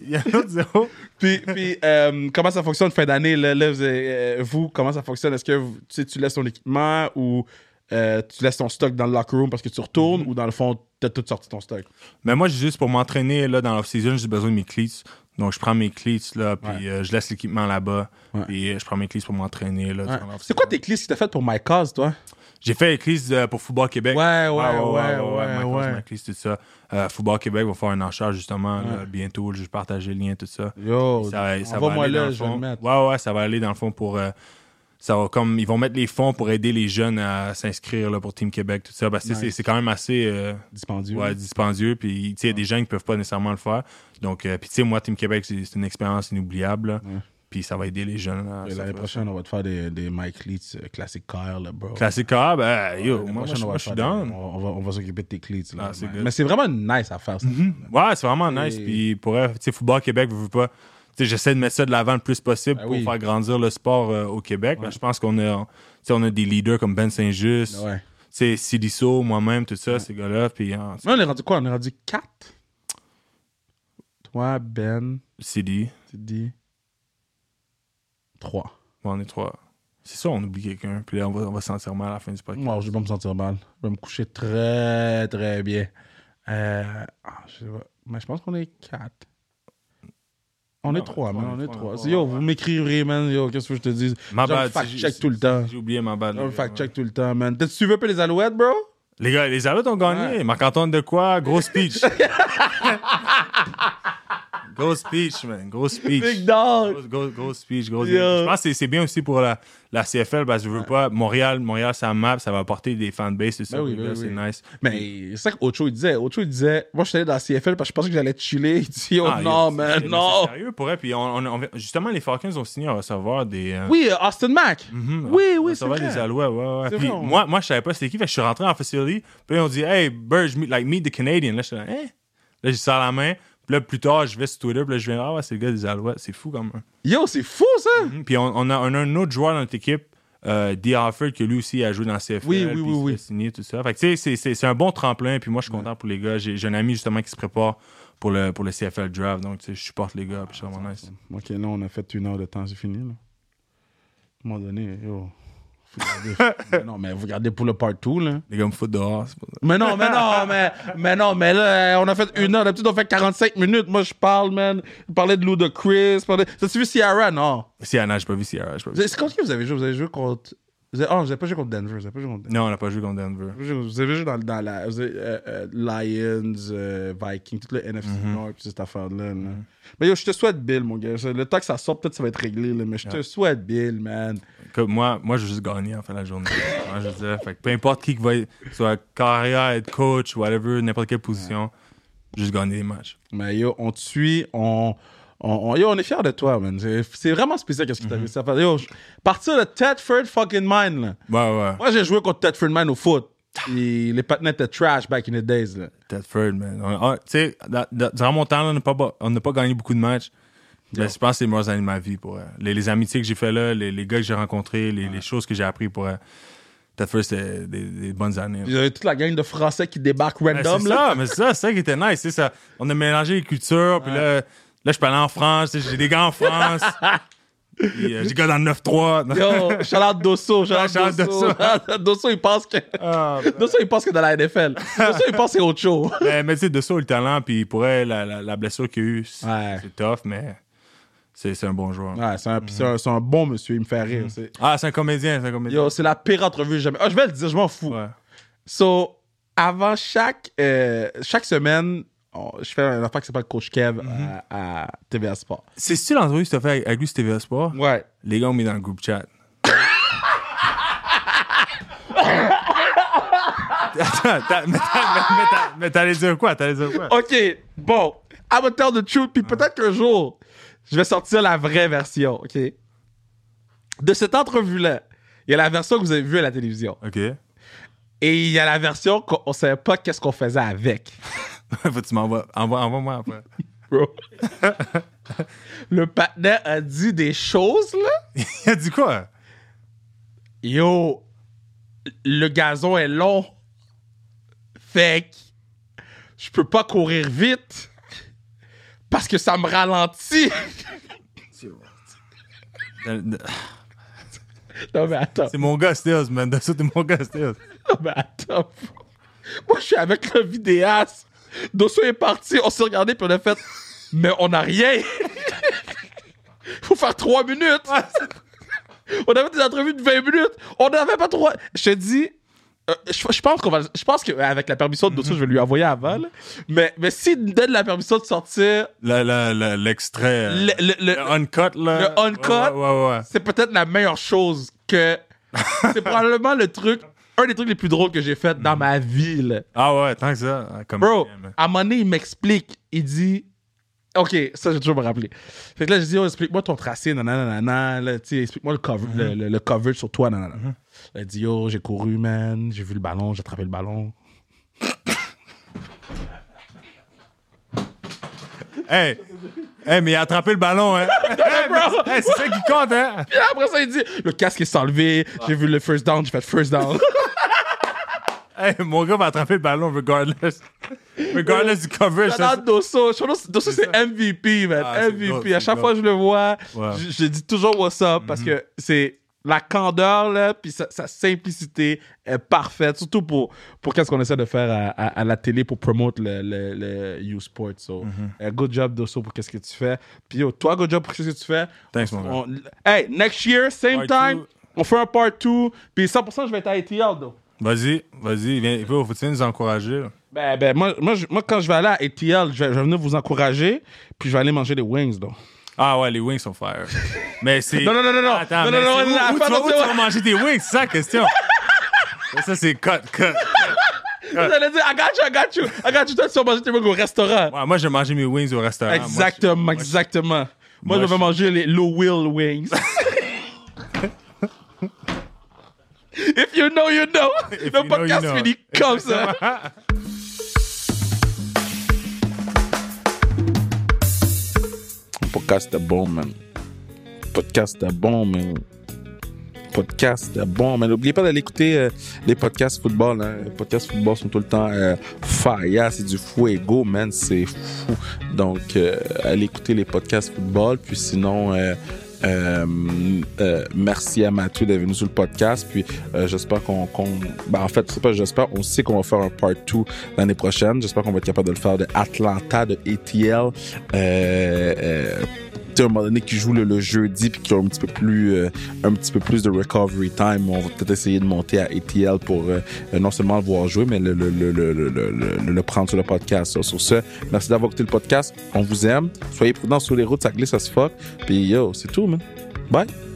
[SPEAKER 2] il y a un autre zéro.
[SPEAKER 1] Puis, puis euh, comment ça fonctionne fin d'année? Là, là, vous, avez- euh, vous, comment ça fonctionne? Est-ce que vous- tu, sais, tu laisses ton équipement ou euh, tu laisses ton stock dans le locker room parce que tu
[SPEAKER 2] Mm-hmm.
[SPEAKER 1] retournes ou dans le fond, t'as tout sorti ton stock?
[SPEAKER 2] Mais moi, j'ai juste pour m'entraîner là, dans l'off-season, j'ai besoin de mes cleats. Donc, je prends mes cleats, là, puis euh, je laisse l'équipement là-bas.
[SPEAKER 1] Ouais.
[SPEAKER 2] Puis euh, je prends mes cleats pour m'entraîner. là, durant l'off-season.
[SPEAKER 1] C'est quoi tes clés que t'as faites pour My Cause, toi?
[SPEAKER 2] J'ai fait les cleats euh, pour Football Québec.
[SPEAKER 1] Ouais, ouais, ouais,
[SPEAKER 2] ma
[SPEAKER 1] ouais,
[SPEAKER 2] cause,
[SPEAKER 1] ouais.
[SPEAKER 2] ma cleats, tout ça. Euh, Football Québec va faire un enchère, justement, là, bientôt. Je vais partager le lien, tout ça.
[SPEAKER 1] Yo,
[SPEAKER 2] ça, ça va
[SPEAKER 1] Oh, envoie-moi
[SPEAKER 2] aller dans
[SPEAKER 1] là,
[SPEAKER 2] le
[SPEAKER 1] je vais le
[SPEAKER 2] fond.
[SPEAKER 1] mettre.
[SPEAKER 2] Ouais, ouais, ça va aller dans le fond pour. euh, ça va comme, ils vont mettre les fonds pour aider les jeunes à s'inscrire là, pour Team Québec, tout ça. Parce que c'est- c'est quand même assez euh,
[SPEAKER 1] Dispendieux.
[SPEAKER 2] ouais, dispendieux. Puis, tu sais, il y a des gens qui ne peuvent pas nécessairement le faire. Donc, euh, puis, tu sais, moi, Team Québec, c'est c'est une expérience inoubliable. là. Puis, ça va aider les jeunes. là, à
[SPEAKER 1] Et
[SPEAKER 2] s'en
[SPEAKER 1] L'année
[SPEAKER 2] faire.
[SPEAKER 1] prochaine, on va te faire des, des Mike Leeds euh, classique car, là, bro.
[SPEAKER 2] Classique A, ben, yo,
[SPEAKER 1] L'année
[SPEAKER 2] moi, moi,
[SPEAKER 1] prochaine,
[SPEAKER 2] je
[SPEAKER 1] on va
[SPEAKER 2] moi,
[SPEAKER 1] te
[SPEAKER 2] je suis
[SPEAKER 1] faire des-
[SPEAKER 2] down.
[SPEAKER 1] On on va, on va s'occuper de tes clés. là.
[SPEAKER 2] Ah, c'est
[SPEAKER 1] Ouais.
[SPEAKER 2] good. Mm-hmm.
[SPEAKER 1] Mais c'est vraiment une nice affaire, ça.
[SPEAKER 2] Ouais, c'est vraiment nice.
[SPEAKER 1] Et-
[SPEAKER 2] Puis pour elle, tu sais, Football Québec, vous pas. Tu sais, j'essaie de mettre ça de l'avant le plus possible
[SPEAKER 1] Ben
[SPEAKER 2] pour
[SPEAKER 1] oui.
[SPEAKER 2] faire grandir le sport euh, au Québec. Ben, je pense qu'on a, tu sais, on a des leaders comme Ben Saint-Just,
[SPEAKER 1] Ouais.
[SPEAKER 2] tu sais, Sidiso, moi-même, tout ça, ces gars-là. Puis hein,
[SPEAKER 1] Mais on est rendu quoi? On est rendu 4? Toi, Ben,
[SPEAKER 2] Sidi,
[SPEAKER 1] tu dis 3.
[SPEAKER 2] bon, on est trois. C'est ça, on oublie quelqu'un. Puis là, on va, on va se sentir mal à la fin du podcast.
[SPEAKER 1] Moi, je vais pas me sentir mal. Je vais me coucher très, très bien. Euh, ah, je sais pas. Mais je pense qu'on est quatre. On est
[SPEAKER 2] Non,
[SPEAKER 1] trois,
[SPEAKER 2] trois,
[SPEAKER 1] man.
[SPEAKER 2] on
[SPEAKER 1] On
[SPEAKER 2] est
[SPEAKER 1] est
[SPEAKER 2] trois,
[SPEAKER 1] trois.
[SPEAKER 2] on est
[SPEAKER 1] C'est-
[SPEAKER 2] trois,
[SPEAKER 1] Yo,
[SPEAKER 2] ouais.
[SPEAKER 1] vous m'écrirez, man. Yo, qu'est-ce que je te dis?
[SPEAKER 2] Ma
[SPEAKER 1] Genre,
[SPEAKER 2] bad, j'ai-
[SPEAKER 1] fact-check tout le temps.
[SPEAKER 2] J'ai oublié ma balle.
[SPEAKER 1] Genre, fact-check tout le temps, man. T'as suivi un peu les alouettes, bro?
[SPEAKER 2] Les gars, les Alouettes ont gagné. Marc-Antoine de quoi? Gros speech. gros speech, man. Gros speech.
[SPEAKER 1] Big dog!
[SPEAKER 2] Grosse, grosse, grosse speech, grosse-
[SPEAKER 1] Yeah.
[SPEAKER 2] Je pense que c'est- c'est bien aussi pour la, la CFL parce que je veux pas. Montréal, Montréal, ça map, ça va apporter des fanbases, c'est ça.
[SPEAKER 1] Ben oui,
[SPEAKER 2] les
[SPEAKER 1] ben
[SPEAKER 2] gars,
[SPEAKER 1] oui.
[SPEAKER 2] C'est nice.
[SPEAKER 1] Mais c'est ça qu'Ocho, il disait. Ocho, il disait, moi, je suis allé dans la CFL parce que je pensais que j'allais chiller. Il dit, oh
[SPEAKER 2] Ah,
[SPEAKER 1] non,
[SPEAKER 2] c'est-
[SPEAKER 1] man,
[SPEAKER 2] c'est-
[SPEAKER 1] non!
[SPEAKER 2] c'est Sérieux pour elle. Puis on- on- on- justement, les Falcons ont signé à recevoir des. euh,
[SPEAKER 1] Oui, euh, Austin Mac.
[SPEAKER 2] mhm, à
[SPEAKER 1] Oui, oui, c'est
[SPEAKER 2] recevoir
[SPEAKER 1] vrai.
[SPEAKER 2] des Alouettes, ouais, ouais.
[SPEAKER 1] C'est
[SPEAKER 2] Puis
[SPEAKER 1] vrai, on-
[SPEAKER 2] moi, moi, je savais pas c'était qui. Fait que je suis rentré en facility. Puis là, on dit, hey, Burge, meet, like, meet the Canadian. Là, je suis là, hein? Là, j'ai ça à la main. Puis là, plus tard, je vais sur Twitter. Puis là, je viens, ah ouais, c'est le gars des Alouettes. C'est fou quand même.
[SPEAKER 1] Yo, c'est fou, ça!
[SPEAKER 2] Mhm. Puis on, on a, on a un autre joueur dans notre équipe, euh, D. Harford, que lui aussi a joué dans CFL.
[SPEAKER 1] Oui, oui,
[SPEAKER 2] puis
[SPEAKER 1] oui,
[SPEAKER 2] il s'est
[SPEAKER 1] oui.
[SPEAKER 2] fait signer, tout ça. Fait que, tu sais, c'est- c'est c'est un bon tremplin. Puis moi, je suis content pour les gars. J'ai j'ai un ami justement qui se prépare pour le, pour le CFL draft. Donc, tu sais, je supporte les gars. Puis c'est vraiment nice.
[SPEAKER 1] Ok, là, on a fait une heure de temps, c'est fini, là. À un moment donné, yo. faut garder- mais non, mais vous regardez pour le part 2, là.
[SPEAKER 2] Les gars me foutent dehors. c'est pas ça.
[SPEAKER 1] Mais non, mais non, mais, mais non, mais là, euh, on a fait une heure. D'habitude, on fait 45 minutes. Moi, je parle, man. Je parlais de Luda Chris. T'as-tu vu Ciara? Non.
[SPEAKER 2] Sienna, j'ai pas vu Sierra. j'ai pas vu.
[SPEAKER 1] C'est c'est contre qui vous avez joué? Vous avez joué contre. Vous avez... Oh, vous avez pas joué contre Denver. Vous avez pas joué contre Denver.
[SPEAKER 2] Non, on n'a pas joué contre Denver.
[SPEAKER 1] Vous avez joué- vous avez joué dans, dans la. vous avez, euh, euh, Lions, euh, Vikings, tout le NFC
[SPEAKER 2] Mhm.
[SPEAKER 1] Nord, puis cette affaire-là. là. Mais yo, je te souhaite Bill, mon gars. Le temps que ça sort, peut-être ça va être réglé, là, mais je te souhaite Bill, man.
[SPEAKER 2] Comme moi, moi, je veux juste gagner en fin de la journée. Moi, je veux dire, fait que peu importe qui que va être, soit carrière, être coach, whatever, n'importe quelle position, juste gagner des matchs.
[SPEAKER 1] Mais yo, on te suit, on, on, on- yo, on est fiers de toi, man. C'est- C'est vraiment spécial qu'est-ce que
[SPEAKER 2] Mhm.
[SPEAKER 1] t'as vu. Ça fait, yo, je- partir de Tedford fucking Mine, là.
[SPEAKER 2] Ouais, ouais.
[SPEAKER 1] Moi, j'ai joué contre Tedford Mine au foot. Et les patinets étaient trash back in the days, là.
[SPEAKER 2] Tedford, man. On- on- Tu sais, da- da- durant mon temps, là, on n'a pas, ba- on n'a pas gagné beaucoup de matchs. Mais je pense que c'est les meilleurs années de ma vie. Pour, vrai. les, les amitiés que j'ai fait là, les, les gars que j'ai rencontrés, les, les choses que j'ai appris pour. euh, vrai. Tedford, c'était euh, des, des bonnes années.
[SPEAKER 1] Il y avait toute la gang de Français qui débarquent
[SPEAKER 2] Ouais, Ben,
[SPEAKER 1] random,
[SPEAKER 2] c'est
[SPEAKER 1] là.
[SPEAKER 2] ça, mais c'est ça, c'est ça qui était nice. c'est Ça. On a mélangé les cultures, puis là, là, je peux aller en France, tu sais, j'ai des gars en France. puis, euh, j'ai des gars dans le 9-3.
[SPEAKER 1] Yo, Charlotte Dosso,
[SPEAKER 2] Ouais, shout
[SPEAKER 1] Charlotte
[SPEAKER 2] out
[SPEAKER 1] Dosso. Dosso, il pense que.
[SPEAKER 2] Ah.
[SPEAKER 1] Dosso, il pense que dans la NFL. Dosso, il pense que c'est autre chose.
[SPEAKER 2] Ben, mais, mais tu sais, de ça, le talent, puis pour elle, la, la, la blessure qu'il y a eu, c'est
[SPEAKER 1] Ouais.
[SPEAKER 2] c'est tough, mais c'est c'est un bon joueur.
[SPEAKER 1] Ouais, c'est un, pis c'est un- c'est un bon monsieur, il me fait rire. c'est-
[SPEAKER 2] Ah, c'est un comédien, c'est un comédien.
[SPEAKER 1] Mm. Yo, c'est la pire entrevue jamais. Ah, je vais le dire, je m'en fous.
[SPEAKER 2] Ouais.
[SPEAKER 1] So, avant chaque, euh, chaque semaine, on- je fais un affaire qui s'appelle Coach Kev euh, à, à TVA Sport.
[SPEAKER 2] C'est-tu l'entrevue que tu as fait avec- avec lui sur TVA Sport?
[SPEAKER 1] Ouais.
[SPEAKER 2] Les gars ont mis dans le groupe chat. Attends, t'as- mais t'as- mais t'as- mais t'allais dire quoi? T'allais dire quoi?
[SPEAKER 1] OK, bon. I'm gonna tell the truth, puis peut-être qu'un jour, je vais sortir la vraie version, OK? De cette entrevue-là, il y a la version que vous avez vue à la télévision.
[SPEAKER 2] OK.
[SPEAKER 1] Et il y a la version qu'on on savait pas qu'est-ce qu'on faisait avec,
[SPEAKER 2] Faut que tu m'envoies. Envoie- Envoie-moi après.
[SPEAKER 1] bro. le patinet a dit des choses, là.
[SPEAKER 2] Il a dit quoi?
[SPEAKER 1] Yo, le gazon est long. Fait que je peux pas courir vite parce que ça me ralentit.
[SPEAKER 2] C'est
[SPEAKER 1] non, mais attends.
[SPEAKER 2] mon gars, Stills, man. De ça, t'es mon gars, Stills.
[SPEAKER 1] Non, Ah, mais attends. Moi, je suis avec le vidéaste. Dosso est parti, on s'est regardé, puis on a fait Mais on n'a rien. Faut faire trois minutes. on avait des entrevues de 20 minutes. On n'avait pas trois. Je te dis. euh, je, je pense qu'on va. Je pense qu'avec la permission de Dosso, je vais lui envoyer avant. là. Mais, mais s'il nous donne la permission de sortir,
[SPEAKER 2] Le- le- le- L'extrait. euh,
[SPEAKER 1] Le- le- le-
[SPEAKER 2] uncut, là.
[SPEAKER 1] le uncut.
[SPEAKER 2] Ouais, ouais, ouais. ouais.
[SPEAKER 1] c'est peut-être la meilleure chose que. C'est probablement le truc. Un des trucs les plus drôles que j'ai fait dans ma vie. là.
[SPEAKER 2] Ah ouais, tant que ça. ah, Comme
[SPEAKER 1] Bro, à un moment donné, il m'explique. Il dit. Ok, ça, j'ai toujours me rappelé. Fait que là, je dis, oh, explique-moi ton tracé, nanana, nanana, là, tu sais, explique-moi le, cover, le, le- le coverage sur toi, nanana. Là, il dit, yo, j'ai couru, man, j'ai vu le ballon, j'ai attrapé le ballon.
[SPEAKER 2] Hey! Hey, mais il a attrapé le ballon, hein. hey,
[SPEAKER 1] bro.
[SPEAKER 2] mais- hey, c'est ça qui compte, hein.
[SPEAKER 1] Puis là, après ça, il dit, le casque est enlevé, j'ai vu le first down, j'ai fait first down.
[SPEAKER 2] Hey, mon gars va attraper le ballon, regardless. regardless du coverage.
[SPEAKER 1] Shout out Dosso. Shout out Dosso, c'est MVP, man.
[SPEAKER 2] Ah, c'est
[SPEAKER 1] MVP.
[SPEAKER 2] good,
[SPEAKER 1] à chaque
[SPEAKER 2] c'est
[SPEAKER 1] fois que je le vois,
[SPEAKER 2] Ouais. Mhm.
[SPEAKER 1] je, je dis toujours what's up parce que c'est la candeur, là, puis sa, sa simplicité est parfaite, surtout pour, pour qu'est-ce qu'on essaie de faire à, à- à la télé pour promouvoir le, le, le U-Sport. So,
[SPEAKER 2] Mhm.
[SPEAKER 1] euh, good job, Dosso, pour qu'est-ce que tu fais. Puis, yo, toi, good job pour qu'est-ce que tu fais.
[SPEAKER 2] Thanks, mon gars.
[SPEAKER 1] On- hey, next year, same
[SPEAKER 2] Part
[SPEAKER 1] time,
[SPEAKER 2] two.
[SPEAKER 1] on fait un part 2, puis 100%, je vais être à ATL, though.
[SPEAKER 2] Vas-y, vas-y, viens. Faut faut-tu nous encourager? là?
[SPEAKER 1] Ben, ben, moi, moi, je- moi, quand je vais aller à ATL, je vais, je vais venir vous encourager, puis je vais aller manger des wings, donc.
[SPEAKER 2] Ah ouais, les wings sont fire. Ah, Mais c'est.
[SPEAKER 1] Non, non, non, non, non.
[SPEAKER 2] Attends,
[SPEAKER 1] Non,
[SPEAKER 2] mais
[SPEAKER 1] non, non,
[SPEAKER 2] c'est
[SPEAKER 1] non,
[SPEAKER 2] où, où
[SPEAKER 1] fais
[SPEAKER 2] tu vas, où tu
[SPEAKER 1] attention.
[SPEAKER 2] vas manger tes wings? C'est ça la question. ça, c'est cut, cut.
[SPEAKER 1] Vous allez dire, I got you, I got you, I got you. Toi, tu vas manger tes wings au restaurant.
[SPEAKER 2] Ouais, moi, j'ai mangé mes wings au restaurant.
[SPEAKER 1] exactement, exactement. Moi,
[SPEAKER 2] moi,
[SPEAKER 1] je vais
[SPEAKER 2] je-
[SPEAKER 1] manger les Low Will Wings. If you know, you know.
[SPEAKER 2] you
[SPEAKER 1] Le
[SPEAKER 2] know,
[SPEAKER 1] podcast
[SPEAKER 2] you know.
[SPEAKER 1] finit comme ça.
[SPEAKER 3] Podcast est bon, man. Podcast est bon, man. Podcast est bon, man. N'oubliez pas d'aller écouter euh, les podcasts football. Hein. Les podcasts football sont tout le temps euh, fire. C'est du fuego, man. C'est fou. Donc, euh, allez écouter les podcasts football. Puis sinon, euh, euh, euh, merci à Mathieu d'être venu sur le podcast. Puis euh, j'espère qu'on. qu'on- ben, en fait, c'est pas j'espère. On sait qu'on va faire un part 2 l'année prochaine. J'espère qu'on va être capable de le faire de Atlanta, de ATL. Euh, euh, tu sais, à un moment donné qui joue le, le jeudi puis qui ont un petit peu plus euh, un petit peu plus de recovery time on va peut-être essayer de monter à ATL pour euh, euh, non seulement le voir jouer mais le le, le, le, le, le, le- le prendre sur le podcast ça. sur ce merci d'avoir écouté le podcast on vous aime soyez prudents sur les routes ça glisse ça se fuck puis yo c'est tout man bye